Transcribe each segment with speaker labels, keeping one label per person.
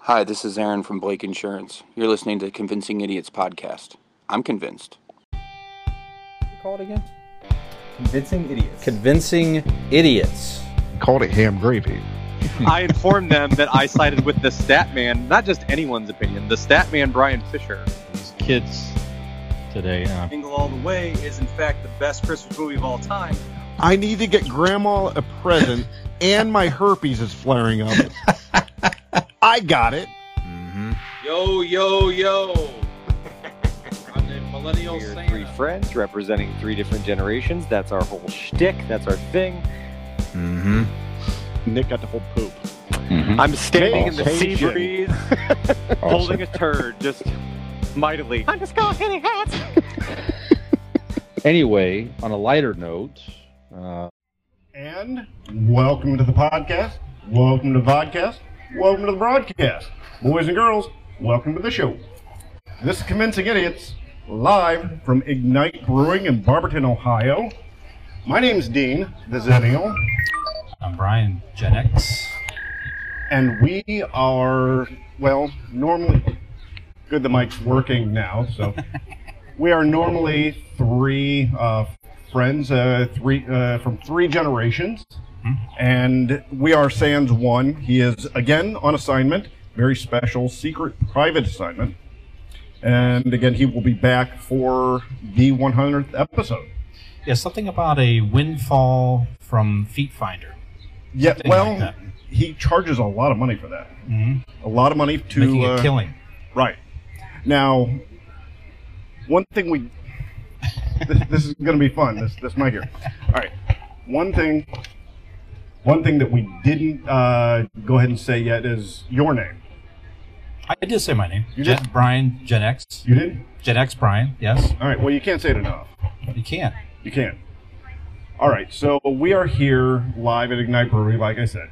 Speaker 1: Hi, this is Aaron from Blake Insurance. You're listening to Convincing Idiots podcast. I'm convinced. Call it again.
Speaker 2: Convincing idiots.
Speaker 3: Convincing idiots.
Speaker 4: Called it ham gravy.
Speaker 5: I informed them that I sided with the stat man, not just anyone's opinion, the stat man Brian Fisher.
Speaker 6: These kids today. Uh,
Speaker 5: Jingle All the Way is, in fact, the best Christmas movie of all time.
Speaker 4: I need to get grandma a present, and my herpes is flaring up. I got it.
Speaker 7: Yo, yo, yo. I'm the millennial
Speaker 2: We are three
Speaker 7: Santa.
Speaker 2: friends representing three different generations. That's our whole shtick. That's our thing.
Speaker 3: Mm-hmm.
Speaker 4: Nick got the whole poop.
Speaker 5: I'm standing in the
Speaker 4: Awesome.
Speaker 5: sea
Speaker 4: Hey, Jim.
Speaker 5: breeze, holding a turd just mightily. I'm just going hitting hats.
Speaker 6: anyway, on a lighter note, uh,
Speaker 8: And welcome to the podcast. Welcome to the podcast. Welcome to the broadcast. Boys and girls, welcome to the show. This is Commencing Idiots, live from Ignite Brewing in Barberton, Ohio. My name's Dean, the Zennial,
Speaker 9: I'm Brian Gen X.
Speaker 8: and we are, well, normally, good the mic's working now, so we are normally three uh, friends, uh, three uh, from three generations, and we are Sans one. He is again on assignment, very special, secret, private assignment, and again he will be back for the 100th episode.
Speaker 9: Yeah, something about a windfall from Feet Finder.
Speaker 8: Yeah,
Speaker 9: Something
Speaker 8: well,
Speaker 9: like that.
Speaker 8: he charges a lot of money for that.
Speaker 9: Mhm.
Speaker 8: A lot of money to
Speaker 9: Making
Speaker 8: uh,
Speaker 9: a killing.
Speaker 8: Right. Now, one thing we. This, this is going to be fun. This this might here. All right. One thing. One thing that we didn't uh, go ahead and say yet is your name.
Speaker 9: I did say my name.
Speaker 8: You
Speaker 9: Gen-
Speaker 8: did?
Speaker 9: Brian Gen X.
Speaker 8: You did.
Speaker 9: Gen X Brian, yes.
Speaker 8: All right. Well, you can't say it enough.
Speaker 9: You can't.
Speaker 8: You can. All right, so we are here live at Ignite Brewery, like I said.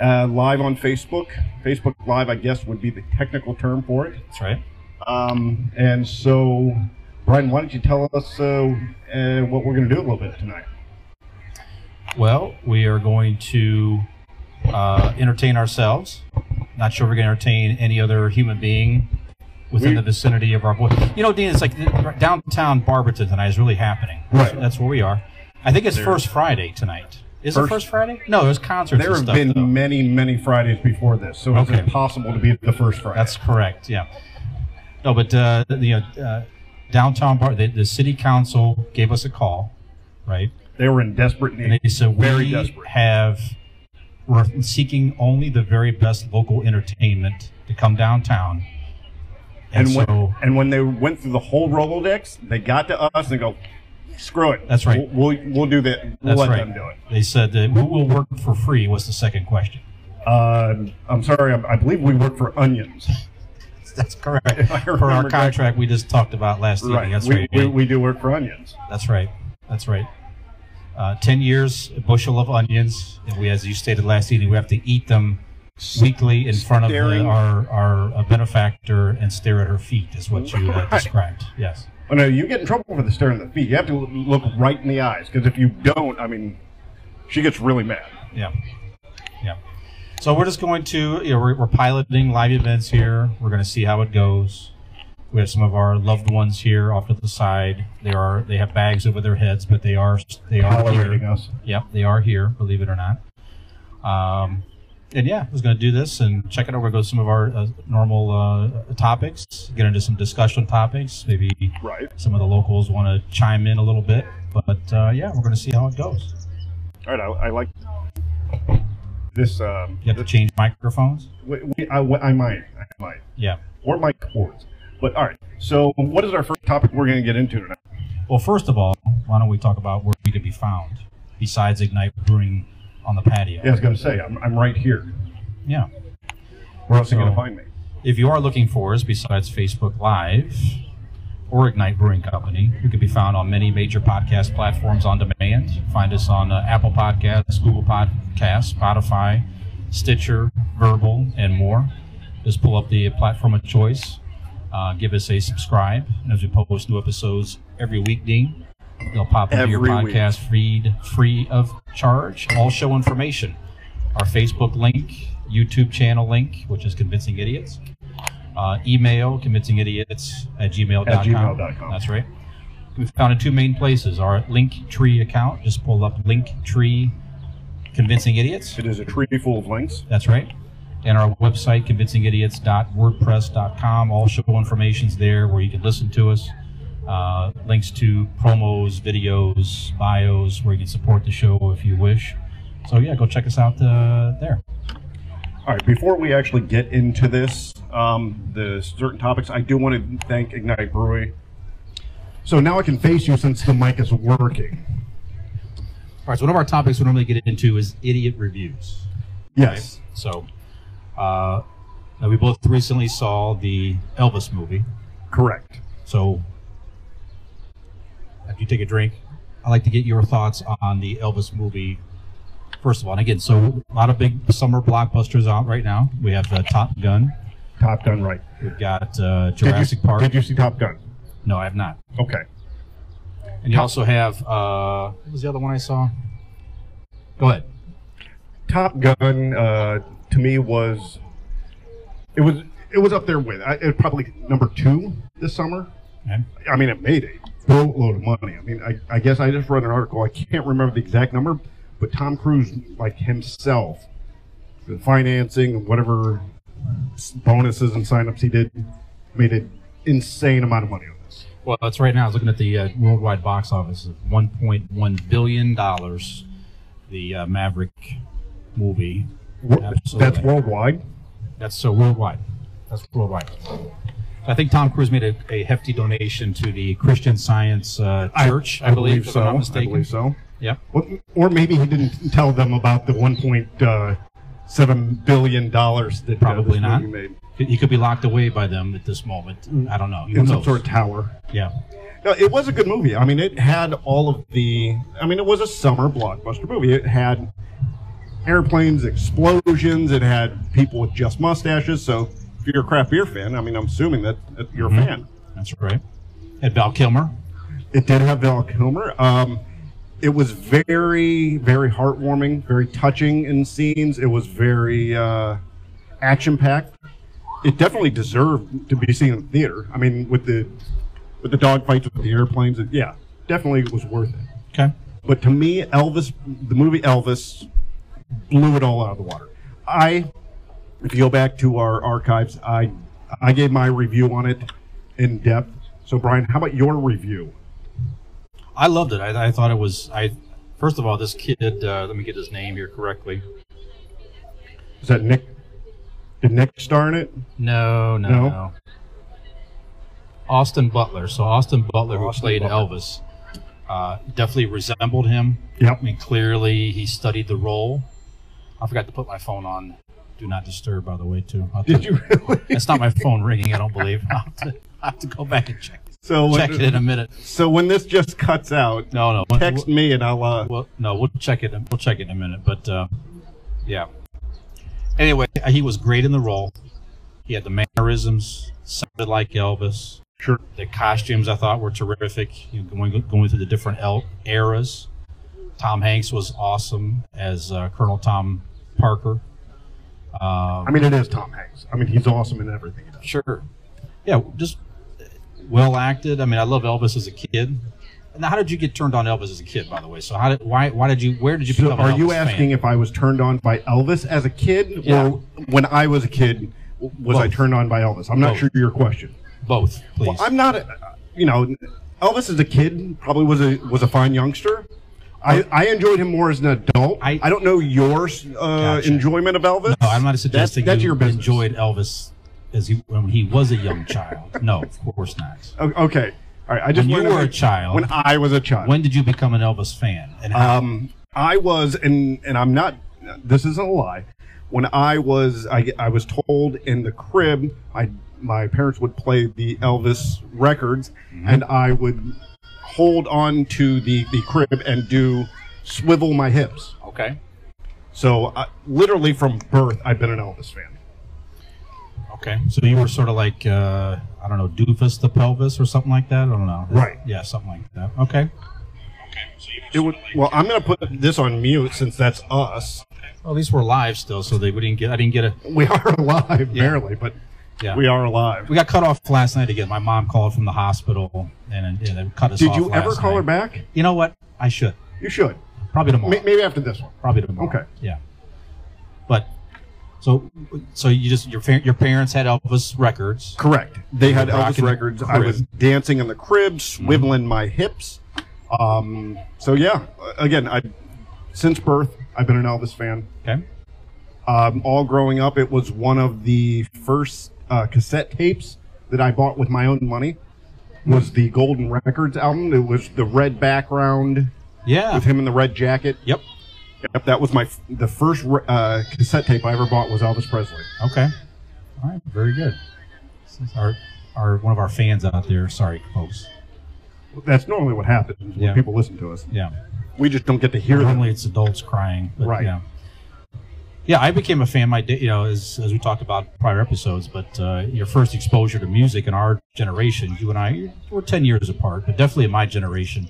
Speaker 8: Uh, live on Facebook. Facebook Live, I guess, would be the technical term for it.
Speaker 9: That's right.
Speaker 8: Um, and so, Brian, why don't you tell us uh, uh, what we're going to do a little bit tonight?
Speaker 9: Well, we are going to uh, entertain ourselves. Not sure we're going to entertain any other human being within
Speaker 8: We-
Speaker 9: the vicinity of our boy. You know, Dean, it's like the- downtown Barberton tonight is really happening. That's-
Speaker 8: Right.
Speaker 9: That's where we are. I think it's First Friday tonight. Is
Speaker 8: First-
Speaker 9: it First Friday? No, there's concerts
Speaker 8: There
Speaker 9: and
Speaker 8: have
Speaker 9: stuff.
Speaker 8: been
Speaker 9: though.
Speaker 8: many, many Fridays before this, so
Speaker 9: Okay.
Speaker 8: it's impossible to be the first Friday.
Speaker 9: That's correct. Yeah. No, but uh, the uh, downtown bar, the, the city council gave us a call, right?
Speaker 8: they were in desperate
Speaker 9: And
Speaker 8: need.
Speaker 9: they said
Speaker 8: Very
Speaker 9: we
Speaker 8: desperate.
Speaker 9: have we're seeking only the very best local entertainment to come downtown. And,
Speaker 8: And when,
Speaker 9: so
Speaker 8: and when they went through the whole Rolodex, they got to us and go, screw it.
Speaker 9: That's right.
Speaker 8: We'll, we'll, we'll do that. We'll
Speaker 9: that's
Speaker 8: let
Speaker 9: right.
Speaker 8: them do it.
Speaker 9: They said that who will work for free was the second question.
Speaker 8: Um I'm sorry, I, I believe we work for Onions.
Speaker 9: That's correct.
Speaker 8: If I
Speaker 9: For our
Speaker 8: remember correctly.
Speaker 9: contract we just talked about last evening. That's
Speaker 8: we,
Speaker 9: right.
Speaker 8: we, we do work for Onions.
Speaker 9: That's right. That's right. Uh, Ten years, a bushel of onions, and we, as you stated last evening, we have to eat them weekly in front of the,
Speaker 8: Staring.
Speaker 9: our our uh, benefactor and stare at her feet, is what you uh, described. Yes.
Speaker 8: Oh, no, you get in trouble for the stare in the feet. You have to look right in the eyes, because if you don't, I mean, she gets really mad.
Speaker 9: Yeah. Yeah. So we're just going to, you know, we're, we're piloting live events here. We're going to see how it goes. We have some of our loved ones here off to the side. They are they have bags over their heads, but they are they are
Speaker 8: Tolerating
Speaker 9: here.
Speaker 8: us.
Speaker 9: Yep, they are here, believe it or not. Um, and yeah, I was going to do this and check it out. We're going to go some of our uh, normal uh, topics, get into some discussion topics. Maybe
Speaker 8: Right.
Speaker 9: some of the locals want to chime in a little bit. But uh, yeah, we're going to see how it goes.
Speaker 8: All right, I, I like this. Um,
Speaker 9: You have to change microphones?
Speaker 8: we, we, I, I might. I might.
Speaker 9: Yeah.
Speaker 8: Or my cords. But all right, so what is our first topic we're going to get into tonight?
Speaker 9: Well, first of all, why don't we talk about where we could be found besides Ignite Brewing on the patio?
Speaker 8: Yeah, I was going to say, I'm, I'm right here.
Speaker 9: Yeah.
Speaker 8: Where else are you going
Speaker 9: So-
Speaker 8: to find me?
Speaker 9: If you are looking for us besides Facebook Live or Ignite Brewing Company, we could be found on many major podcast platforms on demand. Find us on uh, Apple Podcasts, Google Podcasts, Spotify, Stitcher, Verbal, and more. Just pull up the platform of choice. Uh, give us a subscribe. And as we post new episodes every week, Dean, they'll pop into your
Speaker 8: Every week.
Speaker 9: podcast feed free of charge. All show information our Facebook link, YouTube channel link, which is Convincing Idiots, uh, email, convincingidiots at gmail.com.
Speaker 8: At gmail.com.
Speaker 9: That's right. We've found in two main places our Linktree account. Just pull up Linktree Convincing Idiots.
Speaker 8: It is a tree full of links.
Speaker 9: That's right. And our website, convincingidiots.wordpress.com. All show information's there where you can listen to us. Uh, links to promos, videos, bios, where you can support the show if you wish. So yeah, go check us out uh, there.
Speaker 8: All right, before we actually get into this, um, the certain topics, I do want to thank Ignite Brewery. So now I can face you since the mic is working.
Speaker 9: All right, so one of our topics we normally get into is idiot reviews.
Speaker 8: Yes.
Speaker 9: So uh, now we both recently saw the Elvis movie.
Speaker 8: Correct.
Speaker 9: So after you take a drink, I'd like to get your thoughts on the Elvis movie. First of all, and again, so a lot of big summer blockbusters out right now. We have uh, Top Gun.
Speaker 8: Top Gun, right.
Speaker 9: We've got uh,
Speaker 8: Did you-
Speaker 9: Jurassic Park.
Speaker 8: Did you see Top Gun?
Speaker 9: No, I have not.
Speaker 8: Okay.
Speaker 9: And you also have uh, what was the other one I saw? Go ahead.
Speaker 8: Top Gun uh, to me was it was it was up there with I, it probably number two this summer.
Speaker 9: Okay.
Speaker 8: I mean, it made a boatload of money. I mean, I, I guess I just read an article. I can't remember the exact number, but Tom Cruise, like himself, the financing, whatever s- bonuses and signups he did, made an insane amount of money on this.
Speaker 9: Well, it's right now. I was looking at the uh, worldwide box office of 1.1 billion dollars. The uh, Maverick movie.
Speaker 8: Wo- That's
Speaker 9: Absolutely.
Speaker 8: worldwide.
Speaker 9: That's so worldwide. That's worldwide. I think Tom Cruise made a, a hefty donation to the Christian Science uh, Church. I, believe, if
Speaker 8: so.
Speaker 9: I'm not
Speaker 8: I
Speaker 9: mistaken.
Speaker 8: believe so.
Speaker 9: Yep.
Speaker 8: Or- Or maybe he didn't tell them about the one point uh, seven billion dollars that uh,
Speaker 9: Probably
Speaker 8: this
Speaker 9: not.
Speaker 8: movie made
Speaker 9: He- He could be locked away by them at this moment. I don't know. Who
Speaker 8: in some
Speaker 9: knows?
Speaker 8: sort of tower.
Speaker 9: yeah.
Speaker 8: No, it was a good movie. I mean, it had all of the. I mean, it was a summer blockbuster movie. It had airplanes, explosions. It had people with just mustaches. So if you're a craft beer fan, I mean, I'm assuming that, that you're
Speaker 9: Mm-hmm.
Speaker 8: a fan.
Speaker 9: That's right. At Val Kilmer.
Speaker 8: It did have Val Kilmer. Um, it was very, very heartwarming, very touching in scenes. It was very uh, action packed. It definitely deserved to be seen in the theater. I mean, with the with the dogfights with the airplanes, it, yeah, definitely was worth it.
Speaker 9: Okay.
Speaker 8: But to me, Elvis, the movie Elvis, blew it all out of the water. I, if you go back to our archives, I I gave my review on it in depth. So Brian, how about your review?
Speaker 9: I loved it. I, I thought it was. I first of all, this kid. Uh, let me get his name here correctly.
Speaker 8: Is that Nick? Did Nick star in it?
Speaker 9: No, no,
Speaker 8: No?
Speaker 9: no. Austin Butler. So Austin Butler, who
Speaker 8: Austin
Speaker 9: played
Speaker 8: Butler.
Speaker 9: Elvis, uh, definitely resembled him.
Speaker 8: Yep.
Speaker 9: I mean, clearly he studied the role. I forgot to put my phone on. Do not disturb, by the way, too. I'll
Speaker 8: Did
Speaker 9: t-
Speaker 8: you really?
Speaker 9: It's not my phone ringing. I don't believe. I'll have to, I'll have to go back and check
Speaker 8: So
Speaker 9: check it in
Speaker 8: when,
Speaker 9: a minute.
Speaker 8: so when this just cuts out,
Speaker 9: No, no. We'll-
Speaker 8: text me and I'll. Uh,
Speaker 9: Well, no, we'll check it. We'll check it in a minute. But uh, yeah. Anyway, he was great in the role. He had the mannerisms, sounded like Elvis.
Speaker 8: Sure.
Speaker 9: The costumes I thought were terrific. You know, going going through the different El- eras. Tom Hanks was awesome as uh, Colonel Tom Parker. Uh,
Speaker 8: I mean, it is Tom Hanks. I mean, he's awesome in everything. he does.
Speaker 9: Sure. Yeah, just uh, well acted. I mean, I love Elvis as a kid. Now, how did you get turned on Elvis as a kid, by the way? So, how did why why did you where did you
Speaker 8: So
Speaker 9: become? an
Speaker 8: are you
Speaker 9: Elvis fan?
Speaker 8: asking if I was turned on by Elvis as a kid,
Speaker 9: Yeah.
Speaker 8: or when I was a kid, w- was I
Speaker 9: Both.
Speaker 8: turned on by Elvis? I'm not
Speaker 9: Both.
Speaker 8: sure your question.
Speaker 9: both? Please.
Speaker 8: Well, I'm not. A, you know, Elvis as a kid probably was a was a fine youngster. I, I enjoyed him more as an adult. I,
Speaker 9: I-
Speaker 8: don't know your uh,
Speaker 9: Gotcha.
Speaker 8: enjoyment of Elvis.
Speaker 9: No, I'm not suggesting
Speaker 8: that's, that's
Speaker 9: you
Speaker 8: your business.
Speaker 9: enjoyed Elvis as he when he was a young child. No, of course not.
Speaker 8: O- Okay. All right. I
Speaker 9: When
Speaker 8: just
Speaker 9: you
Speaker 8: wanted to
Speaker 9: were a
Speaker 8: make-
Speaker 9: child.
Speaker 8: When I was a child.
Speaker 9: When did you become an Elvis fan? And how?
Speaker 8: um, I was, and and I'm not. This isn't a lie. When I was, I, I was told in the crib, I my parents would play the Elvis records, and I would hold on to the the crib and do swivel my hips.
Speaker 9: okay,
Speaker 8: So I, literally from birth, I've been an Elvis fan.
Speaker 9: okay. So you were sort of like uh, I don't know, doofus the pelvis or something like that. I don't know.
Speaker 8: Right.
Speaker 9: Yeah, something like that. Okay.
Speaker 8: It would. Well, I'm going to put this on mute since that's us.
Speaker 9: Well, at least we're live still, so they we didn't get. I didn't get a.
Speaker 8: We are alive, barely, but
Speaker 9: Yeah.
Speaker 8: we are alive.
Speaker 9: We got cut off last night again. My mom called from the hospital, and, and they cut us
Speaker 8: Did
Speaker 9: off.
Speaker 8: you ever
Speaker 9: last
Speaker 8: call her
Speaker 9: night.
Speaker 8: back?
Speaker 9: You know what? I should
Speaker 8: You should.
Speaker 9: probably tomorrow.
Speaker 8: May Maybe after this one.
Speaker 9: Probably tomorrow.
Speaker 8: Okay.
Speaker 9: Yeah. But so so you just your fa- your parents had Elvis records.
Speaker 8: Correct. They had
Speaker 9: Rocking Mm-hmm. the
Speaker 8: Elvis records. I was dancing in the crib, swiveling my hips. Um, so yeah, again, I since birth I've been an Elvis fan.
Speaker 9: Okay.
Speaker 8: Um, all growing up, it was one of the first uh, cassette tapes that I bought with my own money. Was the Golden Records album? It was the red background
Speaker 9: Yeah.
Speaker 8: with him in the red jacket.
Speaker 9: Yep.
Speaker 8: Yep, that was my f- the first re- uh, cassette tape I ever bought was Elvis Presley.
Speaker 9: Okay. All right. Very good. This is Our our one of our fans out there. Sorry, folks.
Speaker 8: That's normally what happens when
Speaker 9: Yeah. Uh-huh.
Speaker 8: people listen to us.
Speaker 9: Yeah.
Speaker 8: We just don't get to hear them.
Speaker 9: Normally it's adults crying. But
Speaker 8: Right.
Speaker 9: Yeah. Yeah, I became a fan. My, da- you know, as, as we talked about prior episodes, but uh, your first exposure to music in our generation, you and I, we're ten years apart, but definitely in my generation,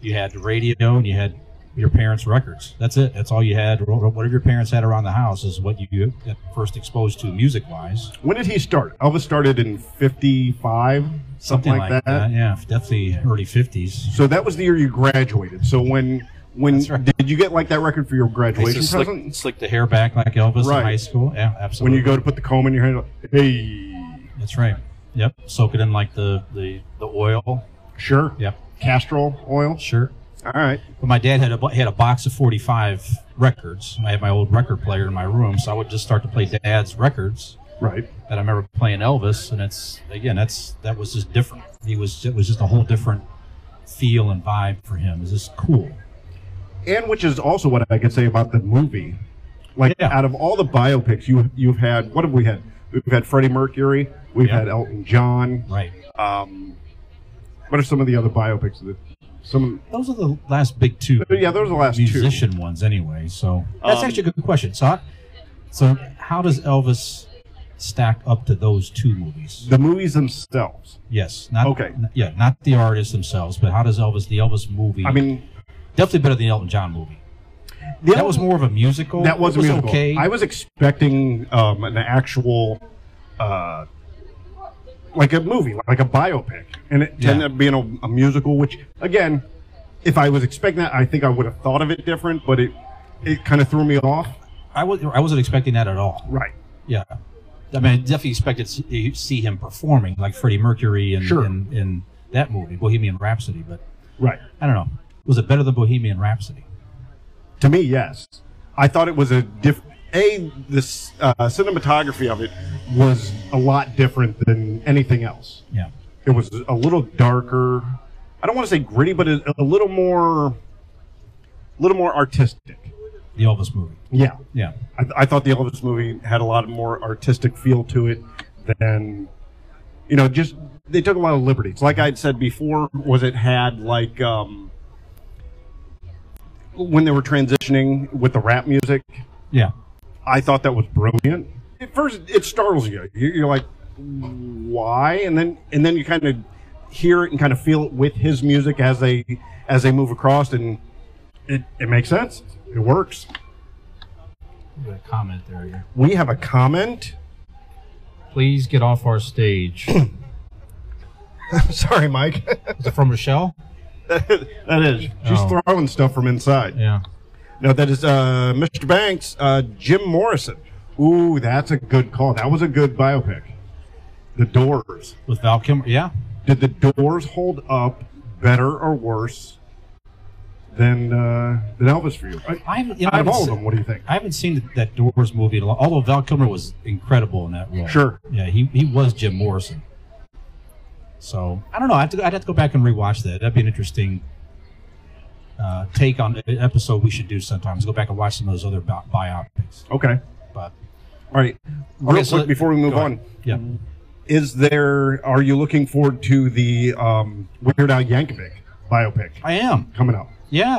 Speaker 9: you had the radio and you had your parents' records. That's it. That's all you had. Wh- Whatever your parents had around the house is what you got first exposed to music-wise.
Speaker 8: When did he start? Elvis started in 55, something, like, that.
Speaker 9: Yeah, definitely early fifties.
Speaker 8: So that was the year you graduated. So when when
Speaker 9: That's right.
Speaker 8: did you get like that record for your
Speaker 10: They
Speaker 8: graduation
Speaker 10: just slick,
Speaker 8: present?
Speaker 10: slick
Speaker 9: The
Speaker 10: the
Speaker 9: hair back like Elvis in
Speaker 8: Right.
Speaker 9: high school. Yeah,
Speaker 8: When
Speaker 9: absolutely.
Speaker 8: you go to put the comb in your hair, like, hey,
Speaker 9: That's right. Yep. Soak it in like the the, the oil.
Speaker 8: sure,
Speaker 9: Yep.
Speaker 8: Castrol oil.
Speaker 9: Sure.
Speaker 8: All right,
Speaker 9: But my dad had a bo- had a box of 45 records. I had my old record player in my room, so I would just start to play dad's records.
Speaker 8: right.
Speaker 9: That I remember playing Elvis, and it's again that's that was just different. He was it was just a whole different feel and vibe for him. Is this cool?
Speaker 8: And which is also what I could say about the movie. Like
Speaker 9: Yeah.
Speaker 8: out of all the biopics you you've had, what have we had? We've had Freddie Mercury. We've
Speaker 9: Yeah.
Speaker 8: had Elton John.
Speaker 9: Right.
Speaker 8: Um, what are some of the other biopics? That, some
Speaker 9: Those are the last big two.
Speaker 8: Uh, yeah, those are the last two. Um,
Speaker 9: musician ones anyway. So that's actually a good question. So, how- so how does Elvis stack up to those two movies?
Speaker 8: the movies themselves.
Speaker 9: Yes, not
Speaker 8: Okay.
Speaker 9: n- yeah, not the artists themselves, but how does Elvis the Elvis movie?
Speaker 8: I mean,
Speaker 9: definitely better than the Elton John movie. that was more of a musical.
Speaker 8: that was,
Speaker 9: It
Speaker 8: a musical.
Speaker 9: okay.
Speaker 8: I was expecting um, an actual, uh, like a movie, like a biopic, and it
Speaker 9: Yeah.
Speaker 8: ended up being a, a musical. Which, again, if I was expecting that, I think I would have thought of it different. But it, it kind of threw me off.
Speaker 9: I was I wasn't expecting that at all.
Speaker 8: Right.
Speaker 9: Yeah, I mean, I definitely expected to see- see him performing like Freddie Mercury and
Speaker 8: Sure.
Speaker 9: in, in that movie Bohemian Rhapsody. But
Speaker 8: Right.
Speaker 9: I don't know. Was it better than Bohemian Rhapsody?
Speaker 8: To me, yes. I thought it was a diff. A this uh, cinematography of it was a lot different than anything else.
Speaker 9: Yeah.
Speaker 8: it was a little darker. I don't want to say gritty, but a, a little more, a little more artistic.
Speaker 9: The Elvis movie.
Speaker 8: Yeah,
Speaker 9: Yeah.
Speaker 8: I, I thought the Elvis movie had a lot more artistic feel to it than, you know, just they took a lot of liberties. Like I'd said before, was it had like um, when they were transitioning with the rap music.
Speaker 9: Yeah.
Speaker 8: I thought that was brilliant. At first, it startles you. You- You're like, why? And then, and then you kind of hear it and kind of feel it with his music as they as they move across, and it, it makes sense. It works.
Speaker 9: You got a comment there. Yeah.
Speaker 8: We have a comment.
Speaker 9: Please get off our stage. Is
Speaker 8: Sorry, Mike.
Speaker 9: it from Michelle?
Speaker 8: that is. um, She's
Speaker 9: Oh.
Speaker 8: throwing stuff from inside.
Speaker 9: Yeah.
Speaker 8: No, that is uh, Mr. Banks, uh, Jim Morrison. Ooh, that's a good call. That was a good biopic. The Doors.
Speaker 9: With Val Kilmer. Yeah.
Speaker 8: did the doors hold up better or worse than uh, than Elvis for you? I,
Speaker 9: I haven't. You know, I
Speaker 8: out of
Speaker 9: haven't
Speaker 8: all of
Speaker 9: se-
Speaker 8: them, what do you think?
Speaker 9: I haven't seen that, that Doors movie in a long. Although Val Kilmer was incredible in that role.
Speaker 8: Sure.
Speaker 9: Yeah, he, he was Jim Morrison. So I don't know. I have to, I'd have to go back and rewatch that. That'd be an interesting uh, take on an episode we should do sometimes. Go back and watch some of those other bi- biopics.
Speaker 8: Okay.
Speaker 9: But
Speaker 8: All right. Real
Speaker 9: Okay, so
Speaker 8: quick
Speaker 9: let-
Speaker 8: before we move
Speaker 9: go
Speaker 8: on,
Speaker 9: ahead. yeah,
Speaker 8: is there? Are you looking forward to the um, Weird Al Yankovic biopic
Speaker 9: I am.
Speaker 8: coming up?
Speaker 9: Yeah,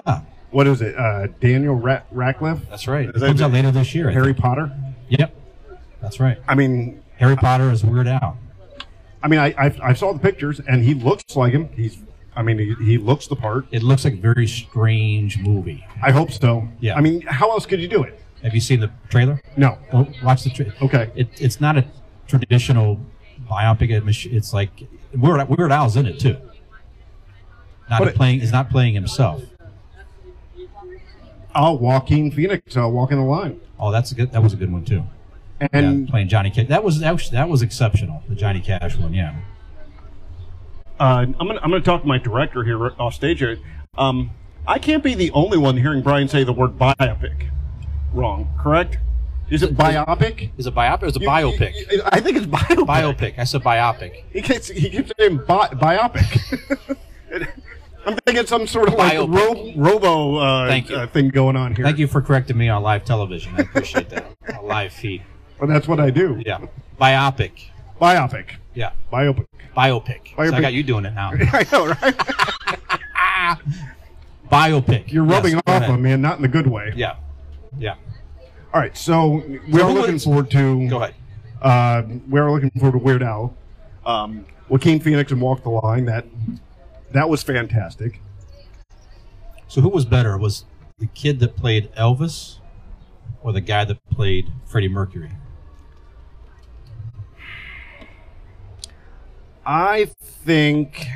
Speaker 8: What is it? Uh, Daniel Ra- Radcliffe,
Speaker 9: that's right. It
Speaker 8: Is that
Speaker 9: comes out
Speaker 8: the-
Speaker 9: later this year. I
Speaker 8: Harry
Speaker 9: think.
Speaker 8: Potter.
Speaker 9: Yep, that's right.
Speaker 8: I mean,
Speaker 9: Harry Potter is Weird Al.
Speaker 8: I mean, I, I I saw the pictures and he looks like him. He's I mean, he, he looks the part.
Speaker 9: It looks like a very strange movie.
Speaker 8: I hope so.
Speaker 9: Yeah.
Speaker 8: I mean, how else could you do it?
Speaker 9: Have you seen the trailer?
Speaker 8: No.
Speaker 9: Go watch the trailer.
Speaker 8: Okay.
Speaker 9: It, it's not a traditional biopic. It mach- It's like Weird, Weird Al's in it too. Not
Speaker 8: But
Speaker 9: a
Speaker 8: it-
Speaker 9: playing. He's not playing himself.
Speaker 8: Oh, Joaquin Phoenix, uh, walking the line,
Speaker 9: Oh, that's a good. That was a good one too.
Speaker 8: and
Speaker 9: yeah, playing Johnny Cash. That was that was, that was exceptional. The Johnny Cash one. Yeah.
Speaker 8: uh, I'm gonna I'm gonna talk to my director here right off stage here. Um, I can't be the only one hearing Brian say the word biopic wrong. Correct? Is it biopic?
Speaker 9: Is a biopic? Is a
Speaker 8: You-
Speaker 9: biopic?
Speaker 8: you- you- I think it's biopic.
Speaker 9: biopic. I said biopic.
Speaker 8: He keeps he keeps saying bi- biopic. I'm thinking some sort of like ro-
Speaker 9: Biopic.
Speaker 8: robo uh,
Speaker 9: Thank you.
Speaker 8: uh, thing going on here.
Speaker 9: Thank you for correcting me on live television. I appreciate that. A live feed.
Speaker 8: Well, that's what I do.
Speaker 9: Yeah. Biopic.
Speaker 8: Biopic.
Speaker 9: Yeah.
Speaker 8: Biopic.
Speaker 9: Biopic. So I
Speaker 8: Biopic.
Speaker 9: got you doing it now.
Speaker 8: I know, right?
Speaker 9: Biopic.
Speaker 8: You're rubbing
Speaker 9: Yes, go
Speaker 8: off
Speaker 9: ahead.
Speaker 8: on me, and not in the good way.
Speaker 9: Yeah. Yeah.
Speaker 8: All right, so we're
Speaker 9: who
Speaker 8: looking
Speaker 9: is-
Speaker 8: forward to.
Speaker 9: Go ahead.
Speaker 8: Uh, we're looking forward to Weird Al, um, Joaquin Phoenix, and Walk the Line. That that was fantastic.
Speaker 9: So who was better? Was the kid that played Elvis or the guy that played Freddie Mercury?
Speaker 8: I think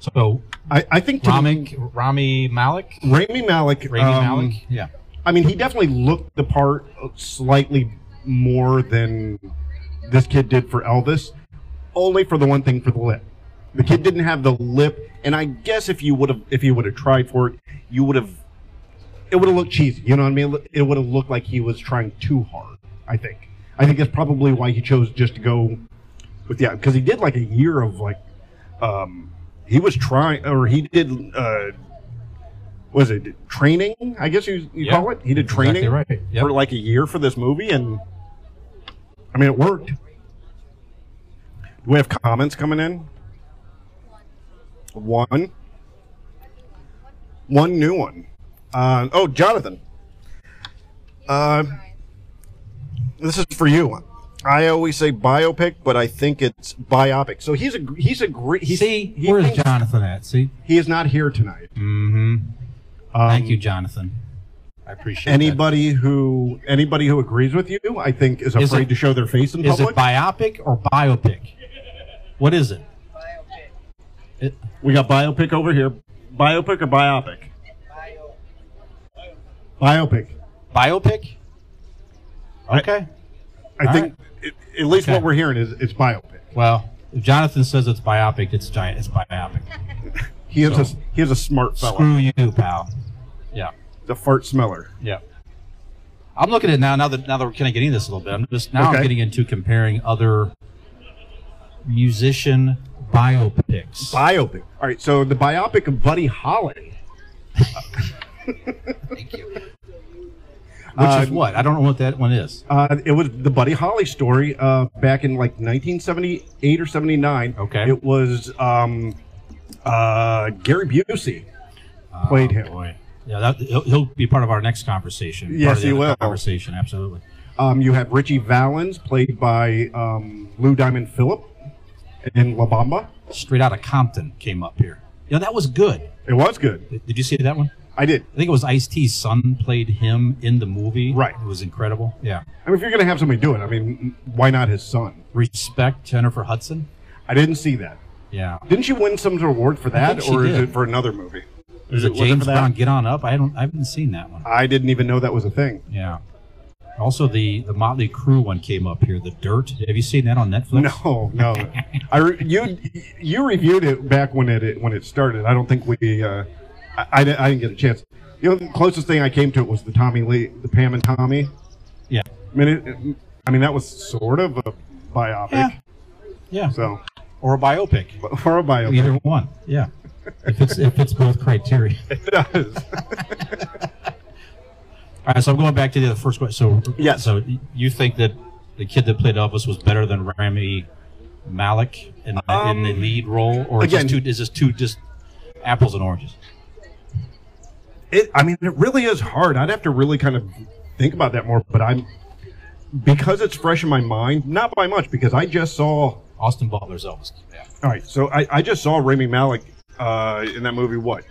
Speaker 9: So
Speaker 8: I, I think to-
Speaker 9: Rami Rami Malik?
Speaker 8: Rami Malik.
Speaker 9: Rami
Speaker 8: um,
Speaker 9: Malik? Yeah.
Speaker 8: I mean, he definitely looked the part slightly more than this kid did for Elvis, only for the one thing for the lip. The kid didn't have the lip, and I guess if you would have if you would have tried for it, you would have it would have looked cheesy. You know what I mean? It would have looked like he was trying too hard. I think. I think that's probably why he chose just to go with yeah, because he did like a year of like um he was trying or he did uh was it training? I guess you, you
Speaker 9: Yeah.
Speaker 8: call it. He did training
Speaker 9: Exactly right. Yep.
Speaker 8: for like a year for this movie, and I mean, it worked. Do we have comments coming in? One. One new one. Uh, oh, Jonathan. Uh, this is for you. I always say biopic, but I think it's biopic. So he's a gr- he's a great. He's,
Speaker 9: See,
Speaker 8: he
Speaker 9: where's
Speaker 8: thinks-
Speaker 9: Jonathan at? See?
Speaker 8: He is not here tonight.
Speaker 9: Mm-hmm.
Speaker 8: Um,
Speaker 9: Thank you, Jonathan. I appreciate that.
Speaker 8: Anybody who anybody who agrees with you, I think, is
Speaker 9: Is
Speaker 8: afraid
Speaker 9: it-
Speaker 8: to show their face in
Speaker 9: Is
Speaker 8: public.
Speaker 9: it biopic or biopic? What is it?
Speaker 8: We got biopic over here. Biopic or biopic? Biopic.
Speaker 9: Biopic? Okay.
Speaker 8: I
Speaker 9: All
Speaker 8: think at- at least
Speaker 9: Okay.
Speaker 8: what we're hearing is it's biopic.
Speaker 9: Well, if Jonathan says it's biopic, it's giant. It's biopic.
Speaker 8: He is
Speaker 9: So-
Speaker 8: a he is a smart fella.
Speaker 9: Screw you, pal. Yeah,
Speaker 8: The fart smeller.
Speaker 9: yeah. I'm looking at now. Now that now that we're kind of getting this a little bit, I'm just now I'm
Speaker 8: Okay.
Speaker 9: getting into comparing other musician biopics.
Speaker 8: Biopic. All right, so the biopic of Buddy Holly.
Speaker 9: which is
Speaker 8: uh,
Speaker 9: what I don't know what that one is.
Speaker 8: Uh, it was the Buddy Holly story uh, back in like 1978 or 79.
Speaker 9: Okay.
Speaker 8: It was um, uh, Gary Busey played him.
Speaker 9: Oh, Boy, yeah, that, he'll, he'll be part of our next conversation. part
Speaker 8: Yes,
Speaker 9: of the
Speaker 8: he
Speaker 9: other
Speaker 8: will.
Speaker 9: Conversation, absolutely.
Speaker 8: Um, you have Richie Valens, played by um, Lou Diamond Phillip in La Bamba.
Speaker 9: Straight out of Compton came up here. You know that was good.
Speaker 8: It was good.
Speaker 9: Did you see that one?
Speaker 8: I did.
Speaker 9: I think it was Ice T's son played him in the movie.
Speaker 8: Right.
Speaker 9: It was incredible. Yeah.
Speaker 8: I mean, if you're going to have somebody do it, I mean, why not his son?
Speaker 9: Respect Jennifer Hudson.
Speaker 8: I didn't see that.
Speaker 9: Yeah.
Speaker 8: Didn't she win some sort of award for
Speaker 9: I
Speaker 8: that,
Speaker 9: think she
Speaker 8: or is
Speaker 9: did.
Speaker 8: it for another movie?
Speaker 9: Is
Speaker 8: it-
Speaker 9: it
Speaker 8: was it
Speaker 9: James
Speaker 8: for that?
Speaker 9: Brown? Get on up. I don't. I haven't seen that one.
Speaker 8: I didn't even know that was a thing.
Speaker 9: Yeah. Also, the the Motley Crue one came up here. The Dirt. Have you seen that on Netflix?
Speaker 8: No, no. I re- you you reviewed it back when it, it when it started. I don't think we. Uh, I, I, di- I didn't get a chance. You know, the closest thing I came to it was the Tommy Lee, the Pam and Tommy.
Speaker 9: Yeah.
Speaker 8: I mean, it, it- I mean that was sort of a biopic.
Speaker 9: Yeah. Yeah.
Speaker 8: So
Speaker 9: Or a biopic.
Speaker 8: but for a biopic,
Speaker 9: Either one. Yeah. If it's if it's both criteria.
Speaker 8: it does.
Speaker 9: All right. So I'm going back to the first question. So
Speaker 8: Yes.
Speaker 9: So you think that the kid that played Elvis was better than Rami Malik in, in the
Speaker 8: Um,
Speaker 9: lead role, or is this
Speaker 8: again-
Speaker 9: two is this two just apples and oranges?
Speaker 8: it i mean it really is hard i'd have to really kind of think about that more but i'm because it's fresh in my mind not by much because i just saw
Speaker 9: Austin Butler's Elvis. Yeah.
Speaker 8: All right, so I, I just saw Rami Malik uh, in that movie. What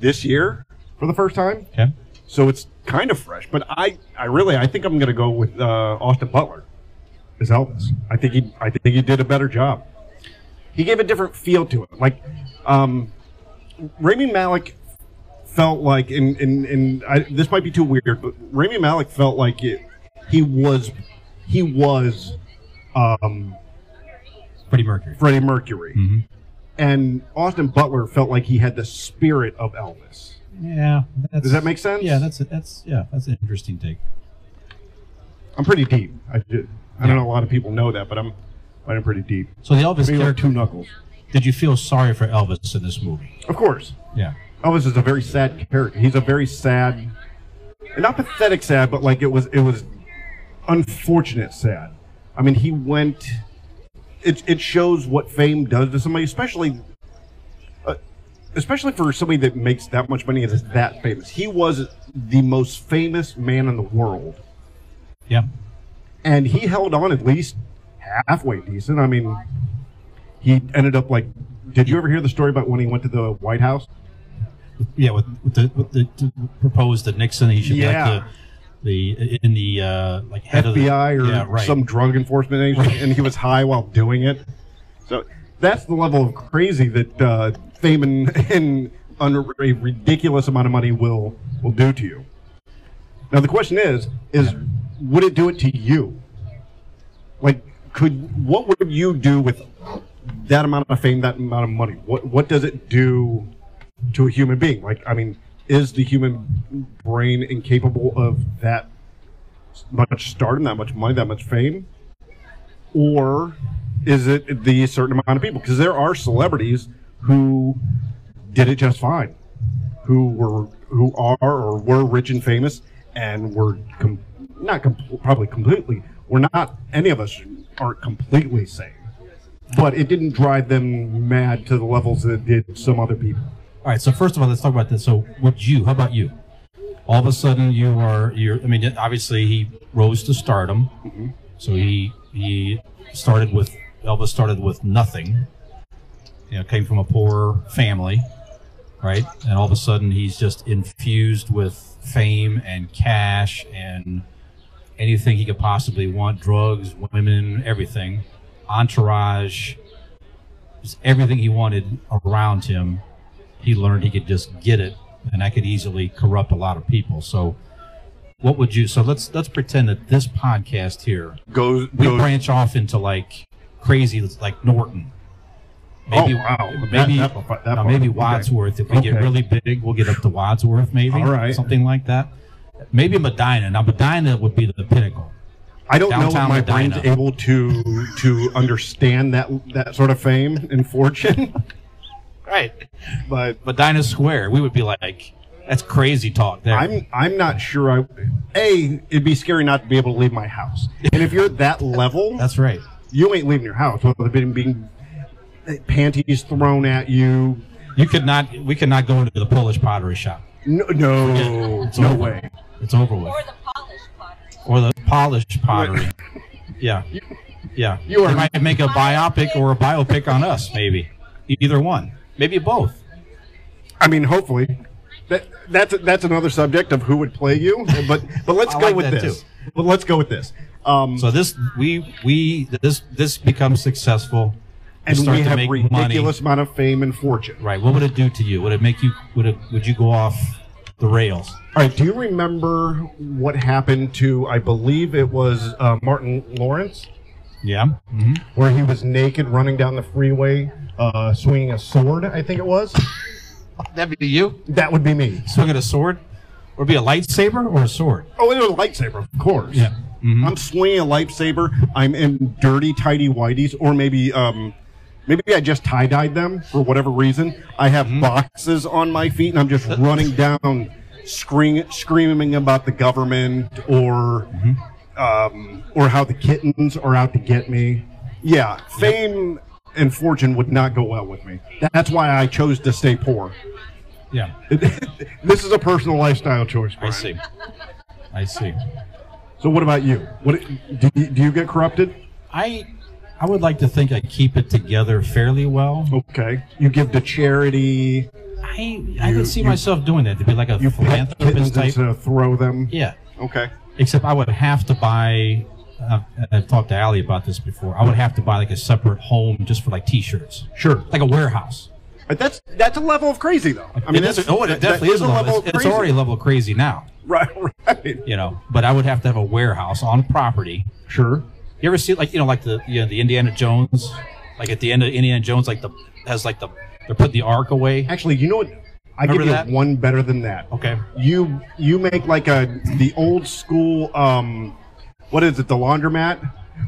Speaker 8: this year for the first time?
Speaker 9: Okay.
Speaker 8: So it's kind of fresh, but I, I really I think I'm going to go with uh, Austin Butler as Elvis. I think he I think he did a better job. He gave a different feel to it. Like um, Rami Malik felt like and and, and I, this might be too weird, but Rami Malik felt like it, he was he was um,
Speaker 9: Freddie Mercury.
Speaker 8: Freddie Mercury.
Speaker 9: Mhm.
Speaker 8: And Austin Butler felt like he had the spirit of Elvis.
Speaker 9: Yeah. That's,
Speaker 8: Does that make sense?
Speaker 9: Yeah, that's that's yeah, that's an interesting take.
Speaker 8: I'm pretty deep. I, ju- I don't know. A lot of people know that, but I'm I'm pretty deep.
Speaker 9: So the Elvis
Speaker 8: Maybe like
Speaker 9: character.
Speaker 8: two knuckles.
Speaker 9: Did you feel sorry for Elvis in this movie?
Speaker 8: Of course,
Speaker 9: Yeah.
Speaker 8: Elvis is a very sad character. He's a very sad, not pathetic sad, but like it was it was unfortunate sad. I mean, he went. It it shows what fame does to somebody, especially. uh, Especially for somebody that makes that much money and is that famous. He was the most famous man in the world.
Speaker 9: Yeah.
Speaker 8: and he held on at least halfway decent. I mean, he ended up like. Did you ever hear the story about when he went to the White House?
Speaker 9: Yeah, with, with the with the to propose that Nixon he should be
Speaker 8: Yeah.
Speaker 9: like the the in the uh like head of the
Speaker 8: FBI or
Speaker 9: yeah, right.
Speaker 8: some drug enforcement agency, and he was high while doing it. So that's the level of crazy that uh, fame and, and under a ridiculous amount of money will will do to you. Now the question is: is would it do it to you? Like, could what would you do with that amount of fame, that amount of money? What what does it do to a human being? Like, I mean, is the human brain incapable of that much stardom, that much money, that much fame, or is it the certain amount of people? Because there are celebrities who did it just fine, who were who are or were rich and famous, and were com- not com- probably completely. We're not any of us aren't completely sane, but it didn't drive them mad to the levels that it did some other people.
Speaker 9: All right. So first of all, let's talk about this. So, would you? How about you? All of a sudden, you are. You're. I mean, obviously, he rose to stardom. So he he started with Elvis started with nothing. You know, came from a poor family, right? And all of a sudden, he's just infused with fame and cash and anything he could possibly want: drugs, women, everything, entourage, just everything he wanted around him he learned he could just get it and that could easily corrupt a lot of people so what would you so let's let's pretend that this podcast here
Speaker 8: Goes
Speaker 9: we
Speaker 8: goes-
Speaker 9: branch off into like crazy like norton maybe
Speaker 8: oh wow,
Speaker 9: maybe
Speaker 8: that, that, that
Speaker 9: now,
Speaker 8: part.
Speaker 9: maybe
Speaker 8: Okay.
Speaker 9: wadsworth if we get
Speaker 8: Okay.
Speaker 9: really big we'll get up to wadsworth maybe
Speaker 8: All right.
Speaker 9: something like that maybe medina now medina would be the pinnacle
Speaker 8: I don't know if
Speaker 9: Downtown
Speaker 8: my
Speaker 9: Medina.
Speaker 8: brain's able to to understand that that sort of fame and fortune,
Speaker 9: right
Speaker 8: but
Speaker 9: medina square we would be like that's crazy talk there
Speaker 8: I'm I'm not sure. I a it'd be scary not to be able to leave my house, and if you're at that level,
Speaker 9: that's right
Speaker 8: you ain't leaving your house without being being eh, panties thrown at you.
Speaker 9: you could not we could not go into the polish pottery shop
Speaker 8: No, no,
Speaker 9: It's
Speaker 8: no
Speaker 9: over.
Speaker 8: way.
Speaker 9: It's over with.
Speaker 11: Or the polished pottery.
Speaker 9: Or the polished pottery. yeah. Yeah.
Speaker 8: You are-
Speaker 9: they might make a biopic or a biopic on us, maybe. Either one. Maybe both.
Speaker 8: I mean, hopefully, that that's that's another subject of who would play you. But but let's
Speaker 9: I
Speaker 8: go
Speaker 9: like
Speaker 8: with
Speaker 9: that
Speaker 8: this.
Speaker 9: too.
Speaker 8: But let's go with this. Um,
Speaker 9: So this we we this this becomes successful.
Speaker 8: and
Speaker 9: start
Speaker 8: we
Speaker 9: to
Speaker 8: have
Speaker 9: make
Speaker 8: ridiculous amount of fame and fortune.
Speaker 9: money. Right. What would it do to you? Would it make you would it would you go off the rails?
Speaker 8: All right. Do you remember what happened to? I believe it was uh, Martin Lawrence,
Speaker 9: Yeah. hmm
Speaker 8: where he was naked running down the freeway, uh, swinging a sword. I think it was.
Speaker 9: That'd be you.
Speaker 8: That would be me.
Speaker 9: Swinging a sword, or be a lightsaber or a sword.
Speaker 8: Oh, it was a lightsaber, of course. Mm-hmm.
Speaker 9: Yeah. Mhm.
Speaker 8: I'm swinging a lightsaber. I'm in dirty tidy whiteys, or maybe um, maybe I just tie dyed them for whatever reason. I have boxes on my feet, and I'm just running down, scream, screaming about the government or um, or how the kittens are out to get me. Yeah, fame and fortune would not go well with me. That's why I chose to stay poor.
Speaker 9: Yeah.
Speaker 8: this is a personal lifestyle choice.
Speaker 9: I
Speaker 8: Brian.
Speaker 9: see. I see.
Speaker 8: So, what about you? What do you, do you get corrupted?
Speaker 9: I I would like to think I keep it together fairly well.
Speaker 8: Okay. You give to charity.
Speaker 9: I I could see myself doing that to be like a
Speaker 8: You pet kittens
Speaker 9: philanthropist type.
Speaker 8: instead of throw them.
Speaker 9: Yeah.
Speaker 8: Okay.
Speaker 9: Except I would have to buy. Uh, I've talked to Ali about this before. I would have to buy like a separate home just for like T-shirts,
Speaker 8: Sure.
Speaker 9: like a warehouse.
Speaker 8: But Uh, that's that's a level of crazy though. I mean,
Speaker 9: It
Speaker 8: that's
Speaker 9: is- oh, it
Speaker 8: that-
Speaker 9: definitely
Speaker 8: that
Speaker 9: is a level. It's, it's already a level of crazy now,
Speaker 8: right, right.
Speaker 9: you know. But I would have to have a warehouse on property.
Speaker 8: Sure.
Speaker 9: You ever see like you know like the you know, the Indiana Jones, like at the end of Indiana Jones, like the has like the they're putting the ark away.
Speaker 8: Actually, you know what? I give
Speaker 9: Remember
Speaker 8: you
Speaker 9: that?
Speaker 8: one better than that.
Speaker 9: Okay.
Speaker 8: You you make like a the old school um, what is it? The laundromat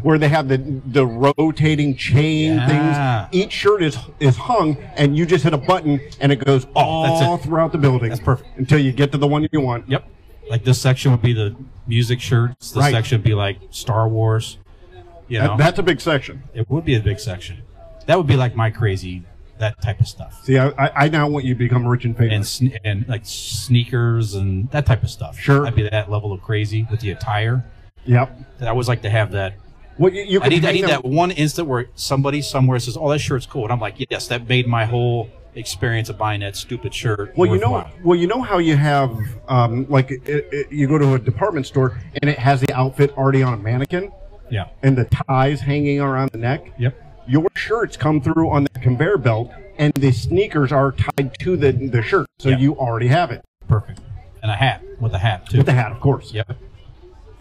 Speaker 8: where they have the the rotating chain
Speaker 9: Yeah.
Speaker 8: things. Each shirt is is hung, and you just hit a button, and it goes all
Speaker 9: Oh, That's it.
Speaker 8: throughout the building.
Speaker 9: That's perfect.
Speaker 8: Until you get to the one you want.
Speaker 9: Yep. Like this section would be the music shirts. This
Speaker 8: Right.
Speaker 9: section would be like Star Wars. You
Speaker 8: That-
Speaker 9: know,
Speaker 8: that's a big section.
Speaker 9: it would be a big section. That would be like my crazy that type of stuff.
Speaker 8: See, I, I, I now want you to become rich and
Speaker 9: And
Speaker 8: famous.
Speaker 9: sne- and like sneakers and that type of stuff.
Speaker 8: Sure.
Speaker 9: I'd be that level of crazy with the attire.
Speaker 8: yep.
Speaker 9: I always like to have that.
Speaker 8: Well, you, you
Speaker 9: I
Speaker 8: could
Speaker 9: need I
Speaker 8: hang
Speaker 9: need
Speaker 8: them-
Speaker 9: that one instant where somebody somewhere says, "Oh, that shirt's cool," and I'm like, "Yes, that made my whole experience of buying that stupid shirt."
Speaker 8: Well, you know,
Speaker 9: worthwhile."
Speaker 8: well, you know how you have, um, like, it, it, you go to a department store and it has the outfit already on a mannequin
Speaker 9: Yeah.
Speaker 8: and the ties hanging around the neck.
Speaker 9: Yep.
Speaker 8: Your shirts come through on the conveyor belt, and the sneakers are tied to the the shirt, so
Speaker 9: Yeah.
Speaker 8: you already have it.
Speaker 9: Perfect. And a hat with a hat too.
Speaker 8: The hat, of course.
Speaker 9: Yep.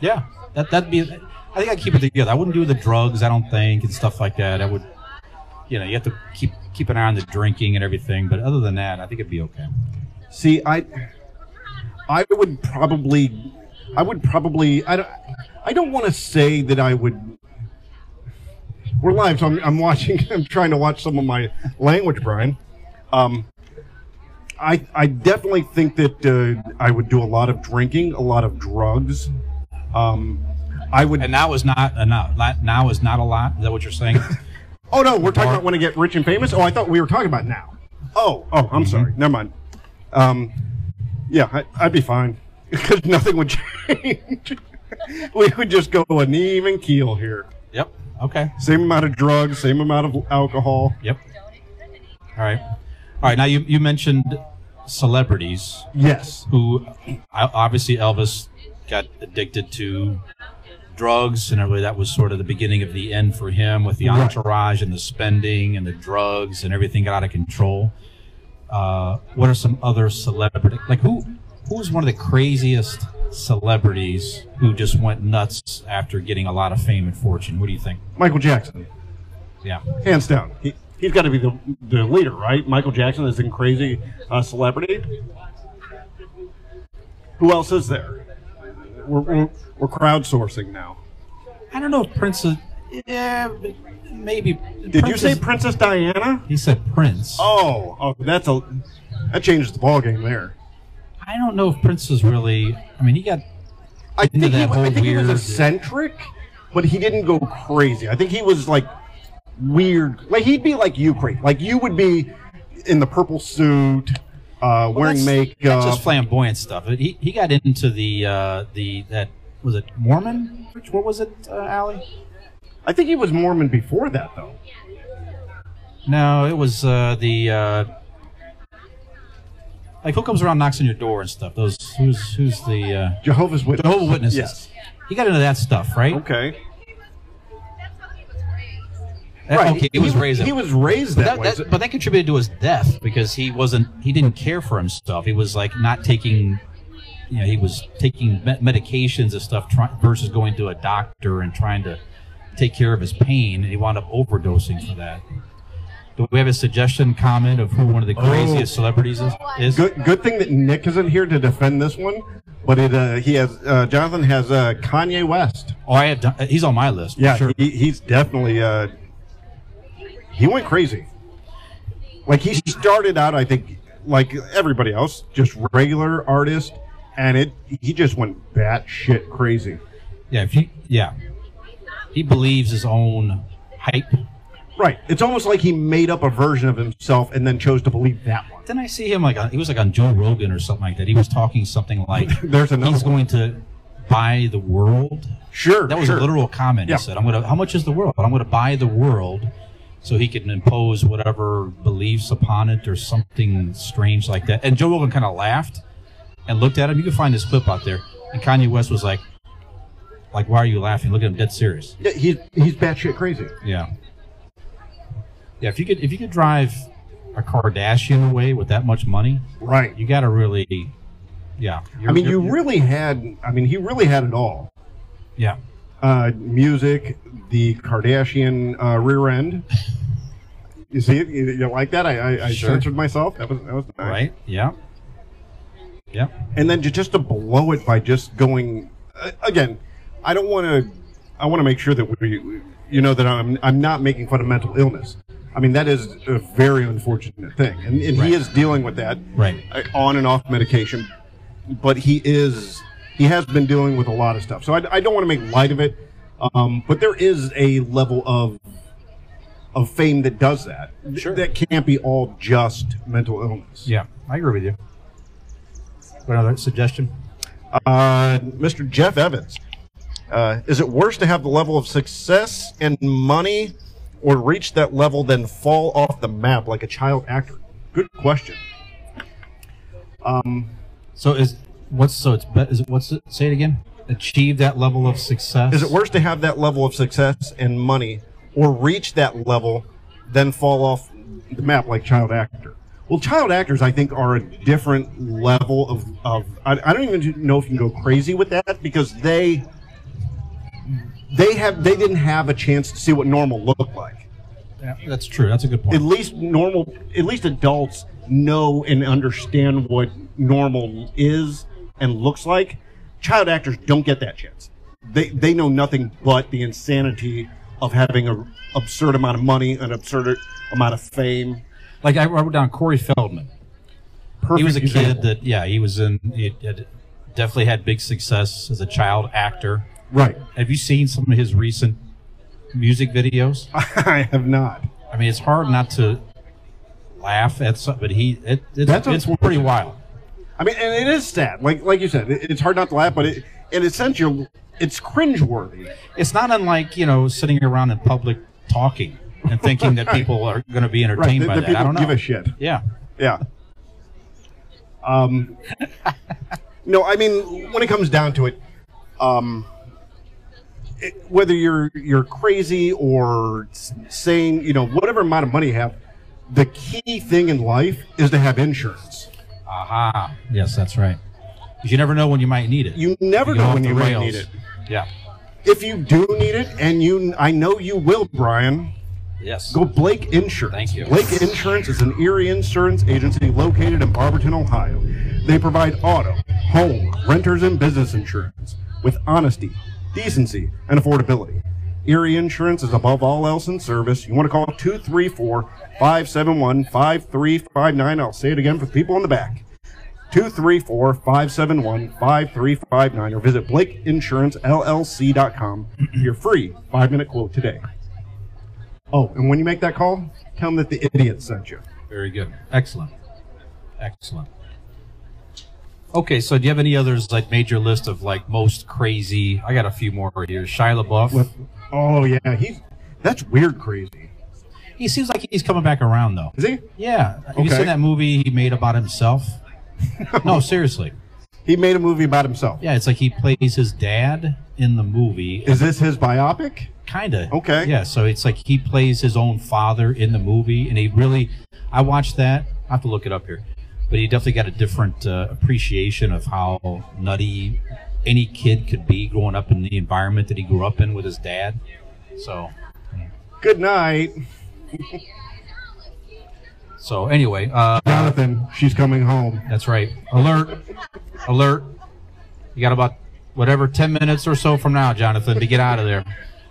Speaker 9: Yeah. That that'd be. I think I keep it together. I wouldn't do the drugs. I don't think and stuff like that. I would. You know, you have to keep keep an eye on the drinking and everything. But other than that, I think it'd be okay.
Speaker 8: See, I, I would probably, I would probably, I don't, I don't want to say that I would. We're live, so I'm, I'm watching. I'm trying to watch some of my language, Brian. Um, I, I definitely think that uh, I would do a lot of drinking, a lot of drugs. Um, I would.
Speaker 9: And now is not enough. Not- Now is not a lot. Is that what you're saying?
Speaker 8: oh no, we're talking about when I get rich and famous. Oh, I thought we were talking about now. Oh, oh, I'm sorry. Never mind. Um, yeah, I, I'd be fine because nothing would change. we would just go an even keel here.
Speaker 9: yep. Okay.
Speaker 8: Same amount of drugs, same amount of alcohol.
Speaker 9: Yep. All right. All right. Now you you mentioned celebrities
Speaker 8: Yes.
Speaker 9: who I- obviously Elvis got addicted to drugs and everybody that was sort of the beginning of the end for him with the
Speaker 8: Right.
Speaker 9: entourage and the spending and the drugs and everything got out of control. Uh, what are some other celebrity like who who's one of the craziest celebrities who just went nuts after getting a lot of fame and fortune? What do you think?
Speaker 8: Michael Jackson,
Speaker 9: Yeah.
Speaker 8: hands down. He, he's got to be the, the leader, right? Michael Jackson is a crazy uh, celebrity. Who else is there? We're, we're, we're crowdsourcing now.
Speaker 9: I don't know if Prince is yeah, but maybe
Speaker 8: Did you say
Speaker 9: Prince?
Speaker 8: Princess Diana?
Speaker 9: is- He said Prince.
Speaker 8: Oh, oh, that's a that changes the ball game there.
Speaker 9: I don't know if Prince is really. I mean, he got
Speaker 8: I
Speaker 9: Into
Speaker 8: think, he,
Speaker 9: that
Speaker 8: wa- I
Speaker 9: whole
Speaker 8: think he was
Speaker 9: weird-
Speaker 8: eccentric, but he didn't go crazy. I think he was like weird. Like he'd be like you, crazy. Like you would be in the purple suit, uh, wearing
Speaker 9: that's- That's
Speaker 8: makeup.
Speaker 9: just flamboyant stuff. He, he got into the uh, the that was it Mormon? Which- What was it, uh, Allie?
Speaker 8: I think he was Mormon before that, though.
Speaker 9: No, it was uh, the uh, like who comes around knocks on your door and stuff. Those who's who's the uh,
Speaker 8: Jehovah's Witness.
Speaker 9: Jehovah Witnesses.
Speaker 8: Yes.
Speaker 9: He got into that stuff, right?
Speaker 8: Okay.
Speaker 9: That-
Speaker 8: right.
Speaker 9: okay, he, was raised.
Speaker 8: He was raised that,
Speaker 9: that,
Speaker 8: way.
Speaker 9: that, but that contributed to his death because he wasn't he didn't care for himself he was like not taking you know he was taking me- medications and stuff try, versus going to a doctor and trying to take care of his pain and he wound up overdosing for that do we have a suggestion comment of who one of the craziest celebrities is, is?
Speaker 8: Oh. Good, good thing that Nick isn't here to defend this one, but it uh, he has uh, Jonathan has uh, Kanye West.
Speaker 9: oh i have done, he's on my list
Speaker 8: Yeah,
Speaker 9: sure
Speaker 8: he, he's definitely uh, he went crazy. Like he started out, I think, like everybody else, just regular artist, and it he just went batshit crazy.
Speaker 9: yeah if you yeah he believes his own hype
Speaker 8: Right. It's almost like he made up a version of himself and then chose to believe that one.
Speaker 9: Then I see him like on, he was like on Joe Rogan or something like that. He was talking something like
Speaker 8: There's another
Speaker 9: he's
Speaker 8: one.
Speaker 9: going to buy the world.
Speaker 8: Sure.
Speaker 9: That was
Speaker 8: sure.
Speaker 9: a literal comment.
Speaker 8: Yeah.
Speaker 9: He said, "I'm gonna. How much is the world? I'm gonna buy the world." So he can impose whatever beliefs upon it or something strange like that. And Joe Rogan kind of laughed and looked at him. You can find this clip out there. And Kanye West was like, "Like, why are you laughing? Look at him, dead serious."
Speaker 8: Yeah, he's he's batshit crazy.
Speaker 9: Yeah. Yeah, if you could if you could drive a Kardashian away with that much money,
Speaker 8: Right.
Speaker 9: you got to really, yeah.
Speaker 8: I mean,
Speaker 9: you're-
Speaker 8: you really had. I mean, he really had it all.
Speaker 9: yeah,
Speaker 8: Uh, music, the Kardashian uh, rear end. You see it? You, you like that? I, I, I
Speaker 9: Sure.
Speaker 8: censored myself. That was that was nice.
Speaker 9: right, yeah, yeah.
Speaker 8: and then ju- just to blow it by just going uh, again i don't want to i want to make sure that we you know that i'm i'm not making fun of mental illness i mean that is a very unfortunate thing and, and
Speaker 9: Right.
Speaker 8: he is dealing with that
Speaker 9: Right.
Speaker 8: uh, on and off medication but he is he has been dealing with a lot of stuff so i, I don't want to make light of it um, but there is a level of of fame that does that Th-
Speaker 9: Sure.
Speaker 8: that can't be all just mental illness
Speaker 9: Yeah, I agree with you. Got another suggestion?
Speaker 8: Uh, Mr. Jeff Evans. Uh, is it worse to have the level of success and money or reach that level then fall off the map like a child actor? Good question. Um,
Speaker 9: So is what's so it's be- is it, what's it, say it again? Achieve that level of success.
Speaker 8: is it worse to have that level of success and money or reach that level then fall off the map like child actor? Well, child actors, I think, are a different level of. of I, I don't even know if you can go crazy with that because they they have they didn't have a chance to see what normal looked like.
Speaker 9: Yeah, that's true. That's a good
Speaker 8: At
Speaker 9: point.
Speaker 8: least normal, at least adults know and understand what normal is and looks like. Child actors don't get that chance. They they know nothing but the insanity of having a absurd amount of money, an absurd amount of fame.
Speaker 9: Like I wrote down Corey Feldman.
Speaker 8: Perfect
Speaker 9: he was a
Speaker 8: example.
Speaker 9: kid that yeah he was in he had definitely had big success as a child actor
Speaker 8: right.
Speaker 9: have you seen some of his recent music videos
Speaker 8: I have not.
Speaker 9: i mean it's hard not to laugh at some but he it, it's,
Speaker 8: That's
Speaker 9: it's
Speaker 8: unfortunate.
Speaker 9: pretty wild
Speaker 8: I mean, and it is sad. Like like you said, it, it's hard not to laugh, but it, in a sense, you're it's cringeworthy.
Speaker 9: it's not unlike you know sitting around in public talking and thinking that people are going to be
Speaker 8: Right.
Speaker 9: entertained
Speaker 8: That,
Speaker 9: by
Speaker 8: that
Speaker 9: that
Speaker 8: people
Speaker 9: i don't know
Speaker 8: give a shit.
Speaker 9: yeah
Speaker 8: Yeah. Um, no, I mean, when it comes down to it, um, it, whether you're you're crazy or s- sane, you know, whatever amount of money you have, the key thing in life is to have insurance.
Speaker 9: aha yes that's right 'Cause you never know when you might need it
Speaker 8: You never
Speaker 9: You go
Speaker 8: know
Speaker 9: off
Speaker 8: when
Speaker 9: the
Speaker 8: you might
Speaker 9: rails.
Speaker 8: need it.
Speaker 9: yeah
Speaker 8: If you do need it, and you, I know you will, Brian.
Speaker 9: yes
Speaker 8: Go Blake Insurance.
Speaker 9: Thank you.
Speaker 8: Blake Insurance is an Erie insurance agency located in Barberton, Ohio. They provide auto, home, renters, and business insurance with honesty, decency, and affordability. Erie Insurance is above all else in service. You want to call 234 571 5359. I'll say it again for the people in the back. 234 571 5359 or visit blakeinsurancellc.com. Your free five minute quote today. Oh, and when you make that call, tell them that the idiot sent you.
Speaker 9: Very good. Excellent. Excellent. Okay, so do you have any others like major list of like most crazy? I got a few more here. Shia LaBeouf.
Speaker 8: With, oh yeah, he's that's weird crazy.
Speaker 9: He seems like he's coming back around though.
Speaker 8: Is he?
Speaker 9: Yeah. Have you
Speaker 8: Okay.
Speaker 9: seen that movie he made about himself? no, seriously.
Speaker 8: He made a movie about himself.
Speaker 9: Yeah, it's like he plays his dad in the movie.
Speaker 8: Is this his biopic?
Speaker 9: Kinda.
Speaker 8: Okay.
Speaker 9: Yeah, so it's like he plays his own father in the movie, and he really, I watched that. I have to look it up here, but he definitely got a different uh, appreciation of how nutty any kid could be growing up in the environment that he grew up in with his dad. So,
Speaker 8: Good night,
Speaker 9: so anyway, uh,
Speaker 8: Jonathan. She's coming home.
Speaker 9: that's right. Alert, alert. You got about whatever ten minutes or so from now, Jonathan, to get out of there.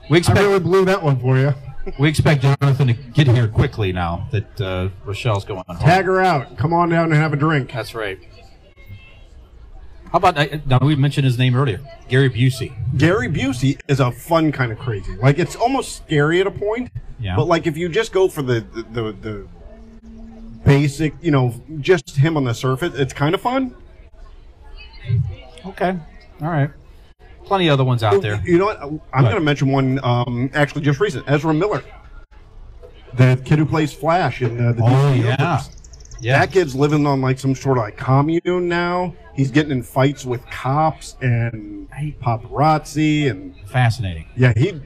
Speaker 9: We
Speaker 8: I
Speaker 9: expect.
Speaker 8: really blew that one for you.
Speaker 9: We expect Jonathan to get here quickly now that uh, Rochelle's going home.
Speaker 8: Tag her out. Come on down and have a drink.
Speaker 9: That's right. How about I- now? We mentioned his name earlier, Gary Busey.
Speaker 8: Gary Busey is a fun kind of crazy. Like it's almost scary at a point.
Speaker 9: Yeah.
Speaker 8: But like if you just go for the the the, the basic, you know, just him on the surface, it's kind of fun.
Speaker 9: Okay, all right. Plenty of other ones out there.
Speaker 8: You know what? I'm going to mention one um, actually just recent. Ezra Miller, the kid who plays Flash in uh, the
Speaker 9: Oh,
Speaker 8: DC
Speaker 9: yeah.
Speaker 8: universe.
Speaker 9: Yeah.
Speaker 8: That kid's living on like some sort of like commune now. He's getting in fights with cops and paparazzi, and
Speaker 9: Fascinating.
Speaker 8: yeah, he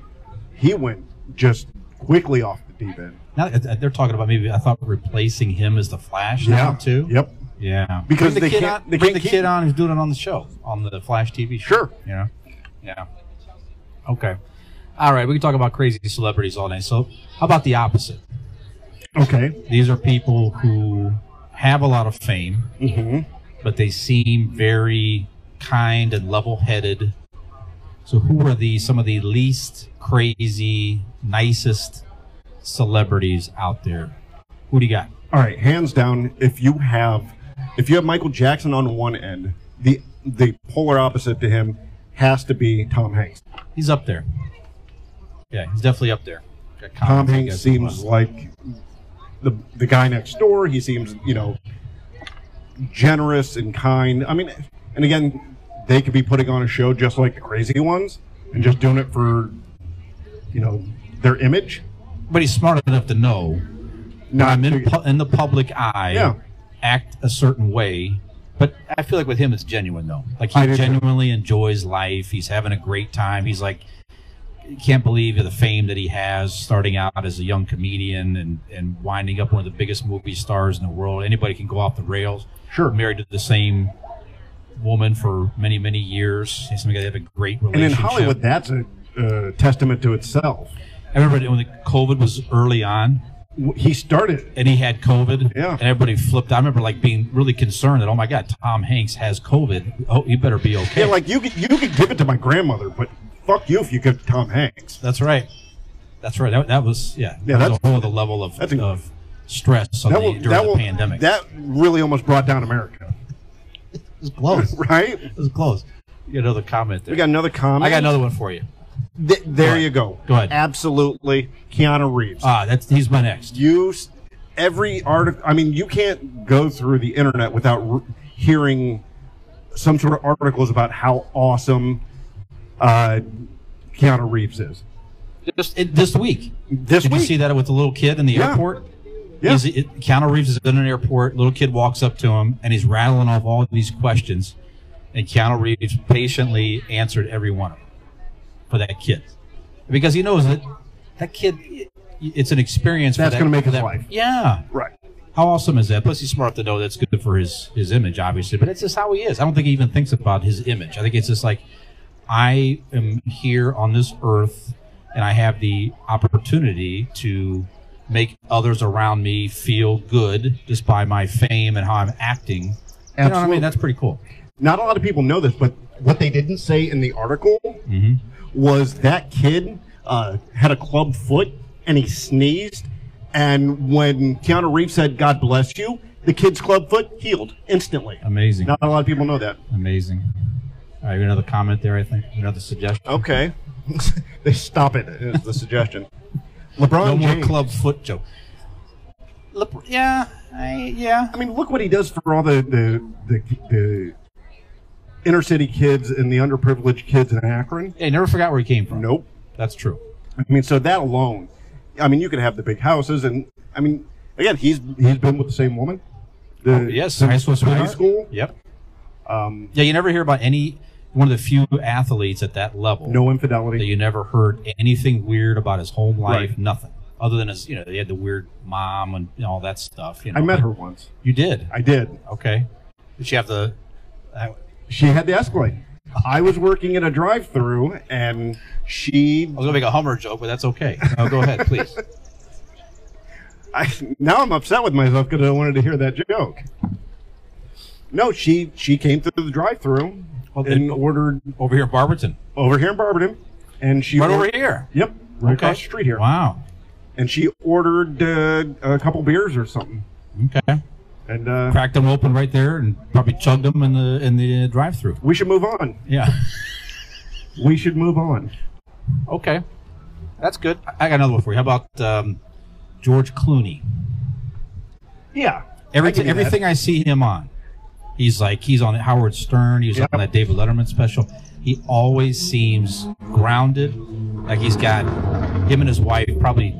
Speaker 8: he went just quickly off the deep end.
Speaker 9: Now uh, they're talking about maybe I thought replacing him as the Flash now
Speaker 8: Yeah.
Speaker 9: too.
Speaker 8: Yep.
Speaker 9: Yeah.
Speaker 8: Because
Speaker 9: bring the
Speaker 8: they
Speaker 9: kid
Speaker 8: can't-
Speaker 9: on,
Speaker 8: they
Speaker 9: bring
Speaker 8: can't
Speaker 9: the
Speaker 8: keep-
Speaker 9: kid on who's doing it on the show on the Flash TV show.
Speaker 8: Sure.
Speaker 9: You know. Yeah. Okay. All right. We can talk about crazy celebrities all day. So how about the opposite?
Speaker 8: Okay.
Speaker 9: These are people who have a lot of fame,
Speaker 8: hmm
Speaker 9: but they seem very kind and level-headed. So who are the some of the least crazy, nicest celebrities out there? Who do you got?
Speaker 8: All right, hands down, if you have if you have Michael Jackson on one end, the the polar opposite to him has to be Tom Hanks.
Speaker 9: He's up there. Yeah, he's definitely up there. Got
Speaker 8: Tom
Speaker 9: Collins, I
Speaker 8: Hanks
Speaker 9: guess,
Speaker 8: Um, seems
Speaker 9: but-
Speaker 8: like the the guy next door. He seems, you know, generous and kind. I mean, and again, they could be putting on a show just like the crazy ones and just doing it for you know, their image.
Speaker 9: but he's smart enough to know
Speaker 8: Not
Speaker 9: I'm in,
Speaker 8: to-
Speaker 9: pu- in the public eye.
Speaker 8: Yeah.
Speaker 9: Act a certain way. But I feel like with him, it's genuine though. Like
Speaker 8: I
Speaker 9: he
Speaker 8: do, too.
Speaker 9: genuinely enjoys life. He's having a great time. He's like, can't believe the fame that he has, starting out as a young comedian and and winding up one of the biggest movie stars in the world. Anybody can go off the rails.
Speaker 8: Sure.
Speaker 9: Married to the same woman for many many years. He's somebody that have a great
Speaker 8: and in
Speaker 9: relationship.
Speaker 8: Hollywood that's a uh, testament to itself.
Speaker 9: I remember when the COVID was early on.
Speaker 8: W- He started
Speaker 9: and he had COVID.
Speaker 8: Yeah.
Speaker 9: And everybody flipped. I remember like being really concerned that oh my god, Tom Hanks has COVID. Oh, he better be okay.
Speaker 8: Yeah, like you could you could give it to my grandmother, but fuck you if you give it to Tom Hanks.
Speaker 9: that's right. That's right. That, that was yeah. that
Speaker 8: Yeah,
Speaker 9: was
Speaker 8: that's-
Speaker 9: a whole other level of,
Speaker 8: that's a-
Speaker 9: of stress on the,
Speaker 8: will-
Speaker 9: during the
Speaker 8: will-
Speaker 9: pandemic.
Speaker 8: That really almost brought down America,
Speaker 9: It was close. it
Speaker 8: right?
Speaker 9: was close. You got another comment there.
Speaker 8: We got another comment.
Speaker 9: I got another one for you.
Speaker 8: Th- there you go.
Speaker 9: Go ahead.
Speaker 8: Absolutely, Keanu Reeves.
Speaker 9: Ah, that's he's my next.
Speaker 8: you s- every article. I mean, you can't go through the internet without r hearing some sort of articles about how awesome uh, Keanu Reeves is.
Speaker 9: Just it, this week.
Speaker 8: This
Speaker 9: Did
Speaker 8: week,
Speaker 9: you see that with the little kid in the
Speaker 8: Yeah.
Speaker 9: airport?
Speaker 8: Yeah.
Speaker 9: He's- it, Keanu Reeves is in an airport. Little kid walks up to him and he's rattling off all these questions, and Keanu Reeves patiently answered every one of them for that kid because he knows that that kid, it's an experience. for
Speaker 8: That's
Speaker 9: that-
Speaker 8: gonna make
Speaker 9: for
Speaker 8: his
Speaker 9: that-
Speaker 8: life.
Speaker 9: Yeah.
Speaker 8: right?
Speaker 9: How awesome is that? Plus, he's smart to know that's good for his his image, obviously. But it's just how he is. I don't think he even thinks about his image. I think it's just like, I am here on this earth, and I have the opportunity to make others around me feel good just by my fame and how I'm acting. You know what I
Speaker 8: Absolutely.
Speaker 9: mean? That's pretty cool.
Speaker 8: Not a lot of people know this, but what they didn't say in the article
Speaker 9: hmm
Speaker 8: was that kid uh, had a club foot and he sneezed. And when Keanu Reeves said, God bless you, the kid's club foot healed instantly.
Speaker 9: Amazing.
Speaker 8: Not a lot of people know that.
Speaker 9: Amazing. All right, another comment there. I think another suggestion.
Speaker 8: Okay. they stop it, is the suggestion. LeBron
Speaker 9: No more
Speaker 8: Oh, James.
Speaker 9: club foot joke. Lep- Yeah, I, yeah.
Speaker 8: I mean, look what he does for all the, the, the, the inner city kids and the underprivileged kids in Akron.
Speaker 9: Hey, never forgot where he came from.
Speaker 8: Nope.
Speaker 9: That's true.
Speaker 8: I mean, so that alone, I mean, you could have the big houses, and I mean, again, he's he's been with the same woman. The,
Speaker 9: Oh, Yes,
Speaker 8: since
Speaker 9: high school
Speaker 8: High
Speaker 9: sweetheart.
Speaker 8: school.
Speaker 9: Yep.
Speaker 8: Um,
Speaker 9: Yeah, you never hear about any one of the few athletes at that level
Speaker 8: no
Speaker 9: that
Speaker 8: infidelity.
Speaker 9: you never heard anything weird about his home life,
Speaker 8: Right.
Speaker 9: nothing. Other than his, you know, they had the weird mom and you know, all that stuff. You know,
Speaker 8: I met
Speaker 9: but
Speaker 8: her once.
Speaker 9: You did.
Speaker 8: I did.
Speaker 9: Okay. Did she have the? I-
Speaker 8: She had the Escalade. I was working in a drive-through, and she.
Speaker 9: I was gonna make a Hummer joke, but that's okay. No, go ahead, please.
Speaker 8: I, now I'm upset with myself because I wanted to hear that joke. No, she she came through the drive-through
Speaker 9: Well, then-
Speaker 8: and ordered
Speaker 9: Over here in Barberton,
Speaker 8: over here in Barberton, and she
Speaker 9: right
Speaker 8: or-
Speaker 9: over here.
Speaker 8: Yep, right
Speaker 9: Okay.
Speaker 8: across the street here.
Speaker 9: Wow.
Speaker 8: and she ordered uh, a couple beers or something.
Speaker 9: Okay.
Speaker 8: And uh,
Speaker 9: Cracked them open right there, and probably chugged them in the in the drive-through.
Speaker 8: we should move on.
Speaker 9: Yeah.
Speaker 8: We should move on.
Speaker 9: Okay. That's good. I I got another one for you. How about um, George Clooney?
Speaker 8: Yeah.
Speaker 9: Every,
Speaker 8: I can do that.
Speaker 9: everything I see him on, He's like he's on Howard Stern. He was on that David Letterman special. He always seems grounded. Like he's got him and his wife probably.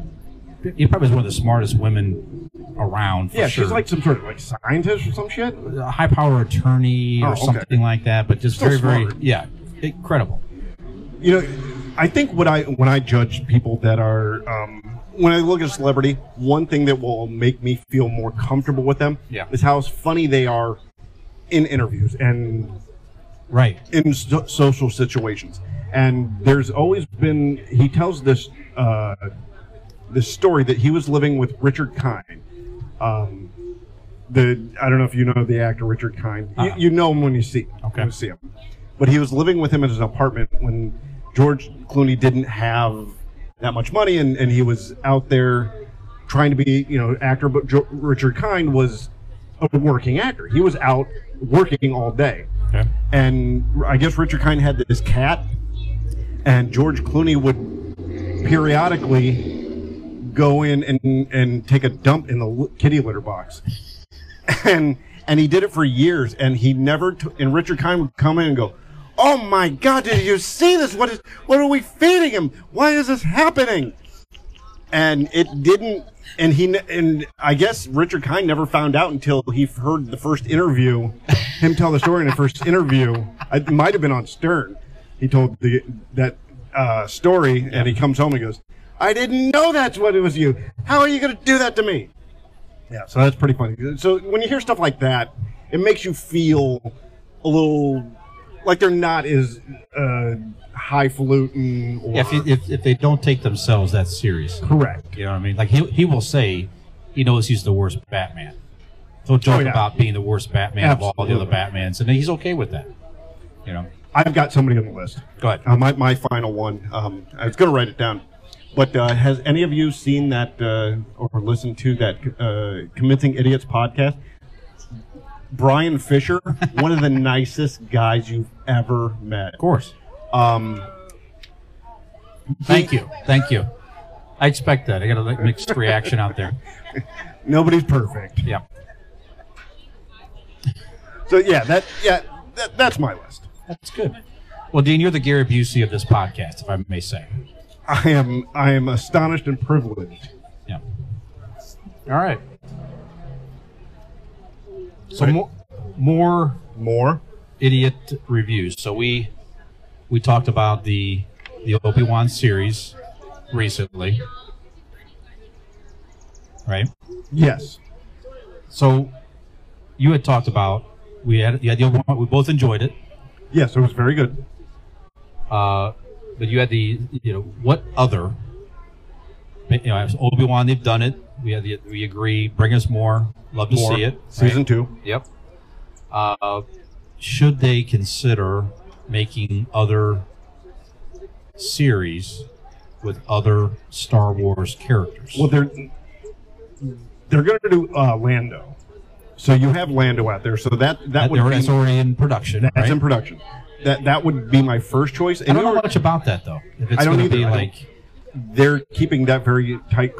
Speaker 9: He probably is one of the smartest women around. For
Speaker 8: yeah,
Speaker 9: sure.
Speaker 8: she's like some sort of like scientist or some shit.
Speaker 9: a high power attorney
Speaker 8: Oh,
Speaker 9: or
Speaker 8: okay.
Speaker 9: something like that. But just
Speaker 8: Still
Speaker 9: very very
Speaker 8: smart.
Speaker 9: yeah, incredible.
Speaker 8: you know i think when i when i judge people that are um, when i look at a celebrity one thing that will make me feel more comfortable with them
Speaker 9: Yeah.
Speaker 8: is how funny they are in interviews and
Speaker 9: Right.
Speaker 8: in so- social situations and there's always been he tells this uh, this story that he was living with richard kind um, the i don't know if you know the actor richard kind
Speaker 9: Uh-uh.
Speaker 8: you, you know him when you see
Speaker 9: Okay.
Speaker 8: when you see him but he was living with him in his apartment when George Clooney didn't have that much money and, and he was out there trying to be, you know, actor. But jo- Richard Kind was a working actor. He was out working all day.
Speaker 9: Okay.
Speaker 8: And I guess Richard Kind had this cat, and George Clooney would periodically go in and, and take a dump in the l- kitty litter box and and he did it for years and he never t- and richard kind would come in and go oh my god did you see this what is what are we feeding him why is this happening and it didn't and he ne- and i guess richard kind never found out until he f- heard the first interview him tell the story in the first interview it might have been on stern he told the that uh, story and he comes home and goes i didn't know that's what it was you how are you going to do that to me yeah, so that's pretty funny. So when you hear stuff like that, it makes you feel a little like they're not as uh, highfalutin or
Speaker 9: Yeah, if, you, if if they don't take themselves that seriously.
Speaker 8: correct.
Speaker 9: You know what I mean? Like he he will say he knows he's the worst Batman. He'll joke
Speaker 8: Oh, yeah.
Speaker 9: about being the worst Batman of all the other
Speaker 8: Absolutely.
Speaker 9: Batmans, and he's okay with that. You know.
Speaker 8: I've got somebody on the list.
Speaker 9: Go ahead.
Speaker 8: Uh, my, my final one. Um, I was going to write it down. But uh, has any of you seen that uh, or listened to that uh, Convincing Idiots podcast? Brian Fisher, one of the nicest guys you've ever met.
Speaker 9: Of course.
Speaker 8: Um,
Speaker 9: Thank you. Thank you. I expect that. I got a like, mixed reaction out there.
Speaker 8: nobody's perfect.
Speaker 9: Yeah.
Speaker 8: So yeah, that yeah, that, that's my list.
Speaker 9: That's good. Well, Dean, you're the Gary Busey of this podcast, if I may say.
Speaker 8: I am I am astonished and privileged.
Speaker 9: Yeah. All right. So more, more
Speaker 8: More?
Speaker 9: idiot reviews. So we we talked about the the Obi Wan series recently, right?
Speaker 8: Yes.
Speaker 9: So you had talked about we had you had the Obi Wan. We both enjoyed it,
Speaker 8: Yes, it was very good.
Speaker 9: uh, but you had the you know what other you know Obi Wan. They've done it. We had the, we agree. Bring us more. Love to
Speaker 8: More.
Speaker 9: see it.
Speaker 8: Season two.
Speaker 9: Yep. Uh, should they consider making other series with other Star Wars characters?
Speaker 8: Well, they're they're going to do uh, Lando. So you have Lando out there. So that that,
Speaker 9: that,
Speaker 8: would be,
Speaker 9: that's already in production.
Speaker 8: that's
Speaker 9: right?
Speaker 8: in production. That that would be my first choice. And
Speaker 9: I don't
Speaker 8: you
Speaker 9: know
Speaker 8: were-
Speaker 9: much about that though. If it's
Speaker 8: I don't
Speaker 9: going to
Speaker 8: either.
Speaker 9: be
Speaker 8: I don't-
Speaker 9: like
Speaker 8: they're keeping that very tight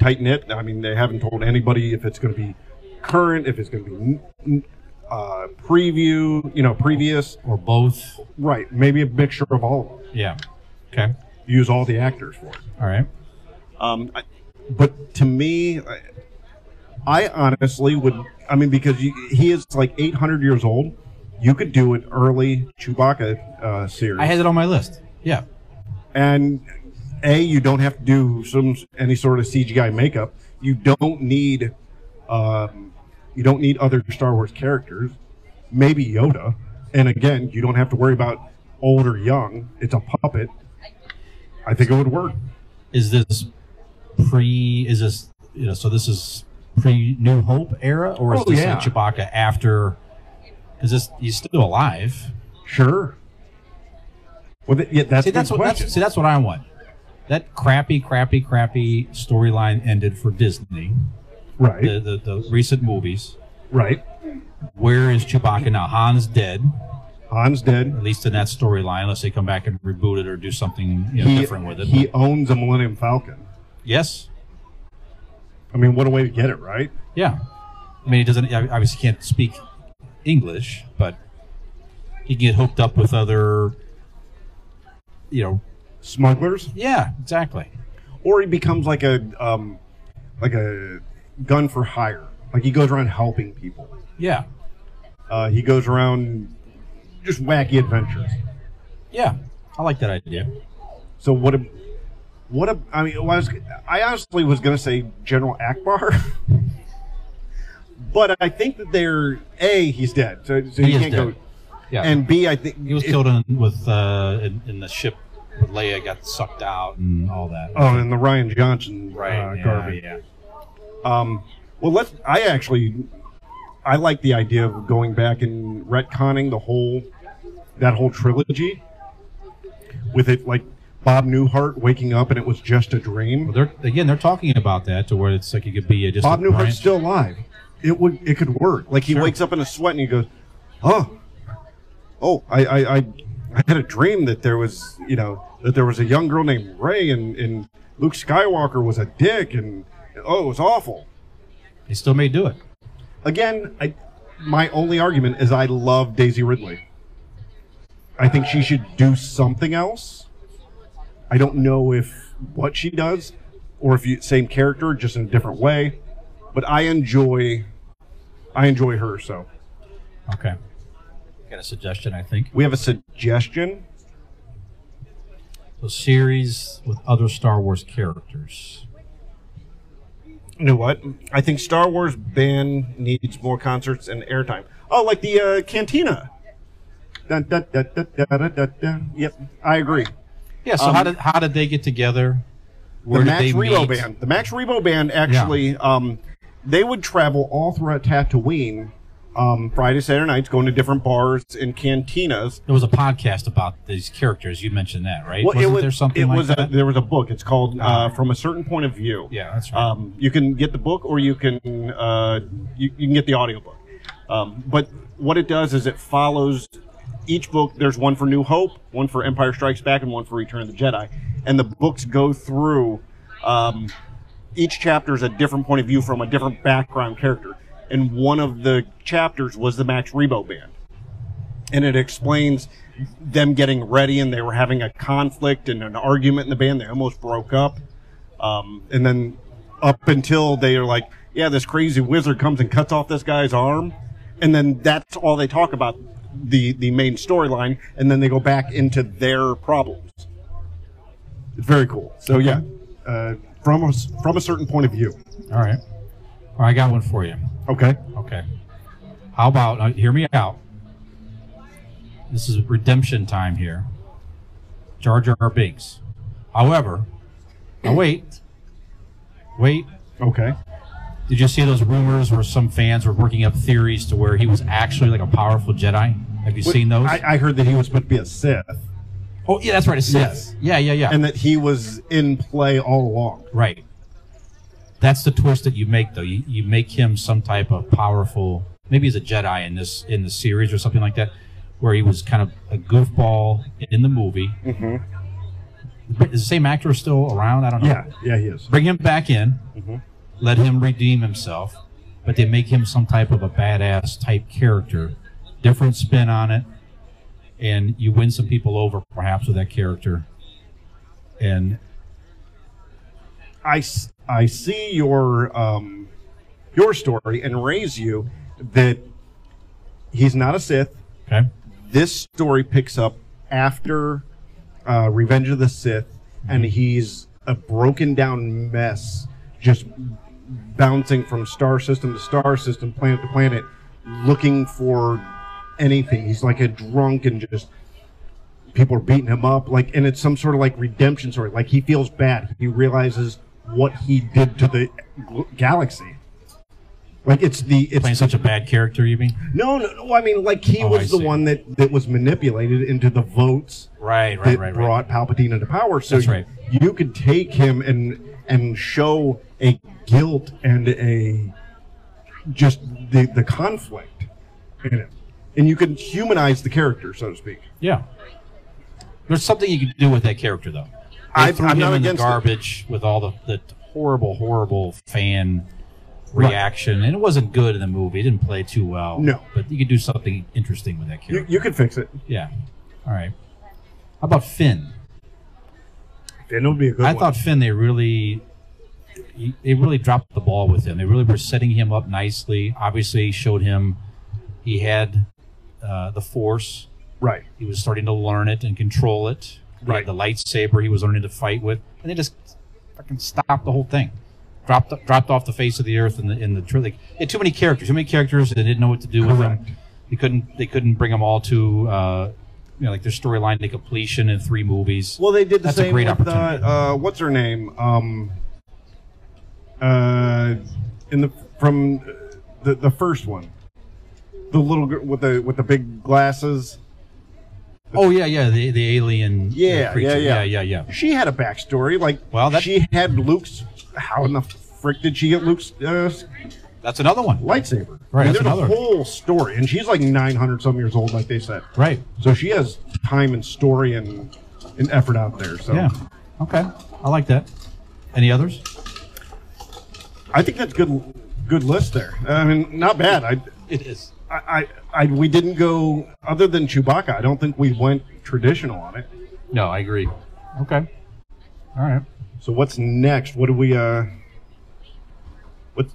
Speaker 8: tight knit. I mean, they haven't told anybody if it's going to be current, if it's going to be n- n- uh, preview, you know, previous.
Speaker 9: or both,
Speaker 8: Right. Maybe a mixture of all of them.
Speaker 9: yeah. Okay.
Speaker 8: use all the actors for it.
Speaker 9: All right.
Speaker 8: Um, I, but to me, I, I honestly would. I mean, because you, he is like 800 years old, you could do an early Chewbacca uh, series,
Speaker 9: I had it on my list. Yeah.
Speaker 8: and a you don't have to do some any sort of CGI makeup. You don't need, um, you don't need other Star Wars characters. Maybe Yoda, and again, you don't have to worry about old or young. It's a puppet. I think it would work.
Speaker 9: Is this pre? Is this you know? So this is pre New Hope era, or is
Speaker 8: Oh,
Speaker 9: this
Speaker 8: yeah.
Speaker 9: like Chewbacca after? Because this he's still alive.
Speaker 8: Sure. Well, th- yeah, that's
Speaker 9: See
Speaker 8: a
Speaker 9: that's
Speaker 8: good
Speaker 9: what
Speaker 8: question.
Speaker 9: that's, see that's what I want. That crappy, crappy, crappy storyline ended for Disney.
Speaker 8: right,
Speaker 9: The, the the recent movies.
Speaker 8: right.
Speaker 9: Where is Chewbacca now? Han's dead,
Speaker 8: Han's dead.
Speaker 9: at least in that storyline. Unless they come back and reboot it or do something you know,
Speaker 8: he,
Speaker 9: different with it.
Speaker 8: he owns a Millennium Falcon.
Speaker 9: yes,
Speaker 8: I mean, what a way to get it, right?
Speaker 9: yeah. I mean, he doesn't. I Obviously, can't speak English, but he can get hooked up with other, you know,
Speaker 8: Smugglers,
Speaker 9: yeah, exactly.
Speaker 8: or he becomes like a um, like a gun for hire. Like he goes around helping people.
Speaker 9: Yeah,
Speaker 8: Uh, he goes around just wacky adventures.
Speaker 9: yeah, I like that idea.
Speaker 8: So what? A, what? A, I mean, well, I, was, I honestly was going to say General Akbar, but I think that they're a he's dead, so, so
Speaker 9: He
Speaker 8: you
Speaker 9: is
Speaker 8: can't
Speaker 9: dead.
Speaker 8: go.
Speaker 9: Yeah,
Speaker 8: And B, I think
Speaker 9: he was
Speaker 8: it-
Speaker 9: killed in, with uh, in, in the ship. With Leia got sucked out and all that.
Speaker 8: Oh, and the Ryan Johnson uh,
Speaker 9: right, yeah,
Speaker 8: garbage.
Speaker 9: yeah.
Speaker 8: Um, well, let's. I actually, I like the idea of going back and retconning the whole, that whole trilogy, with it like Bob Newhart waking up and it was just a
Speaker 9: Well,
Speaker 8: dream.
Speaker 9: they're again, they're talking about that to where it's like it could be a just
Speaker 8: Bob
Speaker 9: a
Speaker 8: Newhart's
Speaker 9: branch.
Speaker 8: still alive. It would. It could work. Like he
Speaker 9: Sure.
Speaker 8: wakes up in a sweat and he goes, "Oh, oh, I, I, I, I had a dream that there was, you know, that there was a young girl named Ray and and Luke Skywalker was a dick and oh, it was awful."
Speaker 9: They still may do it.
Speaker 8: again, I, my only argument is I love Daisy Ridley. I think she should do something else. I don't know if what she does, or if you same character just in a different way, but I enjoy, I enjoy her. So
Speaker 9: Okay. Got a suggestion, I think.
Speaker 8: we have a suggestion.
Speaker 9: So series with other Star Wars characters.
Speaker 8: You know what? I think Star Wars band needs more concerts and airtime. Oh, like the uh, Cantina. Dun, dun, dun, dun, dun, dun, dun, dun. Yep, I agree.
Speaker 9: Yeah.
Speaker 8: Um,
Speaker 9: So how did how did they get together? Where
Speaker 8: the
Speaker 9: did
Speaker 8: Max
Speaker 9: they
Speaker 8: Rebo
Speaker 9: meet?
Speaker 8: band. The Max Rebo band actually, um, they would travel all throughout Tatooine, um, Friday, Saturday nights, going to different bars and cantinas.
Speaker 9: There was a podcast about these characters. You mentioned that, right? Wasn't
Speaker 8: it was
Speaker 9: there something
Speaker 8: it
Speaker 9: like
Speaker 8: was
Speaker 9: that? Ah.
Speaker 8: A, there was a book. It's called uh, From a Certain Point of View.
Speaker 9: yeah, that's right.
Speaker 8: Um, you can get the book or you can uh, you, you can get the audiobook. Um, but what it does is it follows each book. There's one for New Hope, one for Empire Strikes Back, and one for Return of the Jedi. And the books go through um, each chapter is a different point of view from a different background character. And one of the chapters was the Max Rebo band. And it explains them getting ready and they were having a conflict and an argument in the band. They almost broke up. Um, and then up until they are like, yeah, this crazy wizard comes and cuts off this guy's arm. And then that's all they talk about the, the main storyline. And then they go back into their problems. It's very cool. So yeah, uh, from a, s- from a certain point of view.
Speaker 9: all right. All right, I got one for you.
Speaker 8: Okay.
Speaker 9: Okay. How about uh, hear me out? This is redemption time here. Jar Jar Binks. However, now wait, wait.
Speaker 8: Okay.
Speaker 9: Did you see those rumors where some fans were working up theories to where he was actually like a powerful Jedi? Have you seen those?
Speaker 8: I, I heard that he was supposed to be a Sith
Speaker 9: oh, yeah, that's right. A Sith.
Speaker 8: Yes.
Speaker 9: Yeah, yeah, yeah.
Speaker 8: and that he was in play all along.
Speaker 9: right. That's the twist that you make, though. You, you make him some type of powerful. Maybe he's a Jedi in this in the series or something like that, where he was kind of a goofball in the movie. Mm-hmm. Is the same actor still around? I don't know.
Speaker 8: Yeah. Yeah, he is.
Speaker 9: bring him back in, let him redeem himself, but they make him some type of a badass type character, different spin on it, and you win some people over perhaps with that character. And
Speaker 8: I, s- I see your um, your story and raise you that he's not a Sith.
Speaker 9: okay,
Speaker 8: This story picks up after uh, Revenge of the Sith, and he's a broken down mess, just bouncing from star system to star system, planet to planet, looking for anything. He's like a drunk and just people are beating him up like and it's some sort of like redemption story like he feels bad he realizes what he did to the gl- galaxy like it's the it's
Speaker 9: playing such a bad character, you mean?
Speaker 8: no, no no i mean like he
Speaker 9: Oh, I
Speaker 8: was the
Speaker 9: see.
Speaker 8: one that that was manipulated into the votes
Speaker 9: Right,
Speaker 8: that brought palpatine into power so
Speaker 9: That's right.
Speaker 8: you could take him and and show a guilt and a just the the conflict in him and you can humanize the character so to speak
Speaker 9: Yeah. There's something you can do with that character, though. They
Speaker 8: I-
Speaker 9: threw
Speaker 8: I'm
Speaker 9: him
Speaker 8: not
Speaker 9: in the
Speaker 8: against it.
Speaker 9: garbage with all the, the horrible, horrible fan reaction, and it wasn't good in the movie. It didn't play too well.
Speaker 8: No.
Speaker 9: but you could do something interesting with that
Speaker 8: You,
Speaker 9: character.
Speaker 8: you could fix it.
Speaker 9: yeah. All right. How about Finn?
Speaker 8: Then it'll be a good
Speaker 9: I
Speaker 8: one.
Speaker 9: thought Finn they really they really dropped the ball with him. They really were setting him up nicely. Obviously, showed him he had uh, the Force.
Speaker 8: right.
Speaker 9: He was starting to learn it and control it. He had
Speaker 8: Right.
Speaker 9: the lightsaber he was learning to fight with, and they just fucking stopped the whole thing. Dropped dropped off the face of the earth in the in the trilogy. They had too many characters, too many characters. They didn't know what to do with them. They couldn't they couldn't bring them all to uh, you know like their storyline to completion in three movies.
Speaker 8: Well, they did the
Speaker 9: That's a
Speaker 8: same
Speaker 9: great
Speaker 8: with
Speaker 9: opportunity.
Speaker 8: uh, uh, what's her name? Um, uh, in the from the the first one, the little girl with the with the big glasses.
Speaker 9: Oh yeah, yeah, the the alien. uh,
Speaker 8: Yeah,
Speaker 9: creature.
Speaker 8: yeah, yeah.
Speaker 9: yeah, yeah, yeah.
Speaker 8: She had a backstory. Like,
Speaker 9: Well, that-
Speaker 8: she had Luke's. How in the frick did she get Luke's uh,
Speaker 9: That's another one.
Speaker 8: lightsaber?
Speaker 9: Right,
Speaker 8: I mean,
Speaker 9: that's
Speaker 8: there's
Speaker 9: another-
Speaker 8: a whole story, and she's like nine hundred some years old, like they said.
Speaker 9: Right.
Speaker 8: So she has time and story and and effort out there. So
Speaker 9: Yeah. Okay, I like that. Any others?
Speaker 8: I think that's good good list there. I mean, not bad. I
Speaker 9: It is.
Speaker 8: I, I, I we didn't go other than Chewbacca. I don't think we went traditional on it.
Speaker 9: No, I agree. Okay. All right.
Speaker 8: So what's next? What do we uh? What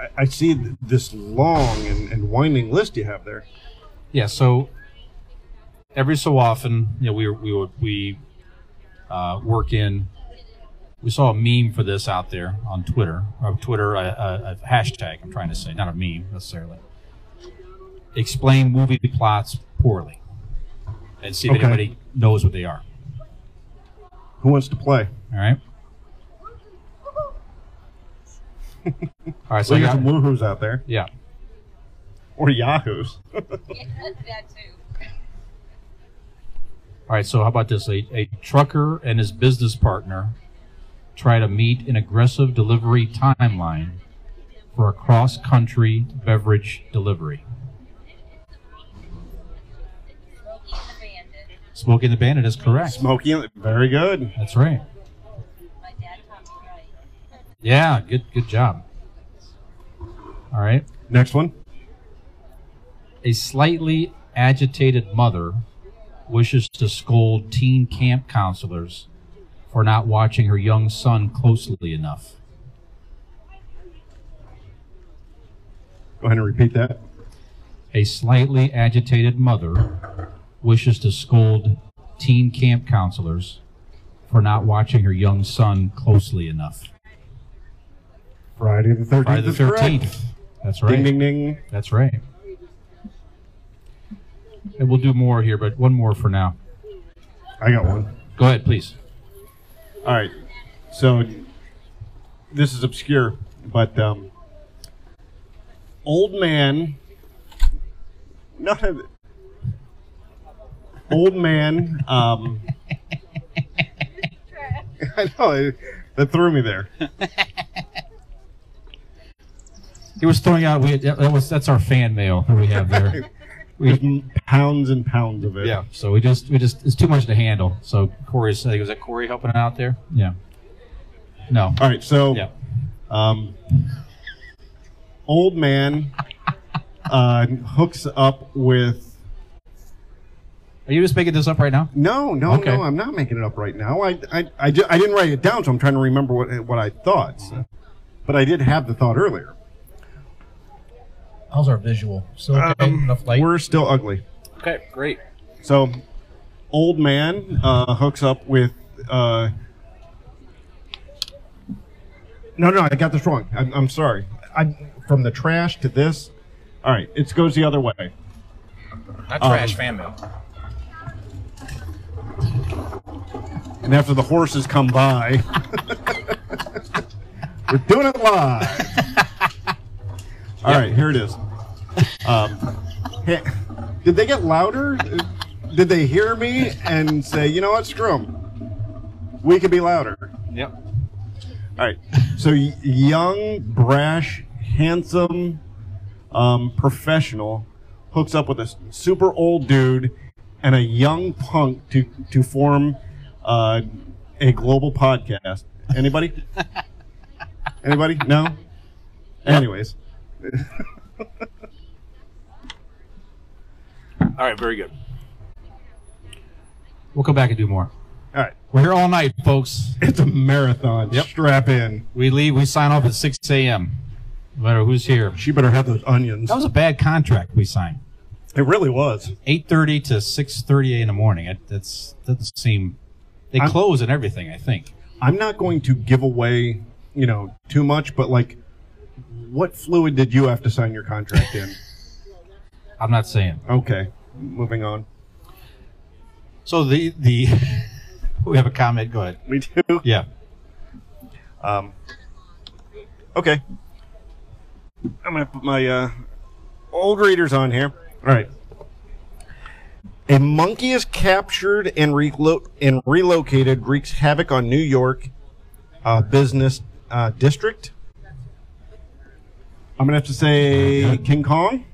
Speaker 8: I, I see th- this long and, and winding list you have there.
Speaker 9: Yeah. So every so often, you know, we we would we uh, work in. We saw a meme for this out there on Twitter, or Twitter a, a, a hashtag. I'm trying to say, not a meme necessarily. Explain movie plots poorly, and see if
Speaker 8: Okay.
Speaker 9: anybody knows what they are.
Speaker 8: Who wants to play?
Speaker 9: All right. All right. So
Speaker 8: So you
Speaker 9: yeah,
Speaker 8: got some woohoos out there
Speaker 9: yeah.
Speaker 8: or yahoos.
Speaker 9: All right. So how about this? A, a trucker and his business partner try to meet an aggressive delivery timeline for a cross-country beverage delivery. Smoking the Bandit is correct.
Speaker 8: Smokey, and- very good.
Speaker 9: That's right. Yeah. Good. Good job. All right.
Speaker 8: Next one.
Speaker 9: A slightly agitated mother wishes to scold teen camp counselors for not watching her young son closely enough.
Speaker 8: Go ahead and repeat that.
Speaker 9: A slightly agitated mother wishes to scold teen camp counselors for not watching her young son closely enough.
Speaker 8: Friday the thirteenth.
Speaker 9: Friday the 13th. That's right.
Speaker 8: Ding ding ding.
Speaker 9: That's right. And we'll do more here, but one more for now.
Speaker 8: I got one.
Speaker 9: Go ahead, please.
Speaker 8: All right. So this is obscure, but um, old man. No. Old man. Um, I know it, that threw me there.
Speaker 9: He was throwing out. We that was that's our fan mail that we have there.
Speaker 8: There's m- pounds and pounds of it.
Speaker 9: yeah. So we just we just it's too much to handle. So Corey's I think was that Corey helping out there? Yeah. No.
Speaker 8: All right. So.
Speaker 9: Yeah.
Speaker 8: Um, old man uh, hooks up with
Speaker 9: Are you just making this up right now?
Speaker 8: No, no,
Speaker 9: Okay.
Speaker 8: no. I'm not making it up right now. I, I, I, ju- I didn't write it down, so I'm trying to remember what what I thought. so. But I did have the thought earlier.
Speaker 11: How's our visual? Still okay?
Speaker 8: Um,
Speaker 11: Enough light?
Speaker 8: We're still ugly.
Speaker 11: Okay, great.
Speaker 8: So, old man uh, hooks up with. Uh, no, no, I got this wrong. I'm, I'm sorry. I from the trash to this. All right, it goes the other way.
Speaker 11: Not
Speaker 9: Um,
Speaker 11: trash, fan mail.
Speaker 8: And after the horses come by, we're doing it live. All right, here it is. Um, hey, did they get louder? Did they hear me and say, you know what, screw 'em. We could be louder.
Speaker 2: Yep.
Speaker 8: All right. So y- young, brash, handsome, um, professional hooks up with a s- super old dude and a young punk to to form uh, a global podcast. Anybody? Anybody? No. Anyways,
Speaker 7: All right, very good.
Speaker 9: We'll come back and do more.
Speaker 8: All right.
Speaker 9: We're here all night, folks.
Speaker 8: It's a marathon.
Speaker 9: Yep.
Speaker 8: Strap in.
Speaker 9: We leave, we sign off at 6 a.m. No matter who's here.
Speaker 8: She better have those onions.
Speaker 9: That was a bad contract we signed.
Speaker 8: It really was.
Speaker 9: 8.30 to 6.30 in the morning. It, that's doesn't seem... They
Speaker 8: I'm-
Speaker 9: close and everything, I think.
Speaker 8: I'm not going to give away, you know, too much, but like, what fluid did you have to sign your contract in?
Speaker 9: I'm not saying.
Speaker 8: okay, moving on.
Speaker 9: So the... the we have a comment. Go ahead.
Speaker 8: We do.
Speaker 9: Yeah.
Speaker 8: Um, okay. I'm going to put my uh, old readers on here. All right. A monkey is captured and, relo- and relocated, wreaks havoc on New York uh, business uh, district. I'm going to have to say King Kong.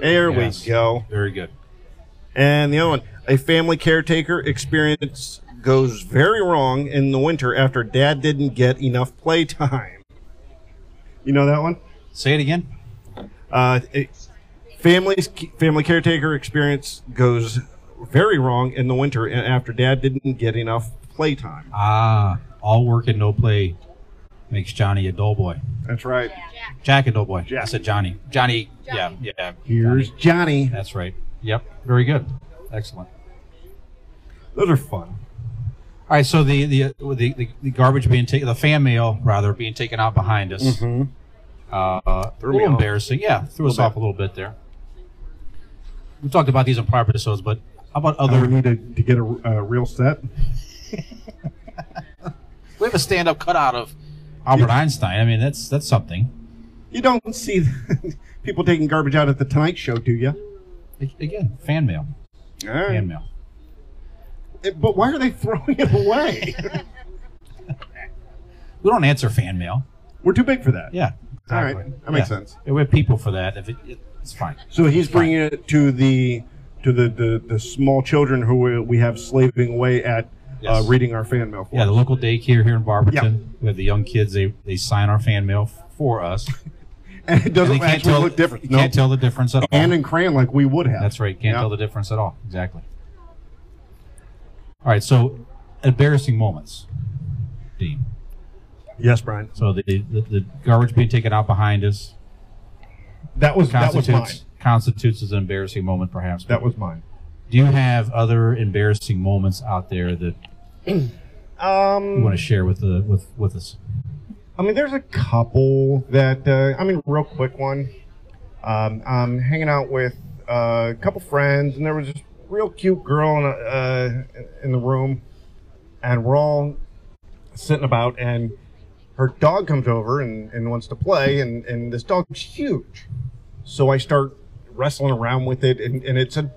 Speaker 8: There
Speaker 9: Yes.
Speaker 8: we go.
Speaker 9: Very good.
Speaker 8: And the other one, a family caretaker experience goes very wrong in the winter after dad didn't get enough playtime. You know that one?
Speaker 9: Say it again.
Speaker 8: Uh, it, family's family caretaker experience goes very wrong in the winter and after dad didn't get enough playtime.
Speaker 9: Ah, all work and no play makes Johnny a dull boy.
Speaker 8: That's right.
Speaker 9: Jack and Doughboy.
Speaker 8: Jack.
Speaker 9: I said Johnny. Johnny. Yeah, yeah.
Speaker 8: Here's
Speaker 9: Johnny.
Speaker 8: Johnny.
Speaker 9: That's right. Yep. Very good. Excellent.
Speaker 8: Those are fun.
Speaker 9: All right. So the the the, the, the garbage being taken, the fan mail rather being taken out behind us. Uh, a
Speaker 8: Mm-hmm. me
Speaker 9: little
Speaker 8: off.
Speaker 9: embarrassing. Yeah, threw us off a little bit there. We talked about these in prior episodes, but how about
Speaker 8: Uh, we
Speaker 9: other?
Speaker 8: need to, to get a, a real set.
Speaker 9: We have a stand-up cutout of Albert Einstein. I mean, that's that's something.
Speaker 8: You don't see people taking garbage out at the Tonight Show, do you?
Speaker 9: A- Again, fan mail.
Speaker 8: All right.
Speaker 9: Fan mail.
Speaker 8: But why are they throwing it away?
Speaker 9: We don't answer fan mail.
Speaker 8: We're too big for that.
Speaker 9: Yeah.
Speaker 8: All right,
Speaker 9: exactly.
Speaker 8: that makes
Speaker 9: Yeah.
Speaker 8: sense.
Speaker 9: Yeah, we have people for that. If it, it, it's fine.
Speaker 8: So he's bringing it to the to the the, the small children who we- we have slaving away at uh,
Speaker 9: Yes.
Speaker 8: reading our fan mail for.
Speaker 9: Yeah, the
Speaker 8: us.
Speaker 9: local daycare here in Barberton. We have the young kids. They they sign our fan mail f- for us.
Speaker 8: and it
Speaker 9: And
Speaker 8: doesn't
Speaker 9: they can't
Speaker 8: actually
Speaker 9: tell
Speaker 8: look different.
Speaker 9: You
Speaker 8: No,
Speaker 9: can't tell the difference at all.
Speaker 8: and in crayon like we would have.
Speaker 9: That's right. Can't
Speaker 8: Yeah.
Speaker 9: tell the difference at all. Exactly. All right. So embarrassing moments, Dean.
Speaker 8: Yes, Brian.
Speaker 9: So the the, the garbage being taken out behind us
Speaker 8: That was that was
Speaker 9: constitutes
Speaker 8: mine.
Speaker 9: constitutes as an embarrassing moment, perhaps.
Speaker 8: That was mine.
Speaker 9: Do you have other embarrassing moments out there that you
Speaker 8: Um,
Speaker 9: want to share with the with with us?
Speaker 8: I mean, there's a couple that uh, I mean, real quick one. Um, I'm hanging out with uh, a couple friends, and there was this real cute girl in, uh, in the room, and we're all sitting about, and her dog comes over and, and wants to play, and, and this dog's huge, so I start wrestling around with it, and, and it's a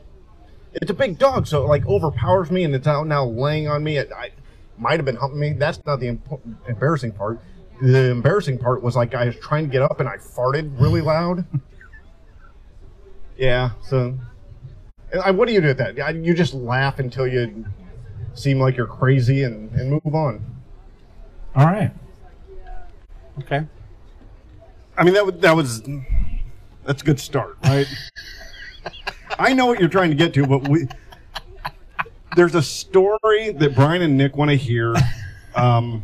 Speaker 8: it's a big dog, so it like overpowers me, and it's out now laying on me. It, I might have been humping me. That's not the impo- embarrassing part. The embarrassing part was like I was trying to get up and I farted really loud. yeah, so and I, what do you do with that? I, you just laugh until you seem like you're crazy and, and move on.
Speaker 9: All right. Okay.
Speaker 8: I mean that that was that's a good start, right? I know what you're trying to get to, but we there's a story that Brian and Nick want to hear um,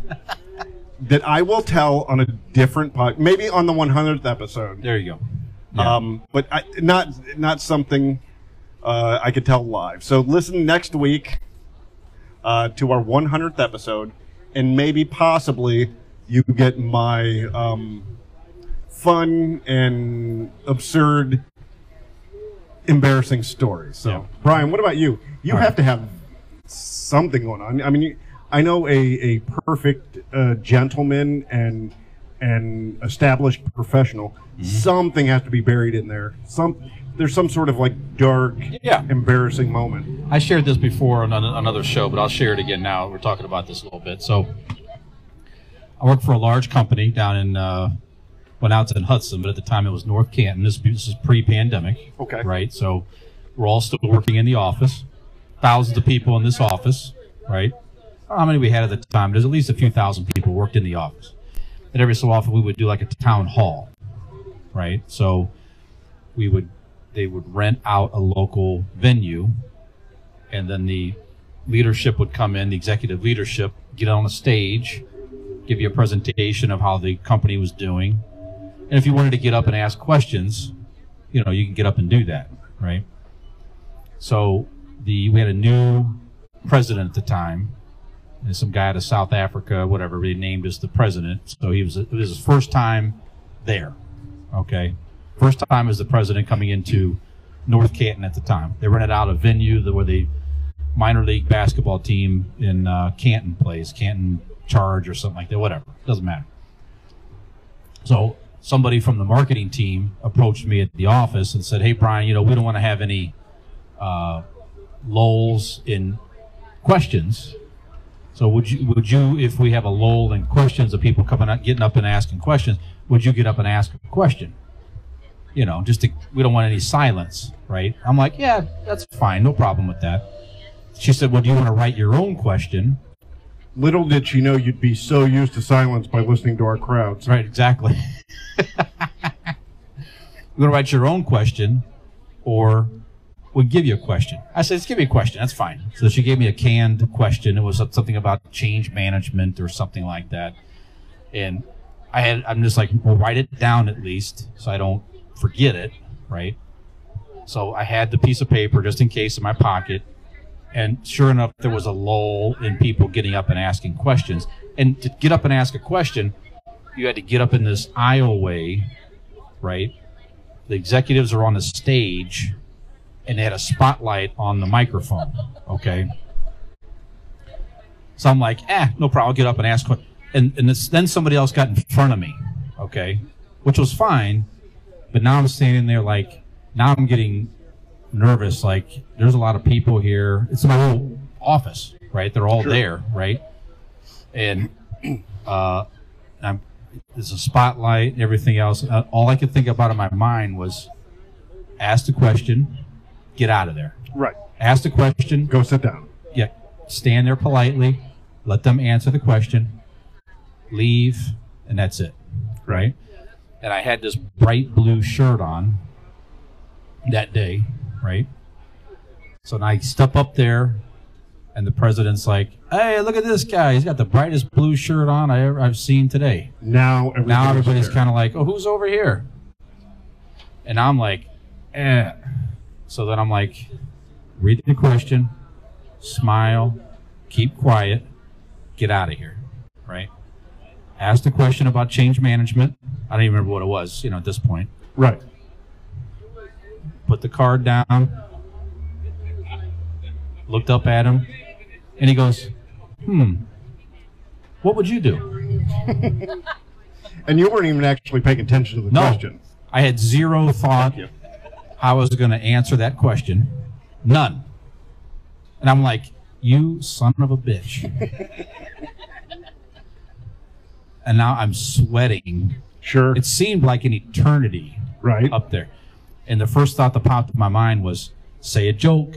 Speaker 8: that I will tell on a different pod, maybe on the 100th episode.
Speaker 9: There you go.
Speaker 8: Um, but I, not not something uh, I could tell live. So listen next week uh, to our 100th episode, and maybe possibly you get my um, fun and absurd, embarrassing story. So
Speaker 9: Yeah.
Speaker 8: Brian, what about you? You have to have something going on. I mean, you, I know a a perfect uh, gentleman and an established professional.
Speaker 9: Mm-hmm.
Speaker 8: Something has to be buried in there. Some there's some sort of like dark,
Speaker 9: Yeah.
Speaker 8: embarrassing moment.
Speaker 9: I shared this before on an- another show, but I'll share it again now. We're talking about this a little bit. So, I work for a large company down in, uh, well, now it's in Hudson, but at the time it was North Canton. This, this is pre pandemic,
Speaker 8: Okay.
Speaker 9: right? So, we're all still working in the office. Thousands of people in this office, right? I don't know how many we had at the time? There's at least a few thousand people worked in the office. And every so often, we would do like a town hall, right? So we would they would rent out a local venue, and then the leadership would come in, the executive leadership, get on a stage, give you a presentation of how the company was doing, and if you wanted to get up and ask questions, you know, you can get up and do that, right? So the we had a new president at the time, and some guy out of South Africa, whatever, they named as the president. So he was it was his first time there. Okay, first time as the president coming into North Canton at the time. They rented out a venue that where the minor league basketball team in uh, Canton plays, Canton Charge or something like that. Whatever, doesn't matter. So somebody from the marketing team approached me at the office and said, "Hey, Brian, you know we don't want to have any uh, lulls in questions. So would you would you if we have a lull in questions of people coming up, getting up and asking questions, would you get up and ask a question? You know, just to, we don't want any silence, right? I'm like, yeah, that's fine, no problem with that. She said, well, do you want to write your own question?
Speaker 8: Little did she know you'd be so used to silence by listening to our crowds.
Speaker 9: Right, exactly. You're gonna write your own question, or would give you a question. I said, just give me a question. That's fine. So she gave me a canned question. It was something about change management or something like that. And I had, I'm just like, well, write it down at least so I don't forget it. Right. So I had the piece of paper just in case in my pocket. And sure enough, there was a lull in people getting up and asking questions. And to get up and ask a question, you had to get up in this aisleway, right? The executives are on the stage and they had a spotlight on the microphone. Okay. So I'm like, eh, no problem. I'll get up and ask. What, and and it's, then somebody else got in front of me. Okay. Which was fine. But now I'm standing there like, now I'm getting nervous. Like, there's a lot of people here. It's my whole office, right? They're all
Speaker 12: Sure.
Speaker 9: there, right? And uh, I'm, there's a spotlight and everything else. Uh, all I could think about in my mind was ask the question, get out of there.
Speaker 8: Right.
Speaker 9: Ask the question.
Speaker 8: Go sit down.
Speaker 9: Yeah. Stand there politely. Let them answer the question. Leave, and that's it. Right. And I had this bright blue shirt on that day. Right. So now I step up there, and the president's like, "Hey, look at this guy. He's got the brightest blue shirt on I ever, I've seen today."
Speaker 8: Now,
Speaker 9: now everybody's kind of like, "Oh, who's over here?" And I'm like, "Eh." So then I'm like, read the question, smile, keep quiet, get out of here, right? Ask the question about change management. I don't even remember what it was, you know, at this point.
Speaker 8: Right.
Speaker 9: Put the card down. Looked up at him, and he goes, "Hmm, what would you do?"
Speaker 8: And you weren't even actually paying attention to the
Speaker 9: no,
Speaker 8: question.
Speaker 9: I had zero thought I was going to answer that question. None. And I'm like, you son of a bitch. and now I'm sweating.
Speaker 8: Sure.
Speaker 9: It seemed like an eternity
Speaker 8: right
Speaker 9: up there. And the first thought that popped in my mind was say a joke,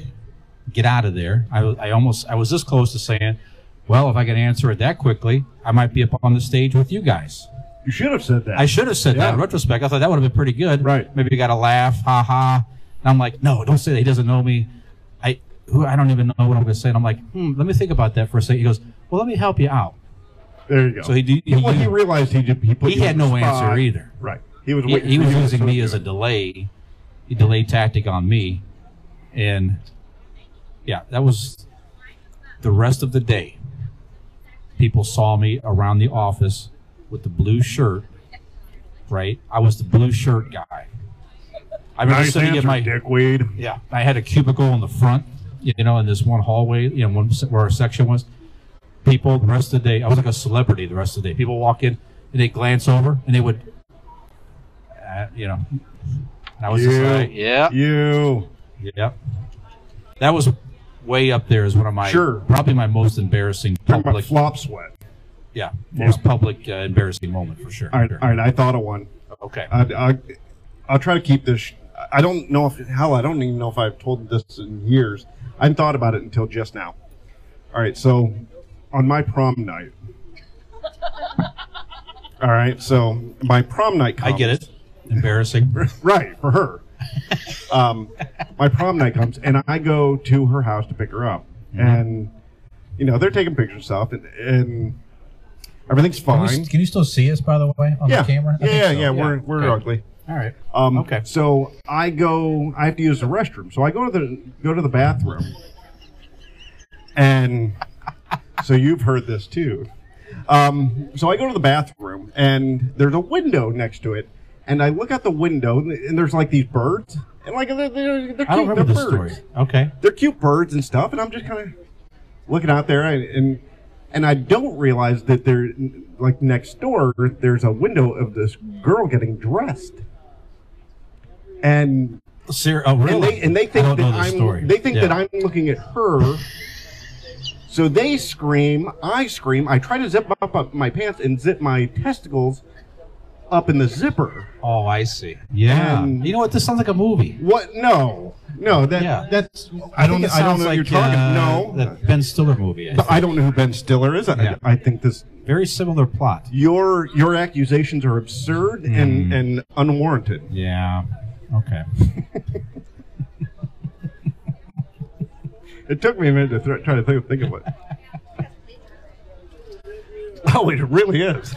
Speaker 9: get out of there. I, I almost I was this close to saying, well, if I could answer it that quickly, I might be up on the stage with you guys.
Speaker 8: You should have said that.
Speaker 9: I should have said that. In retrospect, I thought that would have been pretty good. Right. Maybe you got a laugh, ha ha. And I'm like, no, don't say that. He doesn't know me. I who I don't even know what I'm going to say. And I'm like, hmm, let me think about that for a second. He goes, well, let me help you out.
Speaker 8: There you go.
Speaker 9: So he, did-
Speaker 8: Well, he realized he did, he put
Speaker 9: he
Speaker 8: you
Speaker 9: had
Speaker 8: on the
Speaker 9: no
Speaker 8: spot.
Speaker 9: answer either.
Speaker 8: Right. He was
Speaker 9: he,
Speaker 8: waiting
Speaker 9: he
Speaker 8: for
Speaker 9: was
Speaker 8: you to
Speaker 9: using
Speaker 8: sort
Speaker 9: me
Speaker 8: of
Speaker 9: as a delay, a delay tactic on me, and yeah, that was the rest of the day. People saw me around the office with the blue shirt. Right, I was the blue shirt guy. I remember
Speaker 8: Nice
Speaker 9: sitting in
Speaker 8: answer,
Speaker 9: my
Speaker 8: dickweed.
Speaker 9: Yeah, I had a cubicle in the front, you know, in this one hallway, you know, one se- where our section was. People the rest of the day, I was like a celebrity the rest of the day. People walk in and they glance over and they would, uh, you know, and I was just
Speaker 8: You.
Speaker 9: like, yeah,
Speaker 8: you,
Speaker 9: yep. That was way up there as one of my
Speaker 8: Sure.
Speaker 9: probably my most embarrassing
Speaker 8: talking about
Speaker 9: public
Speaker 8: flop sweat.
Speaker 9: yeah
Speaker 8: Yeah.
Speaker 9: most public uh, embarrassing moment for sure.
Speaker 8: All right, all right. I thought of one.
Speaker 9: Okay.
Speaker 8: I, I, I'll try to keep this. sh- I don't know if hell. I don't even know if I've told this in years. I hadn't thought about it until just now. All right. So, on my prom night, All right, so my prom night.
Speaker 9: I
Speaker 8: Comes.
Speaker 9: get it. Embarrassing.
Speaker 8: right for her. Um, my prom night comes, and I go to her house to pick her up,
Speaker 11: Mm-hmm.
Speaker 8: and you know they're taking pictures and stuff, and, and everything's
Speaker 11: Can we-
Speaker 8: fine.
Speaker 11: Can you still see us, by the way, on
Speaker 8: yeah,
Speaker 11: the camera? I
Speaker 8: yeah,
Speaker 11: think
Speaker 8: yeah,
Speaker 11: so.
Speaker 8: yeah. We're we're
Speaker 11: Good.
Speaker 8: ugly.
Speaker 11: All right.
Speaker 8: Um,
Speaker 11: Okay.
Speaker 8: So I go. I have to use the restroom. So I go to the go to the bathroom, and so you've heard this too. Um, so I go to the bathroom, and there's a window next to it, and I look out the window, and there's like these birds, and like they're, they're, they're cute.
Speaker 9: I don't remember
Speaker 8: they're
Speaker 9: this
Speaker 8: birds.
Speaker 9: story. Okay.
Speaker 8: They're cute birds and stuff, and I'm just kind of looking out there, and, and and I don't realize that there, like next door, there's a window of this girl getting dressed, and
Speaker 9: Ser- oh, really?
Speaker 8: and they and they think
Speaker 9: I don't
Speaker 8: that
Speaker 9: know this
Speaker 8: I'm
Speaker 9: story.
Speaker 8: they think
Speaker 9: Yeah.
Speaker 8: that I'm looking at her. so they scream, I scream, I try to zip up, up my pants and zip my testicles up in the zipper.
Speaker 9: Oh, I see. Yeah.
Speaker 8: And-
Speaker 9: you know what? This sounds like a movie.
Speaker 8: What? No, no, that
Speaker 9: Yeah.
Speaker 8: that's I don't
Speaker 9: think it
Speaker 8: I don't
Speaker 9: sounds
Speaker 8: know what
Speaker 9: like,
Speaker 8: you're talking.
Speaker 9: uh,
Speaker 8: no,
Speaker 9: That Ben Stiller movie. I
Speaker 8: No, I
Speaker 9: think.
Speaker 8: don't know who Ben Stiller is. I,
Speaker 9: Yeah.
Speaker 8: I think this
Speaker 9: Very similar plot.
Speaker 8: your your accusations are absurd and and unwarranted.
Speaker 9: Yeah. Okay.
Speaker 8: It took me a minute to th- try to think, think of what. oh, it really is.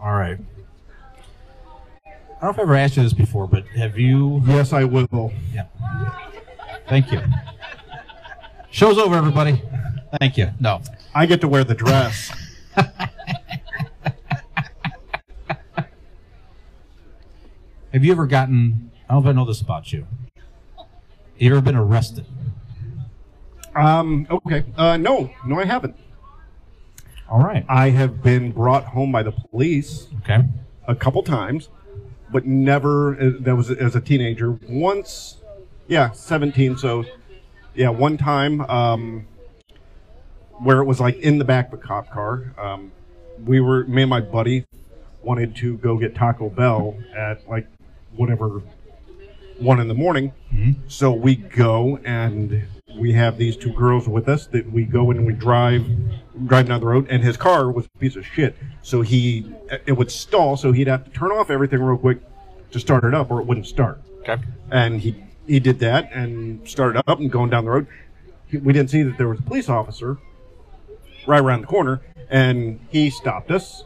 Speaker 9: All right. I don't know if I've ever asked you this before, but have you?
Speaker 8: Yes, I will.
Speaker 9: Yeah. Thank you. Show's over, everybody. Thank you. No.
Speaker 8: I get to wear the dress.
Speaker 9: Have you ever gotten? I don't know if I know this about you. You ever been arrested?
Speaker 8: um. Okay. Uh. No. No, I haven't.
Speaker 9: All right.
Speaker 8: I have been brought home by the police
Speaker 9: Okay.
Speaker 8: a couple times, but never. uh, That was as a teenager. Once. Yeah, seventeen. So, yeah, one time. Um. Where it was like in the back of a cop car. Um, we were me and my buddy wanted to go get Taco Bell at like whatever one in the morning. So we go and we have these two girls with us that we go and we drive drive down the road and his car was a piece of shit. So he it would stall so he'd have to turn off everything real quick to start it up or it wouldn't start.
Speaker 9: Okay.
Speaker 8: And he he did that and started up and going down the road. He- We didn't see that there was a police officer right around the corner and he stopped us.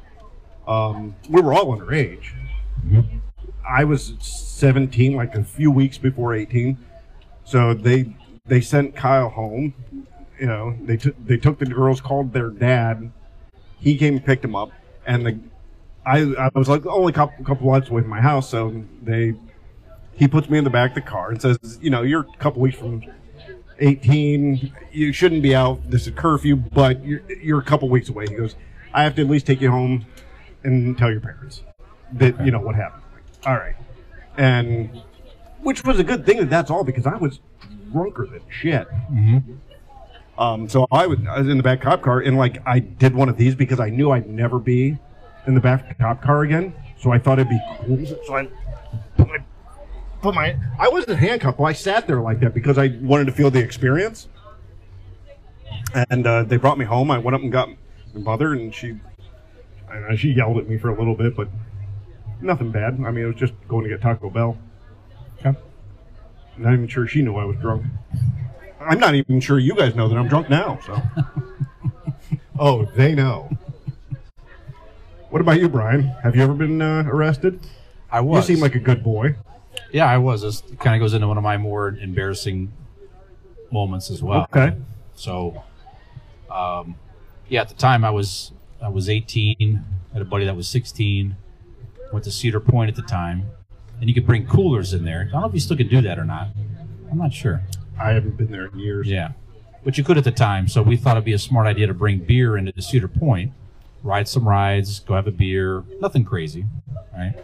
Speaker 8: Um, we were all underage. I was 17, like a few weeks before 18. So they they sent Kyle home. You know, they took they took the girls, called their dad. He came and picked them up, and the I I was like only a couple couple blocks away from my house, so they he puts me in the back of the car and says, you know, you're a couple weeks from 18. You shouldn't be out. This is curfew, but you're, you're a couple weeks away. He goes, I have to at least take you home and tell your parents that, you know, what happened. Like, all right. And which was a good thing that that's all because I was drunker than shit. Um, so I was, I was in the back cop car and like I did one of these because I knew I'd never be in the back cop car again. So I thought it'd be cool. So I put my I wasn't handcuffed, but I sat there like that because I wanted to feel the experience. And uh, they brought me home. I went up and got my mother, and she, I don't know, she yelled at me for a little bit, but nothing bad. I mean, it was just going to get Taco Bell.
Speaker 9: Okay.
Speaker 8: Not even sure she knew I was drunk. I'm not even sure you guys know that I'm drunk now. So. oh, they know. What about you, Brian? Have you ever been uh, arrested?
Speaker 9: I was.
Speaker 8: You seem like a good boy.
Speaker 9: Yeah, I was. This kind of goes into one of my more embarrassing moments as well.
Speaker 8: Okay.
Speaker 9: So, um, yeah, at the time I was I was 18. Had a buddy that was 16. Went to Cedar Point at the time, and you could bring coolers in there. I don't know if you still can do that or not. I'm not sure.
Speaker 8: I haven't been there in years.
Speaker 9: Yeah, but you could at the time. So we thought it'd be a smart idea to bring beer into Cedar Point, ride some rides, go have a beer, nothing crazy, right?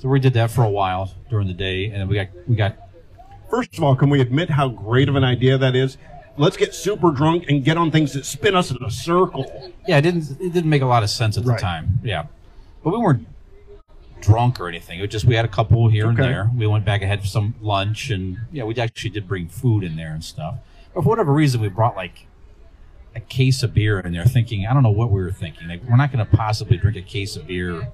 Speaker 9: So we did that for a while during the day, and then we got we got
Speaker 8: First of all, can we admit how great of an idea that is? Let's get super drunk and get on things that spin us in a circle.
Speaker 9: yeah, it didn't it didn't make a lot of sense at the
Speaker 8: Right.
Speaker 9: time, yeah, but we weren't drunk or anything. It was just we had a couple here and
Speaker 8: Okay.
Speaker 9: there. We went back and had some lunch, and yeah, we actually did bring food in there and stuff. But for whatever reason, we brought like a case of beer in there, thinking I don't know what we were thinking. Like, we're not going to possibly drink a case of beer.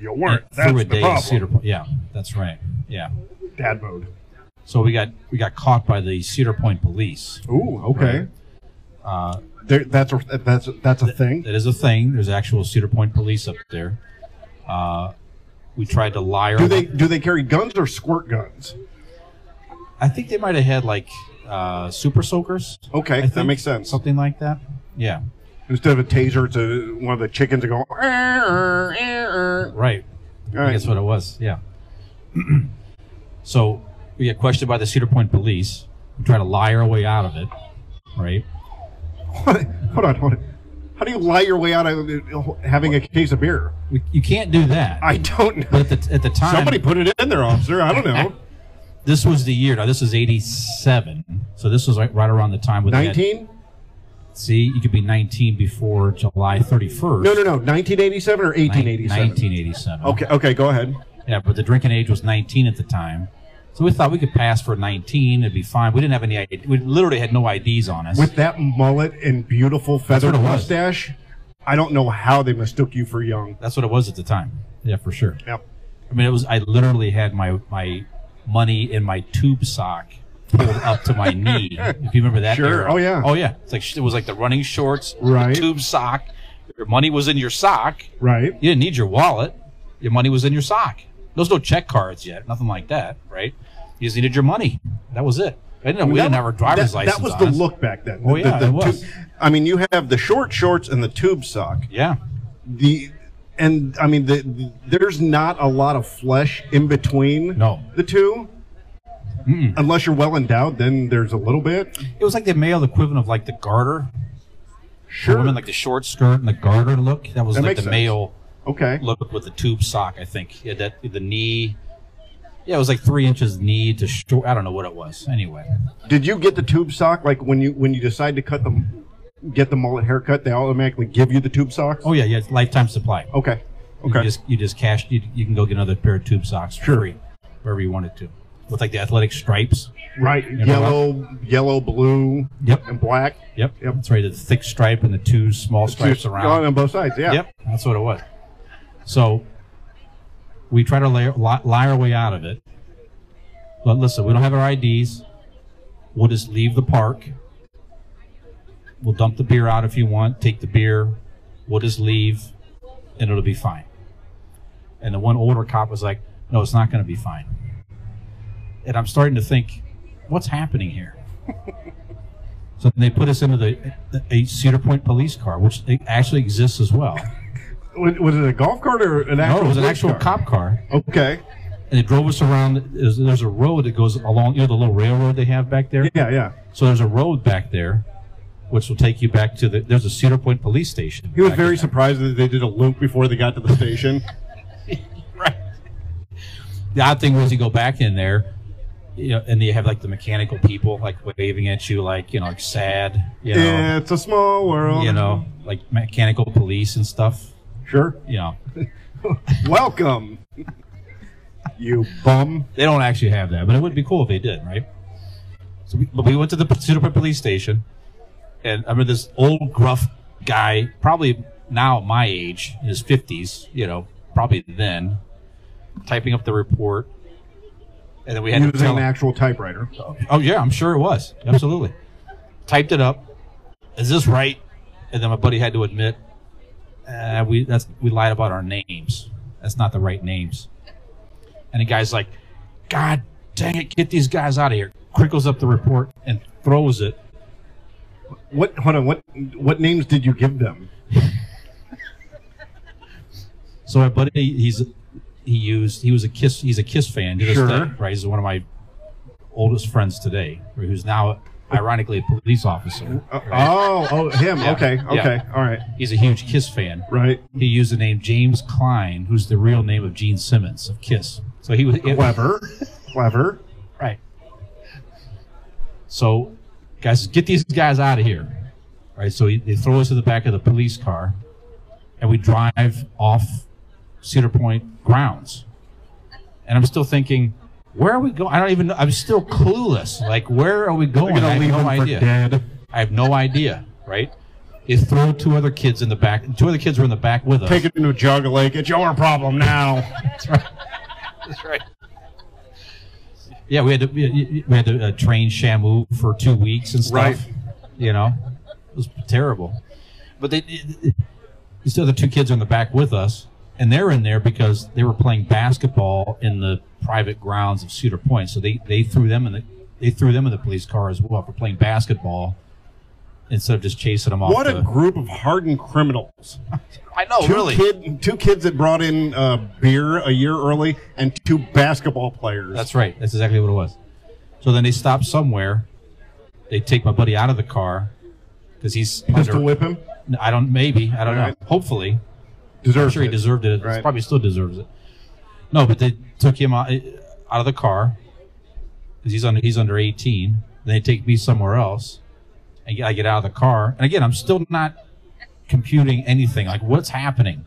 Speaker 8: You weren't.
Speaker 9: in- through
Speaker 8: That's
Speaker 9: a
Speaker 8: the
Speaker 9: day
Speaker 8: problem.
Speaker 9: Of Cedar Point. Yeah, that's right. Yeah.
Speaker 8: Dad mode.
Speaker 9: So we got we got caught by the Cedar Point police.
Speaker 8: Ooh, okay.
Speaker 9: Uh,
Speaker 8: There, that's a, that's a, that's a thing.
Speaker 9: that is a thing. There's actual Cedar Point police up there. Uh, we tried to lie.
Speaker 8: Do
Speaker 9: our
Speaker 8: they do they carry guns or squirt guns?
Speaker 9: I think they might have had like uh, super soakers.
Speaker 8: Okay,
Speaker 9: I
Speaker 8: that
Speaker 9: think.
Speaker 8: makes sense.
Speaker 9: Something like that. Yeah.
Speaker 8: Instead of a taser, it's a, one of the chickens that go.
Speaker 9: Right.
Speaker 8: All right.
Speaker 9: That's what it was. Yeah. so we get questioned by the Cedar Point police. We try to lie our way out of it. Right.
Speaker 8: hold on, hold on. How do you lie your way out of having a case of beer?
Speaker 9: We, you can't do that.
Speaker 8: I don't know.
Speaker 9: But at the, at the time,
Speaker 8: Somebody put it in there, officer. I don't know.
Speaker 9: this was the year. Now this is '87, so this was like right around the time with
Speaker 8: Nineteen?
Speaker 9: See, you could be 19 before July 31st.
Speaker 8: No, no, no. Nineteen eighty-seven or eighteen eighty-seven?
Speaker 9: 1987.
Speaker 8: Okay, okay. Go ahead.
Speaker 9: Yeah, but the drinking age was 19 at the time. So we thought we could pass for 19. It'd be fine. We didn't have any ID. We literally had no IDs on us.
Speaker 8: With that mullet and beautiful feathered
Speaker 9: what it was.
Speaker 8: mustache, I don't know how they mistook you for young.
Speaker 9: That's what it was at the time. Yeah, for sure.
Speaker 8: Yep.
Speaker 9: I mean, it was. I literally had my my money in my tube sock pulled up to my knee. If you remember that.
Speaker 8: Sure.
Speaker 9: era.
Speaker 8: Oh, yeah.
Speaker 9: Oh yeah. It's like sh- it was like the running shorts,
Speaker 8: Right.
Speaker 9: the tube sock. Your money was in your sock.
Speaker 8: Right.
Speaker 9: You didn't need your wallet. Your money was in your sock. There's no check cards yet, nothing like that, right? You just needed your money. That was it. I didn't know, we didn't have our driver's
Speaker 8: that,
Speaker 9: license.
Speaker 8: That was
Speaker 9: on
Speaker 8: the
Speaker 9: us.
Speaker 8: look back then.
Speaker 9: Oh,
Speaker 8: The-
Speaker 9: yeah,
Speaker 8: the-
Speaker 9: it
Speaker 8: the
Speaker 9: was.
Speaker 8: tube- I mean, you have the short shorts and the tube sock.
Speaker 9: Yeah,
Speaker 8: The and I mean, the, the- there's not a lot of flesh in between
Speaker 9: no.
Speaker 8: the two. Unless you're well endowed, then there's a little bit.
Speaker 9: It was like the male equivalent of like the garter. For
Speaker 8: Sure.
Speaker 9: women, like the short skirt and the garter look. That was
Speaker 8: That
Speaker 9: like
Speaker 8: makes
Speaker 9: the
Speaker 8: sense.
Speaker 9: male
Speaker 8: Okay.
Speaker 9: look with the tube sock, I think. Yeah, that the knee. Yeah, it was like three inches knee to short. I don't know what it was. Anyway,
Speaker 8: Did you get the tube sock? Like when you when you decide to cut the get the mullet haircut, they automatically give you the tube socks.
Speaker 9: oh yeah, yeah, it's lifetime supply.
Speaker 8: Okay.
Speaker 9: You
Speaker 8: Okay.
Speaker 9: just you just cash. You, you can go get another pair of tube socks for free, wherever you wanted to, with like the athletic stripes.
Speaker 8: right.
Speaker 9: know
Speaker 8: Yellow, yellow, blue,
Speaker 9: Yep.
Speaker 8: and black.
Speaker 9: Yep.
Speaker 8: Yep.
Speaker 9: That's right. The thick stripe and the two Oh, small stripes
Speaker 8: Just
Speaker 9: around.
Speaker 8: on both sides. Yeah.
Speaker 9: Yep. That's what it was. So we try to lie, lie, lie our way out of it. But listen, we don't have our IDs. We'll just leave the park. We'll dump the beer out if you want. Take the beer. We'll just leave, and it'll be fine. And the one older cop was like, "No, it's not going to be fine." And I'm starting to think, what's happening here? so they put us into the a Cedar Point police car, which it actually exists as well.
Speaker 8: Was, was it a golf cart or an actual?
Speaker 9: No, it was an
Speaker 8: police
Speaker 9: actual
Speaker 8: car?
Speaker 9: cop car,
Speaker 8: Okay.
Speaker 9: and it drove us around. There's, there's a road that goes along, you know, the little railroad they have back there.
Speaker 8: Yeah. Yeah.
Speaker 9: So there's a road back there, which will take you back to the. There's a Cedar Point police station.
Speaker 8: He was
Speaker 9: back
Speaker 8: very
Speaker 9: in there.
Speaker 8: surprised that they did a loop before they got to the station.
Speaker 9: Right. The odd thing was you go back in there, you know, and you have like the mechanical people like waving at you, like you know, like sad, you know,
Speaker 8: It's a small world.
Speaker 9: you know, like mechanical police and stuff.
Speaker 8: Sure.
Speaker 9: You know,
Speaker 8: Welcome. you bum.
Speaker 9: they don't actually have that, but it would be cool if they did, right? So, we, but we went to the Cedar Point police station, and I remember this old gruff guy, probably now my age, in his fifties, you know, probably then, typing up the report, and then we had to
Speaker 8: Using
Speaker 9: tell
Speaker 8: an
Speaker 9: him.
Speaker 8: actual typewriter.
Speaker 9: Oh yeah, I'm sure it was. Absolutely. Typed it up. Is this right? And then my buddy had to admit, uh, we that's we lied about our names. That's not the right names. And the guy's like, God dang it, get these guys out of here. Crinkles up the report and throws it.
Speaker 8: What? Hold on. What? What names did you give them?
Speaker 9: So my buddy, he's he used he was a kiss he's a kiss fan to this
Speaker 8: Sure.
Speaker 9: day, right? He's one of my oldest friends today, who's now ironically a police officer.
Speaker 8: Uh, oh, oh, him.
Speaker 9: Yeah.
Speaker 8: Okay.
Speaker 9: Yeah.
Speaker 8: Okay. All right.
Speaker 9: He's a huge Kiss fan.
Speaker 8: Right.
Speaker 9: he used the name James Klein, who's the real name of Gene Simmons of Kiss. So he was it-
Speaker 8: Clever. Clever.
Speaker 9: right. So, guys, get these guys out of here, right? So he- they throw us in the back of the police car, and we drive off Cedar Point grounds. And I'm still thinking, where are we going? I don't even. know. I'm still clueless. Like, where are we going?
Speaker 8: They're gonna
Speaker 9: I have
Speaker 8: leave
Speaker 9: no
Speaker 8: him for
Speaker 9: idea.
Speaker 8: dead.
Speaker 9: I have no idea, right? is throw two other kids in the back. Two other kids were in the back with us.
Speaker 8: Take it into a jug of lake. It's your problem now.
Speaker 9: That's right.
Speaker 11: That's right.
Speaker 9: Yeah, we had to we, we had to uh, train Shamu for two weeks and stuff.
Speaker 8: Right.
Speaker 9: You know, it was terrible. But they, it- it- these other two kids are in the back with us, and they're in there because they were playing basketball in the private grounds of Cedar Point. So they, they threw them in the they threw them in the police car as well for playing basketball instead of just chasing them off.
Speaker 8: What
Speaker 9: the,
Speaker 8: a group of hardened criminals.
Speaker 9: I know,
Speaker 8: two
Speaker 9: Oh, really.
Speaker 8: kid- two kids that brought in uh, beer a year early and two basketball players.
Speaker 9: That's right. That's exactly what it was. So then they stop somewhere. They take my buddy out of the car because he's
Speaker 8: Pistol whip him?
Speaker 9: I don't. Maybe I don't know.
Speaker 8: Right.
Speaker 9: Hopefully, I'm
Speaker 8: Deserves
Speaker 9: sure he
Speaker 8: it.
Speaker 9: deserved it.
Speaker 8: Right.
Speaker 9: Probably still deserves it. No, but they took him out, out of the car because he's under he's under 18. Then they take me somewhere else, and I get out of the car. And again, I'm still not computing anything. Like what's happening?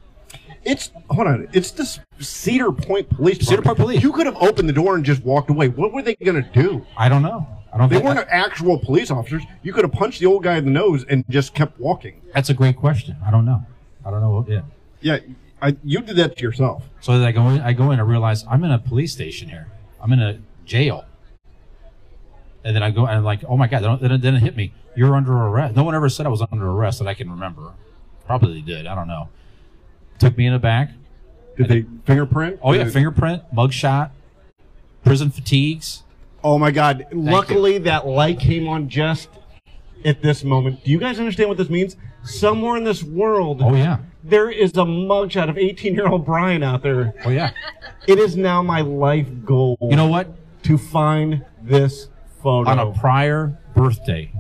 Speaker 8: It's hold on. It's this Cedar Point Police.
Speaker 9: Cedar Point
Speaker 8: Department. You could have opened the door and just walked away. What were they going to do?
Speaker 9: I don't know. I don't.
Speaker 8: They
Speaker 9: think-
Speaker 8: weren't actual police officers. You could have punched the old guy in the nose and just kept walking.
Speaker 9: That's a great question. I don't know. I don't know. What, yeah.
Speaker 8: Yeah, I, you did that to yourself.
Speaker 9: So then I go in, I go in and realize I'm in a police station here. I'm in a jail. And then I go and I'm like, oh my god, they didn't hit me. You're under arrest. No one ever said I was under arrest that I can remember. Probably they did. I don't know. Took me in the back.
Speaker 8: Did they fingerprint?
Speaker 9: Oh yeah,
Speaker 8: Did-
Speaker 9: fingerprint, mugshot, prison fatigues.
Speaker 8: Oh my God!
Speaker 9: you.
Speaker 8: Luckily, that light came on just at this moment. Do you guys understand what this means? Somewhere in this world,
Speaker 9: Oh yeah.
Speaker 8: there is a mugshot of 18-year-old Brian out there.
Speaker 9: Oh yeah.
Speaker 8: It is now my life goal.
Speaker 9: You know what?
Speaker 8: to find this photo.
Speaker 9: On a prior birthday,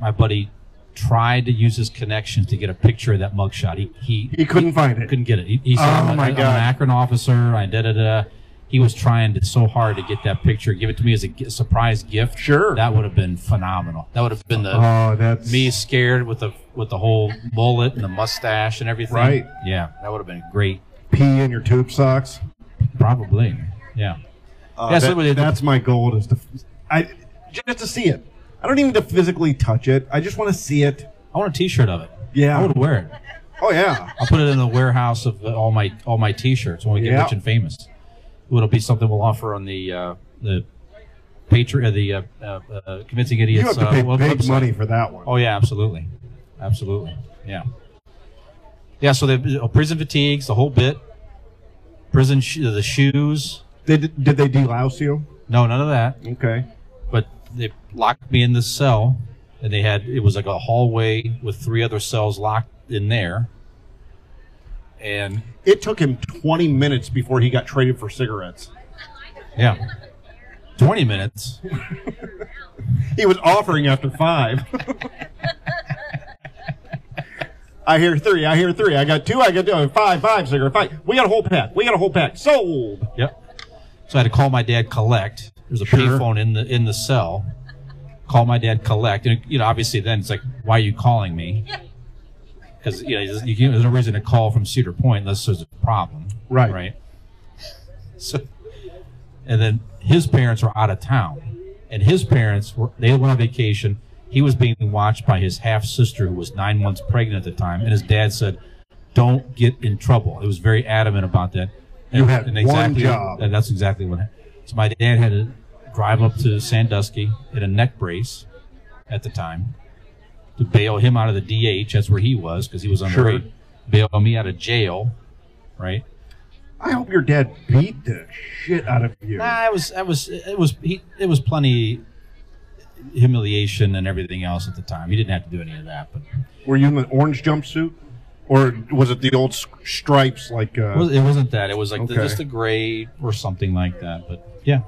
Speaker 9: my buddy tried to use his connections to get a picture of that mugshot. He he
Speaker 8: he couldn't find it.
Speaker 9: couldn't get it. He, he said,
Speaker 8: Oh,
Speaker 9: I'm, a-
Speaker 8: my
Speaker 9: I'm
Speaker 8: God.
Speaker 9: an Akron officer. I da da da. He was trying to, so hard to get that picture, give it to me as a gi- surprise gift.
Speaker 8: Sure.
Speaker 9: that would have been phenomenal. That would have been the
Speaker 8: Oh, that's
Speaker 9: me scared with the with the whole mullet and the mustache and everything.
Speaker 8: Right.
Speaker 9: Yeah, that would have been great.
Speaker 8: pee in your tube socks.
Speaker 9: Probably. Yeah.
Speaker 8: Uh,
Speaker 9: Yeah,
Speaker 8: that-
Speaker 9: so they-
Speaker 8: that's my goal is to, I just to see it. I don't even to physically touch it. I just want to see it.
Speaker 9: I want a T-shirt of it.
Speaker 8: Yeah.
Speaker 9: I would wear it.
Speaker 8: Oh yeah.
Speaker 9: I'll put it in the warehouse of all my all my T-shirts when we get
Speaker 8: Yeah.
Speaker 9: rich and famous. It'll be something we'll offer on the uh, the Patreon, uh, the uh, uh, uh, convincing
Speaker 8: You
Speaker 9: idiots.
Speaker 8: have to
Speaker 9: uh,
Speaker 8: pay
Speaker 9: web-
Speaker 8: big
Speaker 9: website.
Speaker 8: money for that one.
Speaker 9: Oh yeah, absolutely, absolutely, yeah, yeah. So the uh, prison fatigues, the whole bit, prison sh- the shoes.
Speaker 8: Did did they delouse you?
Speaker 9: No, none of that.
Speaker 8: Okay.
Speaker 9: But they locked me in the cell, and they had it was like a hallway with three other cells locked in there. And
Speaker 8: It took him 20 minutes before he got traded for cigarettes.
Speaker 9: yeah, twenty minutes.
Speaker 8: He was offering after five. I hear three. I hear three. I got two. I got two. uh, Five, five, cigarette, five. We got a whole pack. We got a whole pack. Sold.
Speaker 9: Yep. So I had to call my dad collect. There's a
Speaker 8: Sure.
Speaker 9: payphone in the in the cell. Call my dad collect, and you know, obviously, then it's like, why are you calling me? Because you know, there's- you can't, there's no reason to call from Cedar Point unless there's a problem,
Speaker 8: Right.
Speaker 9: Right. So, and then his parents were out of town, and his parents were they went on vacation. He was being watched by his half sister, who was nine months pregnant at the time, and his dad said, "Don't get in trouble." It was very adamant about that.
Speaker 8: You had one
Speaker 9: exactly-
Speaker 8: job.
Speaker 9: and that's exactly what happened. So my dad had to drive up to Sandusky in a neck brace at the time to bail him out of the DH. That's where he was because he was underage.
Speaker 8: Sure.
Speaker 9: Bail me out of jail, right?
Speaker 8: I hope your dad beat the shit out of you.
Speaker 9: Nah, it was it was it was he, it was plenty humiliation and everything else at the time. He didn't have to do any of that, but
Speaker 8: Were you in an orange jumpsuit? Or was it the old s- stripes like. Uh,
Speaker 9: it, was, it wasn't that. It was like the,
Speaker 8: Okay.
Speaker 9: just a grade or something like that. But yeah,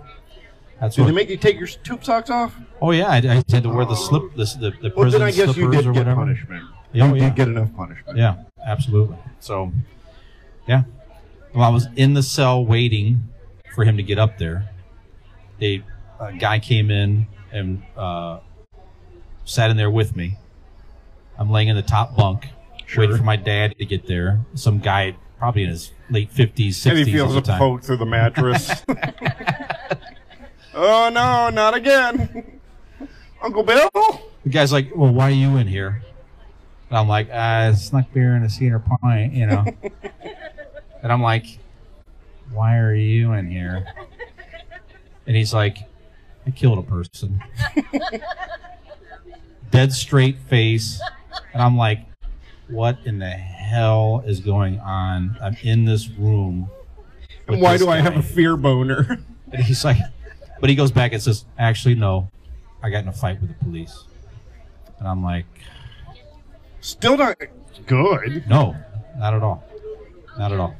Speaker 9: that's
Speaker 8: did
Speaker 9: what.
Speaker 8: they make you take your s- tube socks off?
Speaker 9: oh yeah, I, I had to wear the slip the the, the prison
Speaker 8: Well, then I guess
Speaker 9: slippers
Speaker 8: you did
Speaker 9: or
Speaker 8: get
Speaker 9: whatever.
Speaker 8: punishment.
Speaker 9: Yeah,
Speaker 8: you
Speaker 9: oh, yeah.
Speaker 8: did get enough punishment.
Speaker 9: Yeah, absolutely. So, yeah. Well, I was in the cell waiting for him to get up there. They, a guy came in and uh, sat in there with me. I'm laying in the top bunk, waiting for my dad to get there. Some guy, probably in his late 50s, 60s.
Speaker 8: And he feels
Speaker 9: at
Speaker 8: a
Speaker 9: the time.
Speaker 8: poke through the mattress. oh no, not again. Uncle Bill?
Speaker 9: The guy's like, "Well, why are you in here?" And I'm like, uh, it's snuck beer in a Cedar Point, you know. and I'm like, why are you in here? And he's like, I killed a person. Dead straight face. And I'm like, what in the hell is going on? I'm in this room. with
Speaker 8: And why
Speaker 9: this
Speaker 8: do I have
Speaker 9: guy."
Speaker 8: a fear boner?
Speaker 9: And he's like, but he goes back and says, actually, no, I got in a fight with the police. And I'm like,
Speaker 8: Still not good.
Speaker 9: no, not at all. Not at all.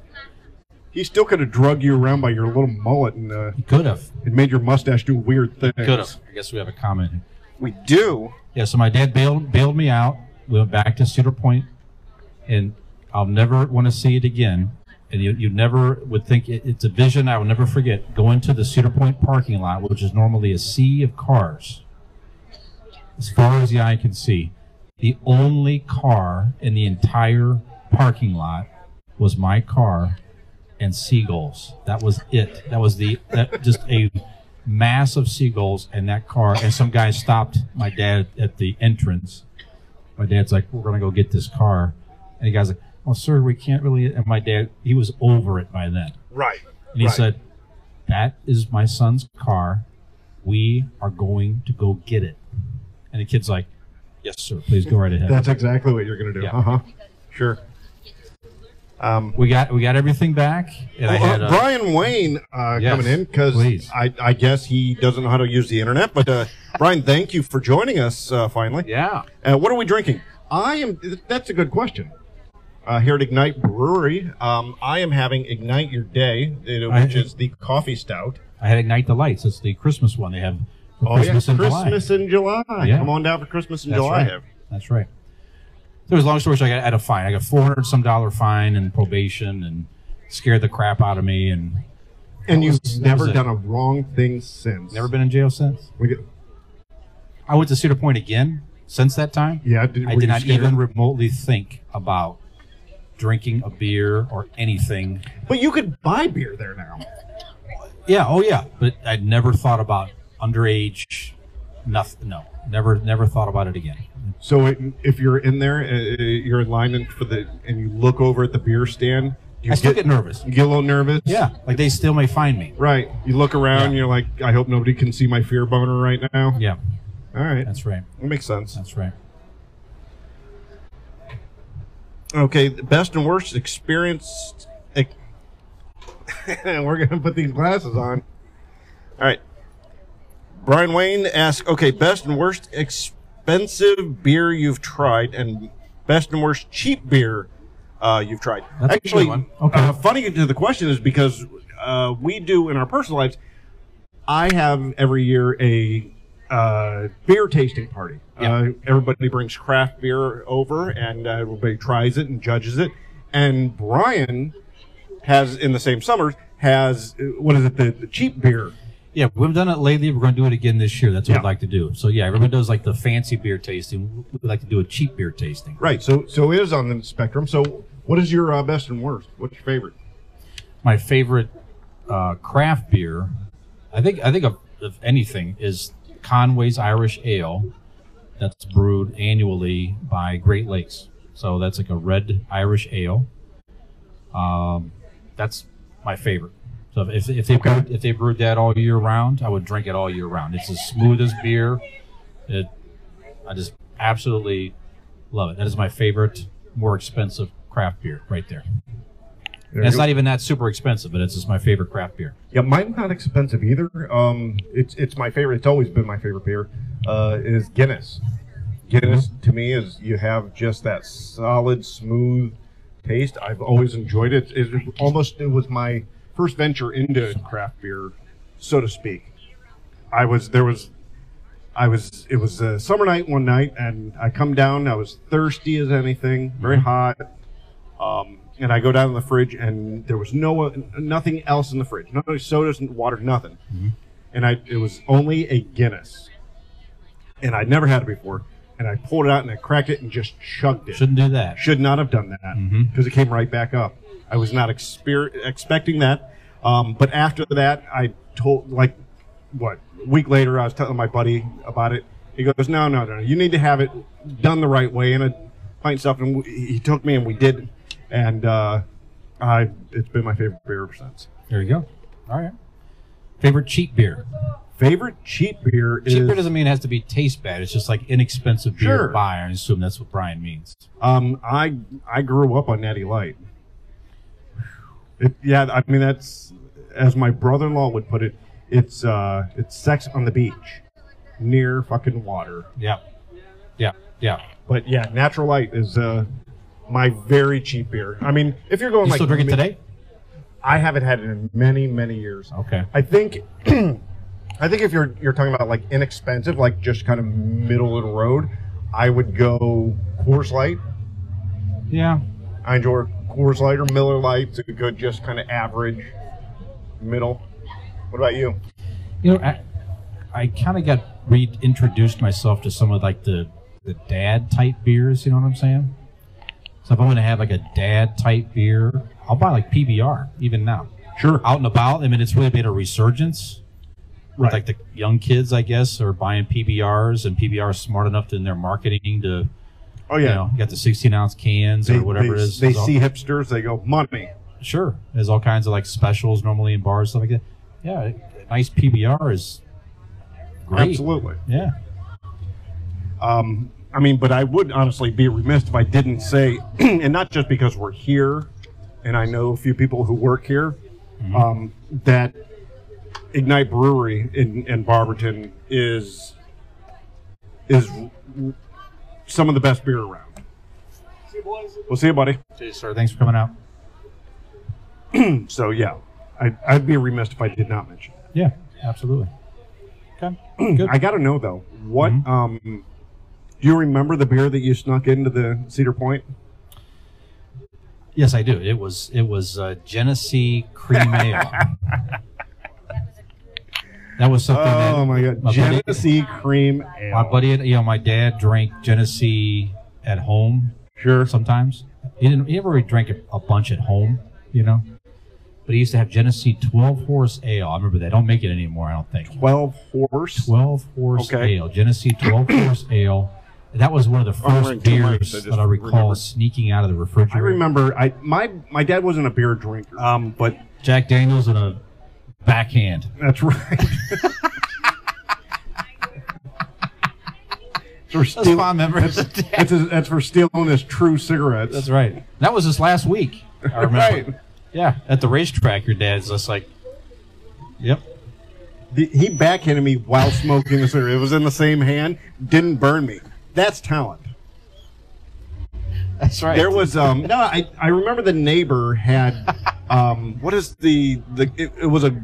Speaker 8: He still could have drug you around by your little mullet and uh,
Speaker 9: Could have.
Speaker 8: and made your mustache do weird things.
Speaker 9: Could have. I guess we have a comment. here.
Speaker 2: We do.
Speaker 9: Yeah, so my dad bailed, bailed me out. We went back to Cedar Point, and I'll never want to see it again. And you, you never would think it, it's a vision I will never forget. Going to the Cedar Point parking lot, which is normally a sea of cars, as far as the eye can see. The only car in the entire parking lot was my car and seagulls. That was it. That was the that, just a mass of seagulls and that car. And some guy stopped my dad at the entrance. My dad's like, "We're gonna go get this car," and the guy's like, "Well, sir, we can't really." And my dad, he was over it by then,
Speaker 8: Right.
Speaker 9: and he
Speaker 8: right.
Speaker 9: said, "That is my son's car. We are going to go get it." And the kid's like, "Yes, sir. Please go right ahead."
Speaker 8: That's exactly what you're going to do.
Speaker 9: Yeah.
Speaker 8: Uh huh. Sure. Um,
Speaker 9: we got we got everything back, and I
Speaker 8: well, uh,
Speaker 9: had uh,
Speaker 8: Brian Wayne uh,
Speaker 9: Yes,
Speaker 8: coming in because
Speaker 9: please.
Speaker 8: I, I guess he doesn't know how to use the internet. But uh, Brian, thank you for joining us uh, finally.
Speaker 9: yeah.
Speaker 8: Uh, what are we drinking? I am. th- That's a good question. Uh, here at Ignite Brewery, um, I am having Ignite Your Day, uh,
Speaker 9: I-
Speaker 8: which is the coffee stout.
Speaker 9: I had Ignite the Lights. It's the Christmas one they have for
Speaker 8: Oh
Speaker 9: Christmas
Speaker 8: yeah,
Speaker 9: in July.
Speaker 8: Christmas in July.
Speaker 9: Yeah.
Speaker 8: Come on down for Christmas in
Speaker 9: That's
Speaker 8: July.
Speaker 9: right. That's right. So it was a long story. short, I got at a fine. I got four hundred some dollar fine and probation, and scared the crap out of me, and
Speaker 8: And
Speaker 9: That
Speaker 8: you've
Speaker 9: was- that
Speaker 8: never
Speaker 9: was it.
Speaker 8: done a wrong thing since.
Speaker 9: never been in jail since.
Speaker 8: We get-
Speaker 9: I went to Cedar Point again since that time.
Speaker 8: Yeah, did,
Speaker 9: I
Speaker 8: were you
Speaker 9: did not
Speaker 8: scared?
Speaker 9: even remotely think about drinking a beer or anything.
Speaker 8: But you could buy beer there now.
Speaker 9: Yeah, oh yeah, but I never thought about underage. Nothing. No, never, never thought about it again.
Speaker 8: So it, if you're in there, uh, uh, you're in line and for the, and you look over at the beer stand, you
Speaker 9: I still
Speaker 8: get,
Speaker 9: get nervous.
Speaker 8: you get a little nervous.
Speaker 9: Yeah, like they still may find me.
Speaker 8: Right. You look around, you're like, I hope nobody can see my fear boner right now.
Speaker 9: Yeah,
Speaker 8: All right.
Speaker 9: that's right.
Speaker 8: That makes sense.
Speaker 9: That's right.
Speaker 8: Okay. The best and worst experience. ex- We're going to put these glasses on. All right. Brian Wayne asks, okay, best and worst expensive beer you've tried and best and worst cheap beer uh, you've tried.
Speaker 9: That's a good
Speaker 8: Actually,
Speaker 9: one. Okay.
Speaker 8: uh, funny to the question is because uh, we do in our personal lives, I have every year a uh, beer tasting party. Uh, everybody brings craft beer over and uh, everybody tries it and judges it. And Brian has, in the same summers, has, uh, what is it, the, the cheap beer
Speaker 9: Yeah, we've done it lately. We're going to do it again this year. That's what
Speaker 8: Yeah.
Speaker 9: I'd like to do. So yeah, everyone does like the fancy beer tasting. We'd like to do a cheap beer tasting.
Speaker 8: Right. So so it is on the spectrum. So what is your uh, best and worst? What's your favorite?
Speaker 9: My favorite uh, craft beer, I think I think of, of anything is Conway's Irish Ale. That's brewed annually by Great Lakes. So that's like a red Irish ale. Um, that's my favorite. So if, if they brewed, if they brewed that all year round, I would drink it all year round. It's as smooth as beer. It, I just absolutely love it. That is my favorite, more expensive craft beer right there. And it's not even that super expensive, but it's just my favorite craft beer.
Speaker 8: Yeah, mine's not expensive either. Um, it's it's my favorite. It's always been my favorite beer. Uh, is Guinness. Guinness to me is you have just that solid, smooth taste. I've always enjoyed it. It almost it was my first venture into craft beer, so to speak. I was there was I was it was a summer night one night and I come down I was thirsty as anything very hot um, and I go down in the fridge and there was no nothing else in the fridge no sodas and water nothing and I it was only a Guinness and I'd never had it before and I pulled it out and I cracked it and just chugged it
Speaker 9: Shouldn't do that.
Speaker 8: should not have done that
Speaker 9: Mhm.
Speaker 8: because it came right back up. I was not exper- expecting that. Um, but after that, I told like what a week later, I was telling my buddy about it. He goes, "No, no, no, you need to have it done the right way in a pint stuff, and we, he took me and we did, and uh, I it's been my favorite beer ever since.
Speaker 9: There you go. All right. Favorite cheap beer.
Speaker 8: Favorite cheap beer is
Speaker 9: Cheaper doesn't mean it has to be taste bad. It's just like inexpensive beer
Speaker 8: Sure.
Speaker 9: to buy. I assume that's what Brian means.
Speaker 8: Um, I I grew up on Natty Light. It, yeah, I mean that's as my brother-in-law would put it. It's uh, it's sex on the beach, near fucking water.
Speaker 9: Yeah. Yeah. Yeah.
Speaker 8: But yeah, Natural Light is uh, my very cheap beer. I mean, if you're going
Speaker 9: You
Speaker 8: like
Speaker 9: still drink it
Speaker 8: mid-
Speaker 9: today?
Speaker 8: I haven't had it in many many years.
Speaker 9: Okay.
Speaker 8: I think I think if you're you're talking about like inexpensive, like just kind of middle of the road, I would go Coors Light.
Speaker 9: Yeah.
Speaker 8: I enjoy Coors Light or Miller Lite. It's a good, just kind of average, middle. What about you?
Speaker 9: You know, I, I kind of got reintroduced myself to some of like the the dad type beers. You know what I'm saying? So if I'm going to have like a dad type beer, I'll buy like PBR even now.
Speaker 8: Sure.
Speaker 9: Out and about. I mean, it's really been a resurgence. with,
Speaker 8: Right.
Speaker 9: Like the young kids, I guess, are buying PBRs, and PBR is smart enough in their marketing to,
Speaker 8: Oh
Speaker 9: you
Speaker 8: yeah.
Speaker 9: know, you got the 16 ounce cans
Speaker 8: they,
Speaker 9: or whatever
Speaker 8: they,
Speaker 9: it is.
Speaker 8: They
Speaker 9: There's all-
Speaker 8: see hipsters. They go money.
Speaker 9: Sure. There's all kinds of like specials normally in bars, stuff like that. Yeah, a nice PBR is great.
Speaker 8: Absolutely.
Speaker 9: Yeah.
Speaker 8: Um, I mean, but I would honestly be remiss if I didn't say, and not just because we're here, and I know a few people who work here,
Speaker 9: Mm-hmm.
Speaker 8: um, that Ignite Brewery in, in Barberton is is some of the best beer around. We'll see you, buddy.
Speaker 9: Hey, sir, thanks for coming out.
Speaker 8: so yeah, I, I'd be remiss if I did not mention. it.
Speaker 9: Yeah, absolutely. Okay. Good.
Speaker 8: I got to know though, what
Speaker 9: Mm-hmm.
Speaker 8: um, do you remember the beer that you snuck into the Cedar Point?
Speaker 9: Yes, I do. It was it was uh, Genesee cream ale. That was something. that
Speaker 8: Oh my god,
Speaker 9: my buddy-
Speaker 8: Genesee cream ale.
Speaker 9: My buddy, you know, my dad drank Genesee at home.
Speaker 8: Sure.
Speaker 9: Sometimes he didn't. He never really drank a, a bunch at home, you know. But he used to have Genesee twelve horse ale. I remember that. Don't make it anymore. I don't think.
Speaker 8: Twelve horse.
Speaker 9: Twelve horse
Speaker 8: Okay.
Speaker 9: ale, Genesee twelve horse ale. That was one of the
Speaker 8: I'm
Speaker 9: first
Speaker 8: wearing two mics,
Speaker 9: beers
Speaker 8: I just
Speaker 9: that I recall
Speaker 8: remembered.
Speaker 9: sneaking out of the
Speaker 8: I
Speaker 9: refrigerator.
Speaker 8: remember. I my my dad wasn't a beer drinker. Um, but
Speaker 9: Jack Daniels and a backhand.
Speaker 8: that's right. It's For
Speaker 9: That's
Speaker 8: steal-
Speaker 9: fond memories.
Speaker 8: That's, that's, his- that's for stealing his true cigarettes.
Speaker 9: That's right. That was this last week. I remember.
Speaker 8: Right.
Speaker 9: Yeah, at the racetrack, your dad's just like, "Yep,
Speaker 8: The- He backhanded me while smoking the cigarette. It was in the same hand. Didn't burn me. That's talent.
Speaker 9: that's right."
Speaker 8: There was um no. I, I remember the neighbor had um what is the the it, it was a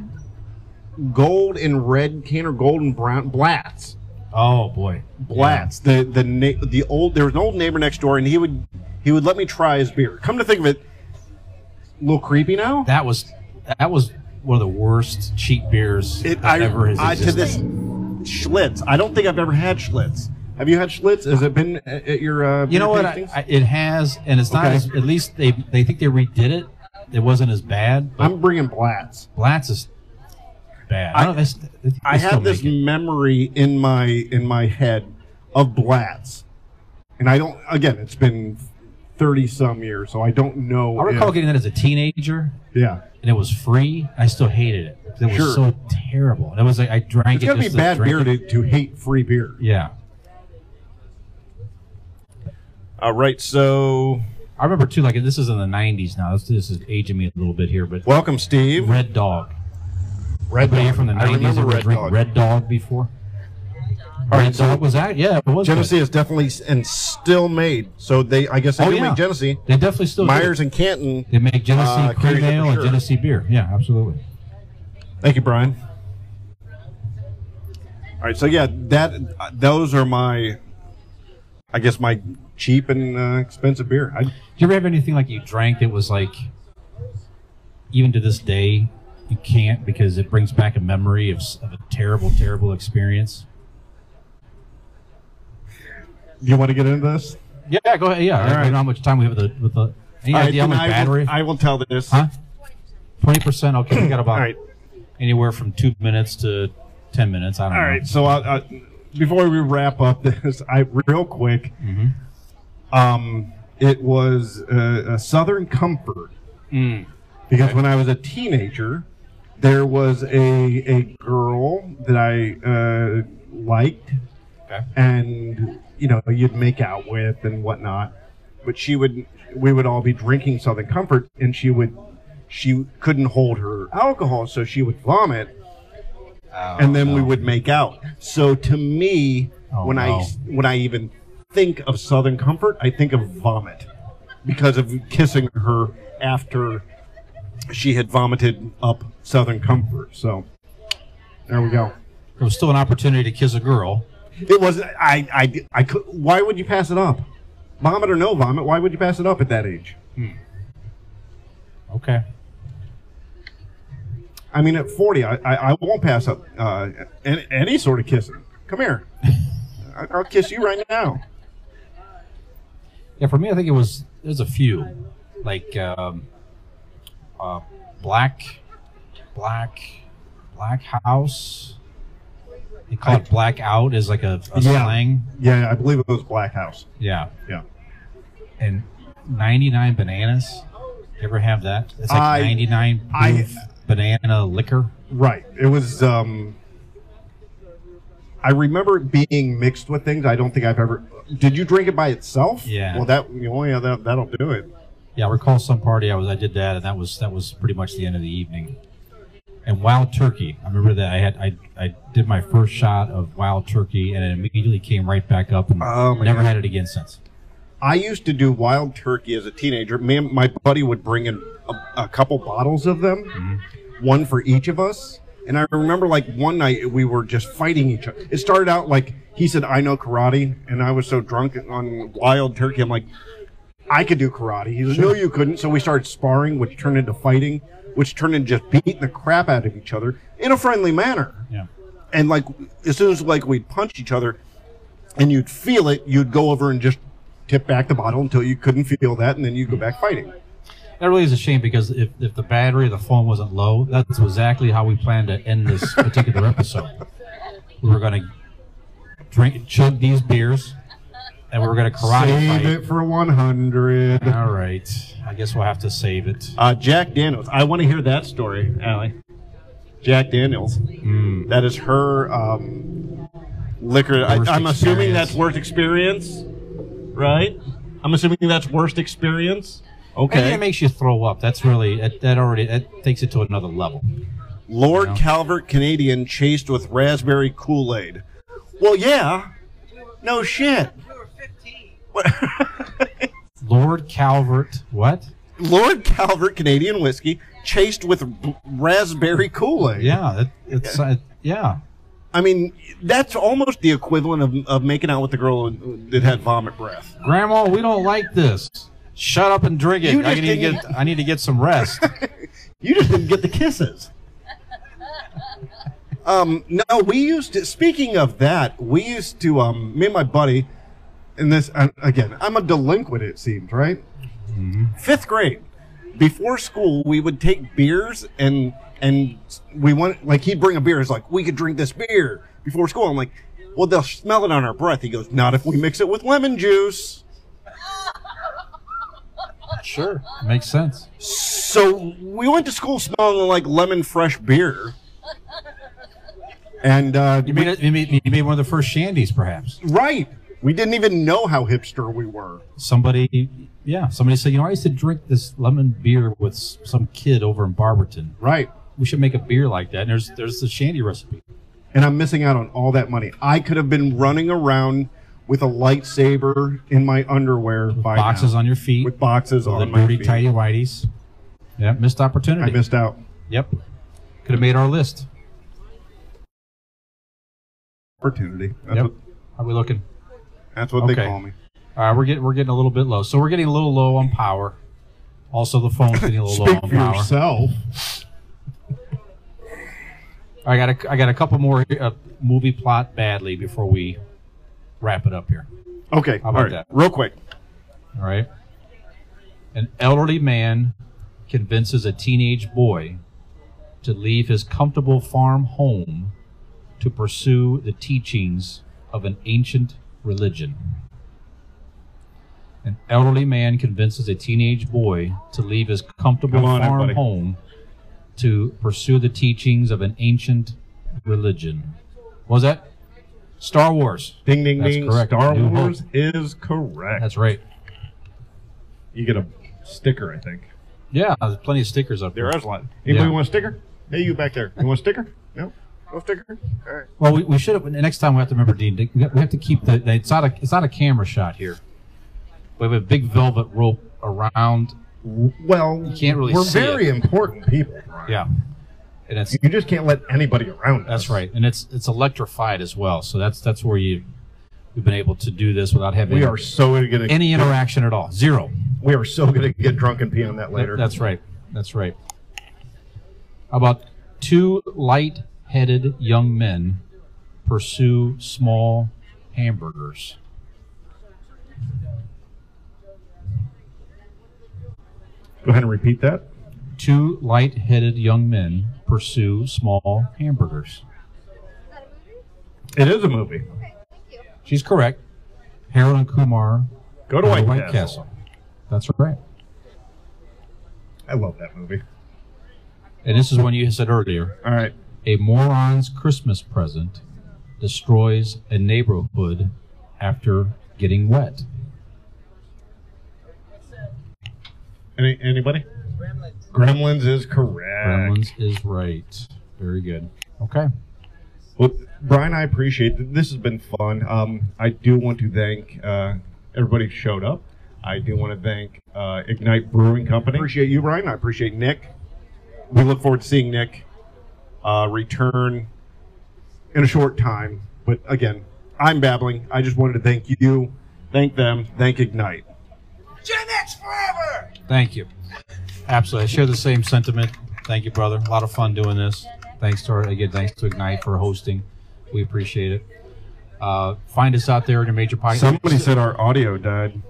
Speaker 8: gold and red can or gold and brown Blatz
Speaker 9: oh boy,
Speaker 8: Blatz the the na- the old there was an old neighbor next door and he would he would let me try his beer. Come to think of it, a little creepy now.
Speaker 9: that was that was one of the worst cheap beers
Speaker 8: It,
Speaker 9: that
Speaker 8: I,
Speaker 9: ever has
Speaker 8: I to
Speaker 9: existed.
Speaker 8: this Schlitz. I don't think I've ever had Schlitz. Have you had Schlitz? Has it been at at your? Uh,
Speaker 9: you know
Speaker 8: beer
Speaker 9: what? I,
Speaker 8: tastings?
Speaker 9: I, it has, and it's not
Speaker 8: Okay.
Speaker 9: as. At least they they think they redid it. It wasn't as bad, but
Speaker 8: I'm bringing Blatz.
Speaker 9: Blatz is bad. I, don't. They, s- they
Speaker 8: I
Speaker 9: still
Speaker 8: have this
Speaker 9: make it.
Speaker 8: memory in my in my head of Blatz, and I don't. Again, it's been thirty some years, so I don't know.
Speaker 9: I recall
Speaker 8: if-
Speaker 9: getting that as a teenager,
Speaker 8: yeah,
Speaker 9: and it was free. I still hated it. It was
Speaker 8: Sure.
Speaker 9: so terrible. And it was like I drank
Speaker 8: it's
Speaker 9: it.
Speaker 8: got to be
Speaker 9: just to
Speaker 8: bad
Speaker 9: drink
Speaker 8: beer
Speaker 9: it.
Speaker 8: to, to hate free beer.
Speaker 9: Yeah.
Speaker 8: All right, so
Speaker 9: I remember too, like this is in the '90s now. This, this is aging me a little bit here, but
Speaker 8: welcome, Steve.
Speaker 9: Red Dog.
Speaker 8: Red
Speaker 9: Anybody here from the
Speaker 8: I
Speaker 9: '90s
Speaker 8: remember
Speaker 9: ever
Speaker 8: Red
Speaker 9: drink
Speaker 8: Dog.
Speaker 9: Red Dog before?
Speaker 8: All right,
Speaker 9: Red
Speaker 8: so
Speaker 9: Dog was that? Yeah, it was.
Speaker 8: Genesee is definitely s- and still made. So they, I guess, they
Speaker 9: Oh,
Speaker 8: do
Speaker 9: yeah.
Speaker 8: make Genesee.
Speaker 9: good. They definitely still do.
Speaker 8: Myers and Canton.
Speaker 9: They make Genesee
Speaker 8: uh, carries
Speaker 9: cream
Speaker 8: it for
Speaker 9: ale and
Speaker 8: sure.
Speaker 9: Genesee beer. Yeah, absolutely.
Speaker 8: Thank you, Brian. All right, so yeah, that uh, those are my, I guess my cheap and uh, expensive beer. I,
Speaker 9: Do you ever have anything like you drank that was like, even to this day, you can't because it brings back a memory of, s- of a terrible, terrible experience?
Speaker 8: you want to get into this?
Speaker 9: Yeah, go ahead. Yeah, I
Speaker 8: right.
Speaker 9: don't know how much time we have with the with the. Any
Speaker 8: All right,
Speaker 9: idea how
Speaker 8: then
Speaker 9: much
Speaker 8: I will-
Speaker 9: battery?
Speaker 8: I will tell this.
Speaker 9: Huh? Twenty percent. Okay, we got about
Speaker 8: All right,
Speaker 9: anywhere from two minutes to ten minutes. I don't
Speaker 8: all uh,
Speaker 9: know.
Speaker 8: right. So I, I, before we wrap up this, I real quick,
Speaker 9: Mm-hmm.
Speaker 8: Um, it was uh, a Southern Comfort
Speaker 9: Mm.
Speaker 8: because when I was a teenager, there was a a girl that I uh, liked,
Speaker 11: Okay.
Speaker 8: and you know you'd make out with and whatnot, but she would we would all be drinking Southern Comfort, and she would she couldn't hold her alcohol, so she would vomit, and then we would make out. So to me,
Speaker 9: Oh,
Speaker 8: when
Speaker 9: no.
Speaker 8: I when I even think of Southern Comfort, I think of vomit because of kissing her after she had vomited up Southern Comfort. So there we go.
Speaker 9: It was still an opportunity to kiss a girl.
Speaker 8: It was I I di- I could. Why would you pass it up? Vomit or no vomit? Why would you pass it up at that age?
Speaker 9: Okay.
Speaker 8: I mean, at forty, I I, I won't pass up uh, any, any sort of kissing. Come here, I, I'll kiss you right now.
Speaker 9: Yeah, for me, I think it was it was a few, like um, uh, black, black, black house. They call it black out is like a, a
Speaker 8: Yeah.
Speaker 9: slang.
Speaker 8: Yeah, I believe it was Black House.
Speaker 9: Yeah.
Speaker 8: Yeah.
Speaker 9: And 99 bananas. You ever have that? It's like
Speaker 8: I-
Speaker 9: 99
Speaker 8: I-
Speaker 9: proof banana liquor.
Speaker 8: Right. It was. um I remember it being mixed with things. I don't think I've ever. Did you drink it by itself?
Speaker 9: Yeah.
Speaker 8: Well, that oh yeah, that that'll do it.
Speaker 9: Yeah, I recall some party I was I did that and that was that was pretty much the end of the evening. And wild turkey. I remember that I had I, I did my first shot of wild turkey and it immediately came right back up and
Speaker 8: Oh, my
Speaker 9: never
Speaker 8: God.
Speaker 9: had it again since.
Speaker 8: I used to do wild turkey as a teenager. Me and my buddy would bring in a, a couple bottles of them, one for each of us. And I remember like one night we were just fighting each other. It started out like he said, I know karate. And I was so drunk on wild turkey. I'm like, I could do karate. He goes, No, you couldn't. So we started sparring, which turned into fighting, which turned into just beating the crap out of each other in a friendly manner.
Speaker 9: Yeah.
Speaker 8: And like, as soon as like we'd punch each other, and you'd feel it, you'd go over and just tip back the bottle until you couldn't feel that, and then you'd go back fighting.
Speaker 9: That really is a shame because if, if the battery of the phone wasn't low, that's exactly how we planned to end this particular episode. We were going to drink, chug these beers, and we were going to karate
Speaker 8: Save
Speaker 9: fight.
Speaker 8: it for 100.
Speaker 9: All right. I guess we'll have to save it.
Speaker 8: Uh, Jack Daniels. I want to hear that story, Allie. Jack Daniels.
Speaker 9: Mm.
Speaker 8: That is her um, liquor. I,
Speaker 9: Worst
Speaker 8: I'm assuming
Speaker 9: experience.
Speaker 8: that's worst experience, right? I'm assuming that's worst experience.
Speaker 9: Anything
Speaker 8: Okay.
Speaker 9: that makes you throw up, that's really, that, that already, that takes it to another level.
Speaker 8: Lord
Speaker 9: No.
Speaker 8: Calvert Canadian chased with raspberry Kool Aid. Well, yeah. No shit.
Speaker 9: Lord Calvert, what?
Speaker 8: Lord Calvert Canadian whiskey chased with b- raspberry Kool Aid.
Speaker 9: Yeah, that, it's, uh, yeah.
Speaker 8: I mean, that's almost the equivalent of, of making out with the girl that had vomit breath.
Speaker 9: Grandma, we don't like this. Shut up and drink it.
Speaker 8: You
Speaker 9: I
Speaker 8: just
Speaker 9: need to
Speaker 8: didn't-
Speaker 9: get, I need to get some rest.
Speaker 8: You just didn't get the kisses. Um, no, we used to. Speaking of that, we used to. Um, me and my buddy, and this and again, I'm a delinquent. It seems right. Fifth grade, before school, we would take beers and and we went like he'd bring a beer. It's like we could drink this beer before school. I'm like, well, they'll smell it on our breath. He goes, not if we mix it with lemon juice.
Speaker 9: sure. Makes sense.
Speaker 8: So we went to school smelling like lemon fresh beer. And uh,
Speaker 9: You made, you, made, you made one of the first shandies, perhaps.
Speaker 8: right, we didn't even know how hipster we were.
Speaker 9: Somebody, yeah, somebody said, you know, I used to drink this lemon beer with s- some kid over in Barberton.
Speaker 8: Right,
Speaker 9: We should make a beer like that. And there's there's the shandy recipe.
Speaker 8: and I'm missing out on all that money. I could have been running around with a lightsaber in my underwear by
Speaker 9: Boxes
Speaker 8: now.
Speaker 9: on your feet.
Speaker 8: with boxes
Speaker 9: the
Speaker 8: on my
Speaker 9: dirty
Speaker 8: feet.
Speaker 9: tidy whities. Yeah, missed opportunity.
Speaker 8: I missed out.
Speaker 9: Yep. Could have made our list.
Speaker 8: Opportunity. That's
Speaker 9: Yep.
Speaker 8: what,
Speaker 9: How we looking?
Speaker 8: that's what
Speaker 9: Okay.
Speaker 8: they call me.
Speaker 9: All right, we're getting we're getting a little bit low. So we're getting a little low on power. Also, the phone's getting a little low
Speaker 8: Speak
Speaker 9: on
Speaker 8: for
Speaker 9: power.
Speaker 8: yourself.
Speaker 9: I got a, I got a couple more uh, movie plot badly before we wrap it up here.
Speaker 8: Okay,
Speaker 9: How
Speaker 8: all
Speaker 9: about
Speaker 8: right,
Speaker 9: that?
Speaker 8: real quick.
Speaker 9: All right. An elderly man convinces a teenage boy to leave his comfortable farm home to pursue the teachings of an ancient religion. An elderly man convinces a teenage boy to leave his comfortable
Speaker 8: Come on,
Speaker 9: farm
Speaker 8: everybody.
Speaker 9: home to pursue the teachings of an ancient religion. What was that? Star Wars.
Speaker 8: Ding ding
Speaker 9: That's
Speaker 8: ding.
Speaker 9: correct.
Speaker 8: Star
Speaker 9: New Hope.
Speaker 8: Wars is correct.
Speaker 9: That's right.
Speaker 8: You get a sticker, I think.
Speaker 9: Yeah, there's plenty of stickers up
Speaker 8: There
Speaker 9: there.
Speaker 8: is one. Anybody
Speaker 9: Yeah.
Speaker 8: want a sticker? Hey, you back there. You want a sticker? No. No sticker. All right.
Speaker 9: Well, we, we should have. Next time we have to remember, Dean. that We have- we have to keep the. that It's not a. It's not a camera shot here. We have a big velvet rope around.
Speaker 8: Well,
Speaker 9: You can't really
Speaker 8: we're
Speaker 9: see
Speaker 8: very important people. Brian.
Speaker 9: Yeah, and it's
Speaker 8: You just can't let anybody around.
Speaker 9: that's
Speaker 8: us.
Speaker 9: right, and it's it's electrified as well. So that's that's where you we've been able to do this without having
Speaker 8: We are so gonna
Speaker 9: any interaction at all. Zero.
Speaker 8: we are so gonna get drunk and pee on that later.
Speaker 9: That's right. That's right. How about two light-headed young men pursue small hamburgers?
Speaker 8: Go ahead and repeat that.
Speaker 9: Two light-headed young men pursue small hamburgers.
Speaker 8: It is a movie.
Speaker 9: She's correct. Harold and Kumar
Speaker 8: Go to
Speaker 9: go
Speaker 8: White,
Speaker 9: to White
Speaker 8: Castle.
Speaker 9: Castle. That's right.
Speaker 8: I love that movie.
Speaker 9: And this is one you said earlier.
Speaker 8: All right.
Speaker 9: A moron's Christmas present destroys a neighborhood after getting wet.
Speaker 8: Any, anybody? Gremlins. Gremlins is correct.
Speaker 9: Gremlins is right. Very good. Okay.
Speaker 8: Well, Brian, I appreciate that. This has been fun. Um, I do want to thank uh, everybody who showed up. I do want to thank uh, Ignite Brewing Company. Appreciate you, Brian. I appreciate Nick. We look forward to seeing Nick uh, return in a short time. But again, I'm babbling. I just wanted to thank you, thank them, thank Ignite.
Speaker 9: Thank you. Absolutely. I share the same sentiment. Thank you, brother. A lot of fun doing this. Thanks to our, again, thanks to Ignite for hosting. We appreciate it. Uh, find us out there in your major podcast.
Speaker 8: Somebody said our audio died.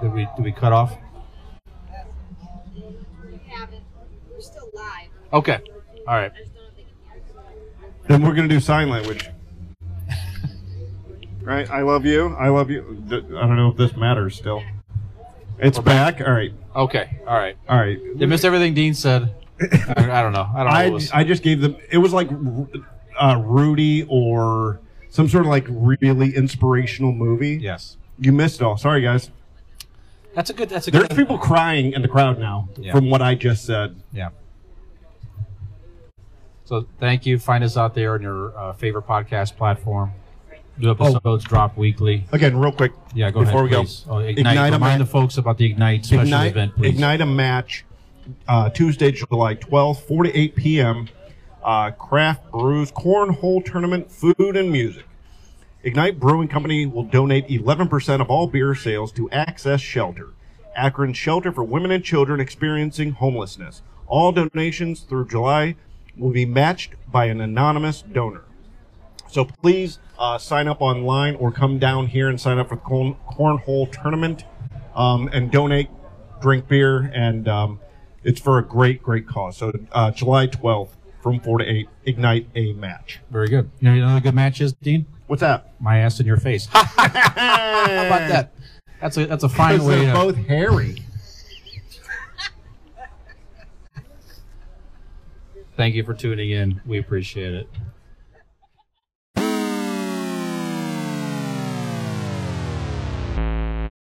Speaker 9: Did we, did we cut off?
Speaker 12: We're still live.
Speaker 9: Okay. All right.
Speaker 8: Then we're gonna do sign language. right? I love you. I love you. D- I don't know if this matters still. It's back. All right.
Speaker 9: Okay. All right.
Speaker 8: All right.
Speaker 9: They missed everything Dean said. I, I don't know. I don't know. what
Speaker 8: I,
Speaker 9: was.
Speaker 8: I just gave them. It was like uh, Rudy or some sort of like really inspirational movie.
Speaker 9: yes.
Speaker 8: You missed it all. Sorry, guys.
Speaker 9: That's a good. That's a
Speaker 8: There's
Speaker 9: good.
Speaker 8: people crying in the crowd now
Speaker 9: Yeah.
Speaker 8: from what I just said.
Speaker 9: Yeah. So thank you. Find us out there on your uh, favorite podcast platform. New
Speaker 8: Oh.
Speaker 9: episodes drop weekly.
Speaker 8: Again, real quick.
Speaker 9: Yeah, go
Speaker 8: Before
Speaker 9: ahead.
Speaker 8: we go.
Speaker 9: please. Oh, ignite.
Speaker 8: Ignite 'em
Speaker 9: Remind
Speaker 8: at-
Speaker 9: the folks about the ignite special
Speaker 8: Ignite,
Speaker 9: event, please.
Speaker 8: Ignite a match uh, Tuesday, July 12th, 4 to 8 p.m. Uh, craft brews, cornhole tournament, food, and music. Ignite Brewing Company will donate 11% of all beer sales to Access Shelter, Akron Shelter for Women and Children Experiencing Homelessness. All donations through July will be matched by an anonymous donor. So please uh, sign up online or come down here and sign up for the corn- cornhole tournament um, and donate, drink beer, and um, it's for a great, great cause. So uh, July 12th from 4 to 8, Ignite a match.
Speaker 9: Very good. You know you know another good match is Dean.
Speaker 8: What's that?
Speaker 9: My ass in your face. Ha! How about that? That's a that's a fine way.
Speaker 8: they're
Speaker 9: to-
Speaker 8: both hairy.
Speaker 9: Thank you for tuning in. We appreciate it.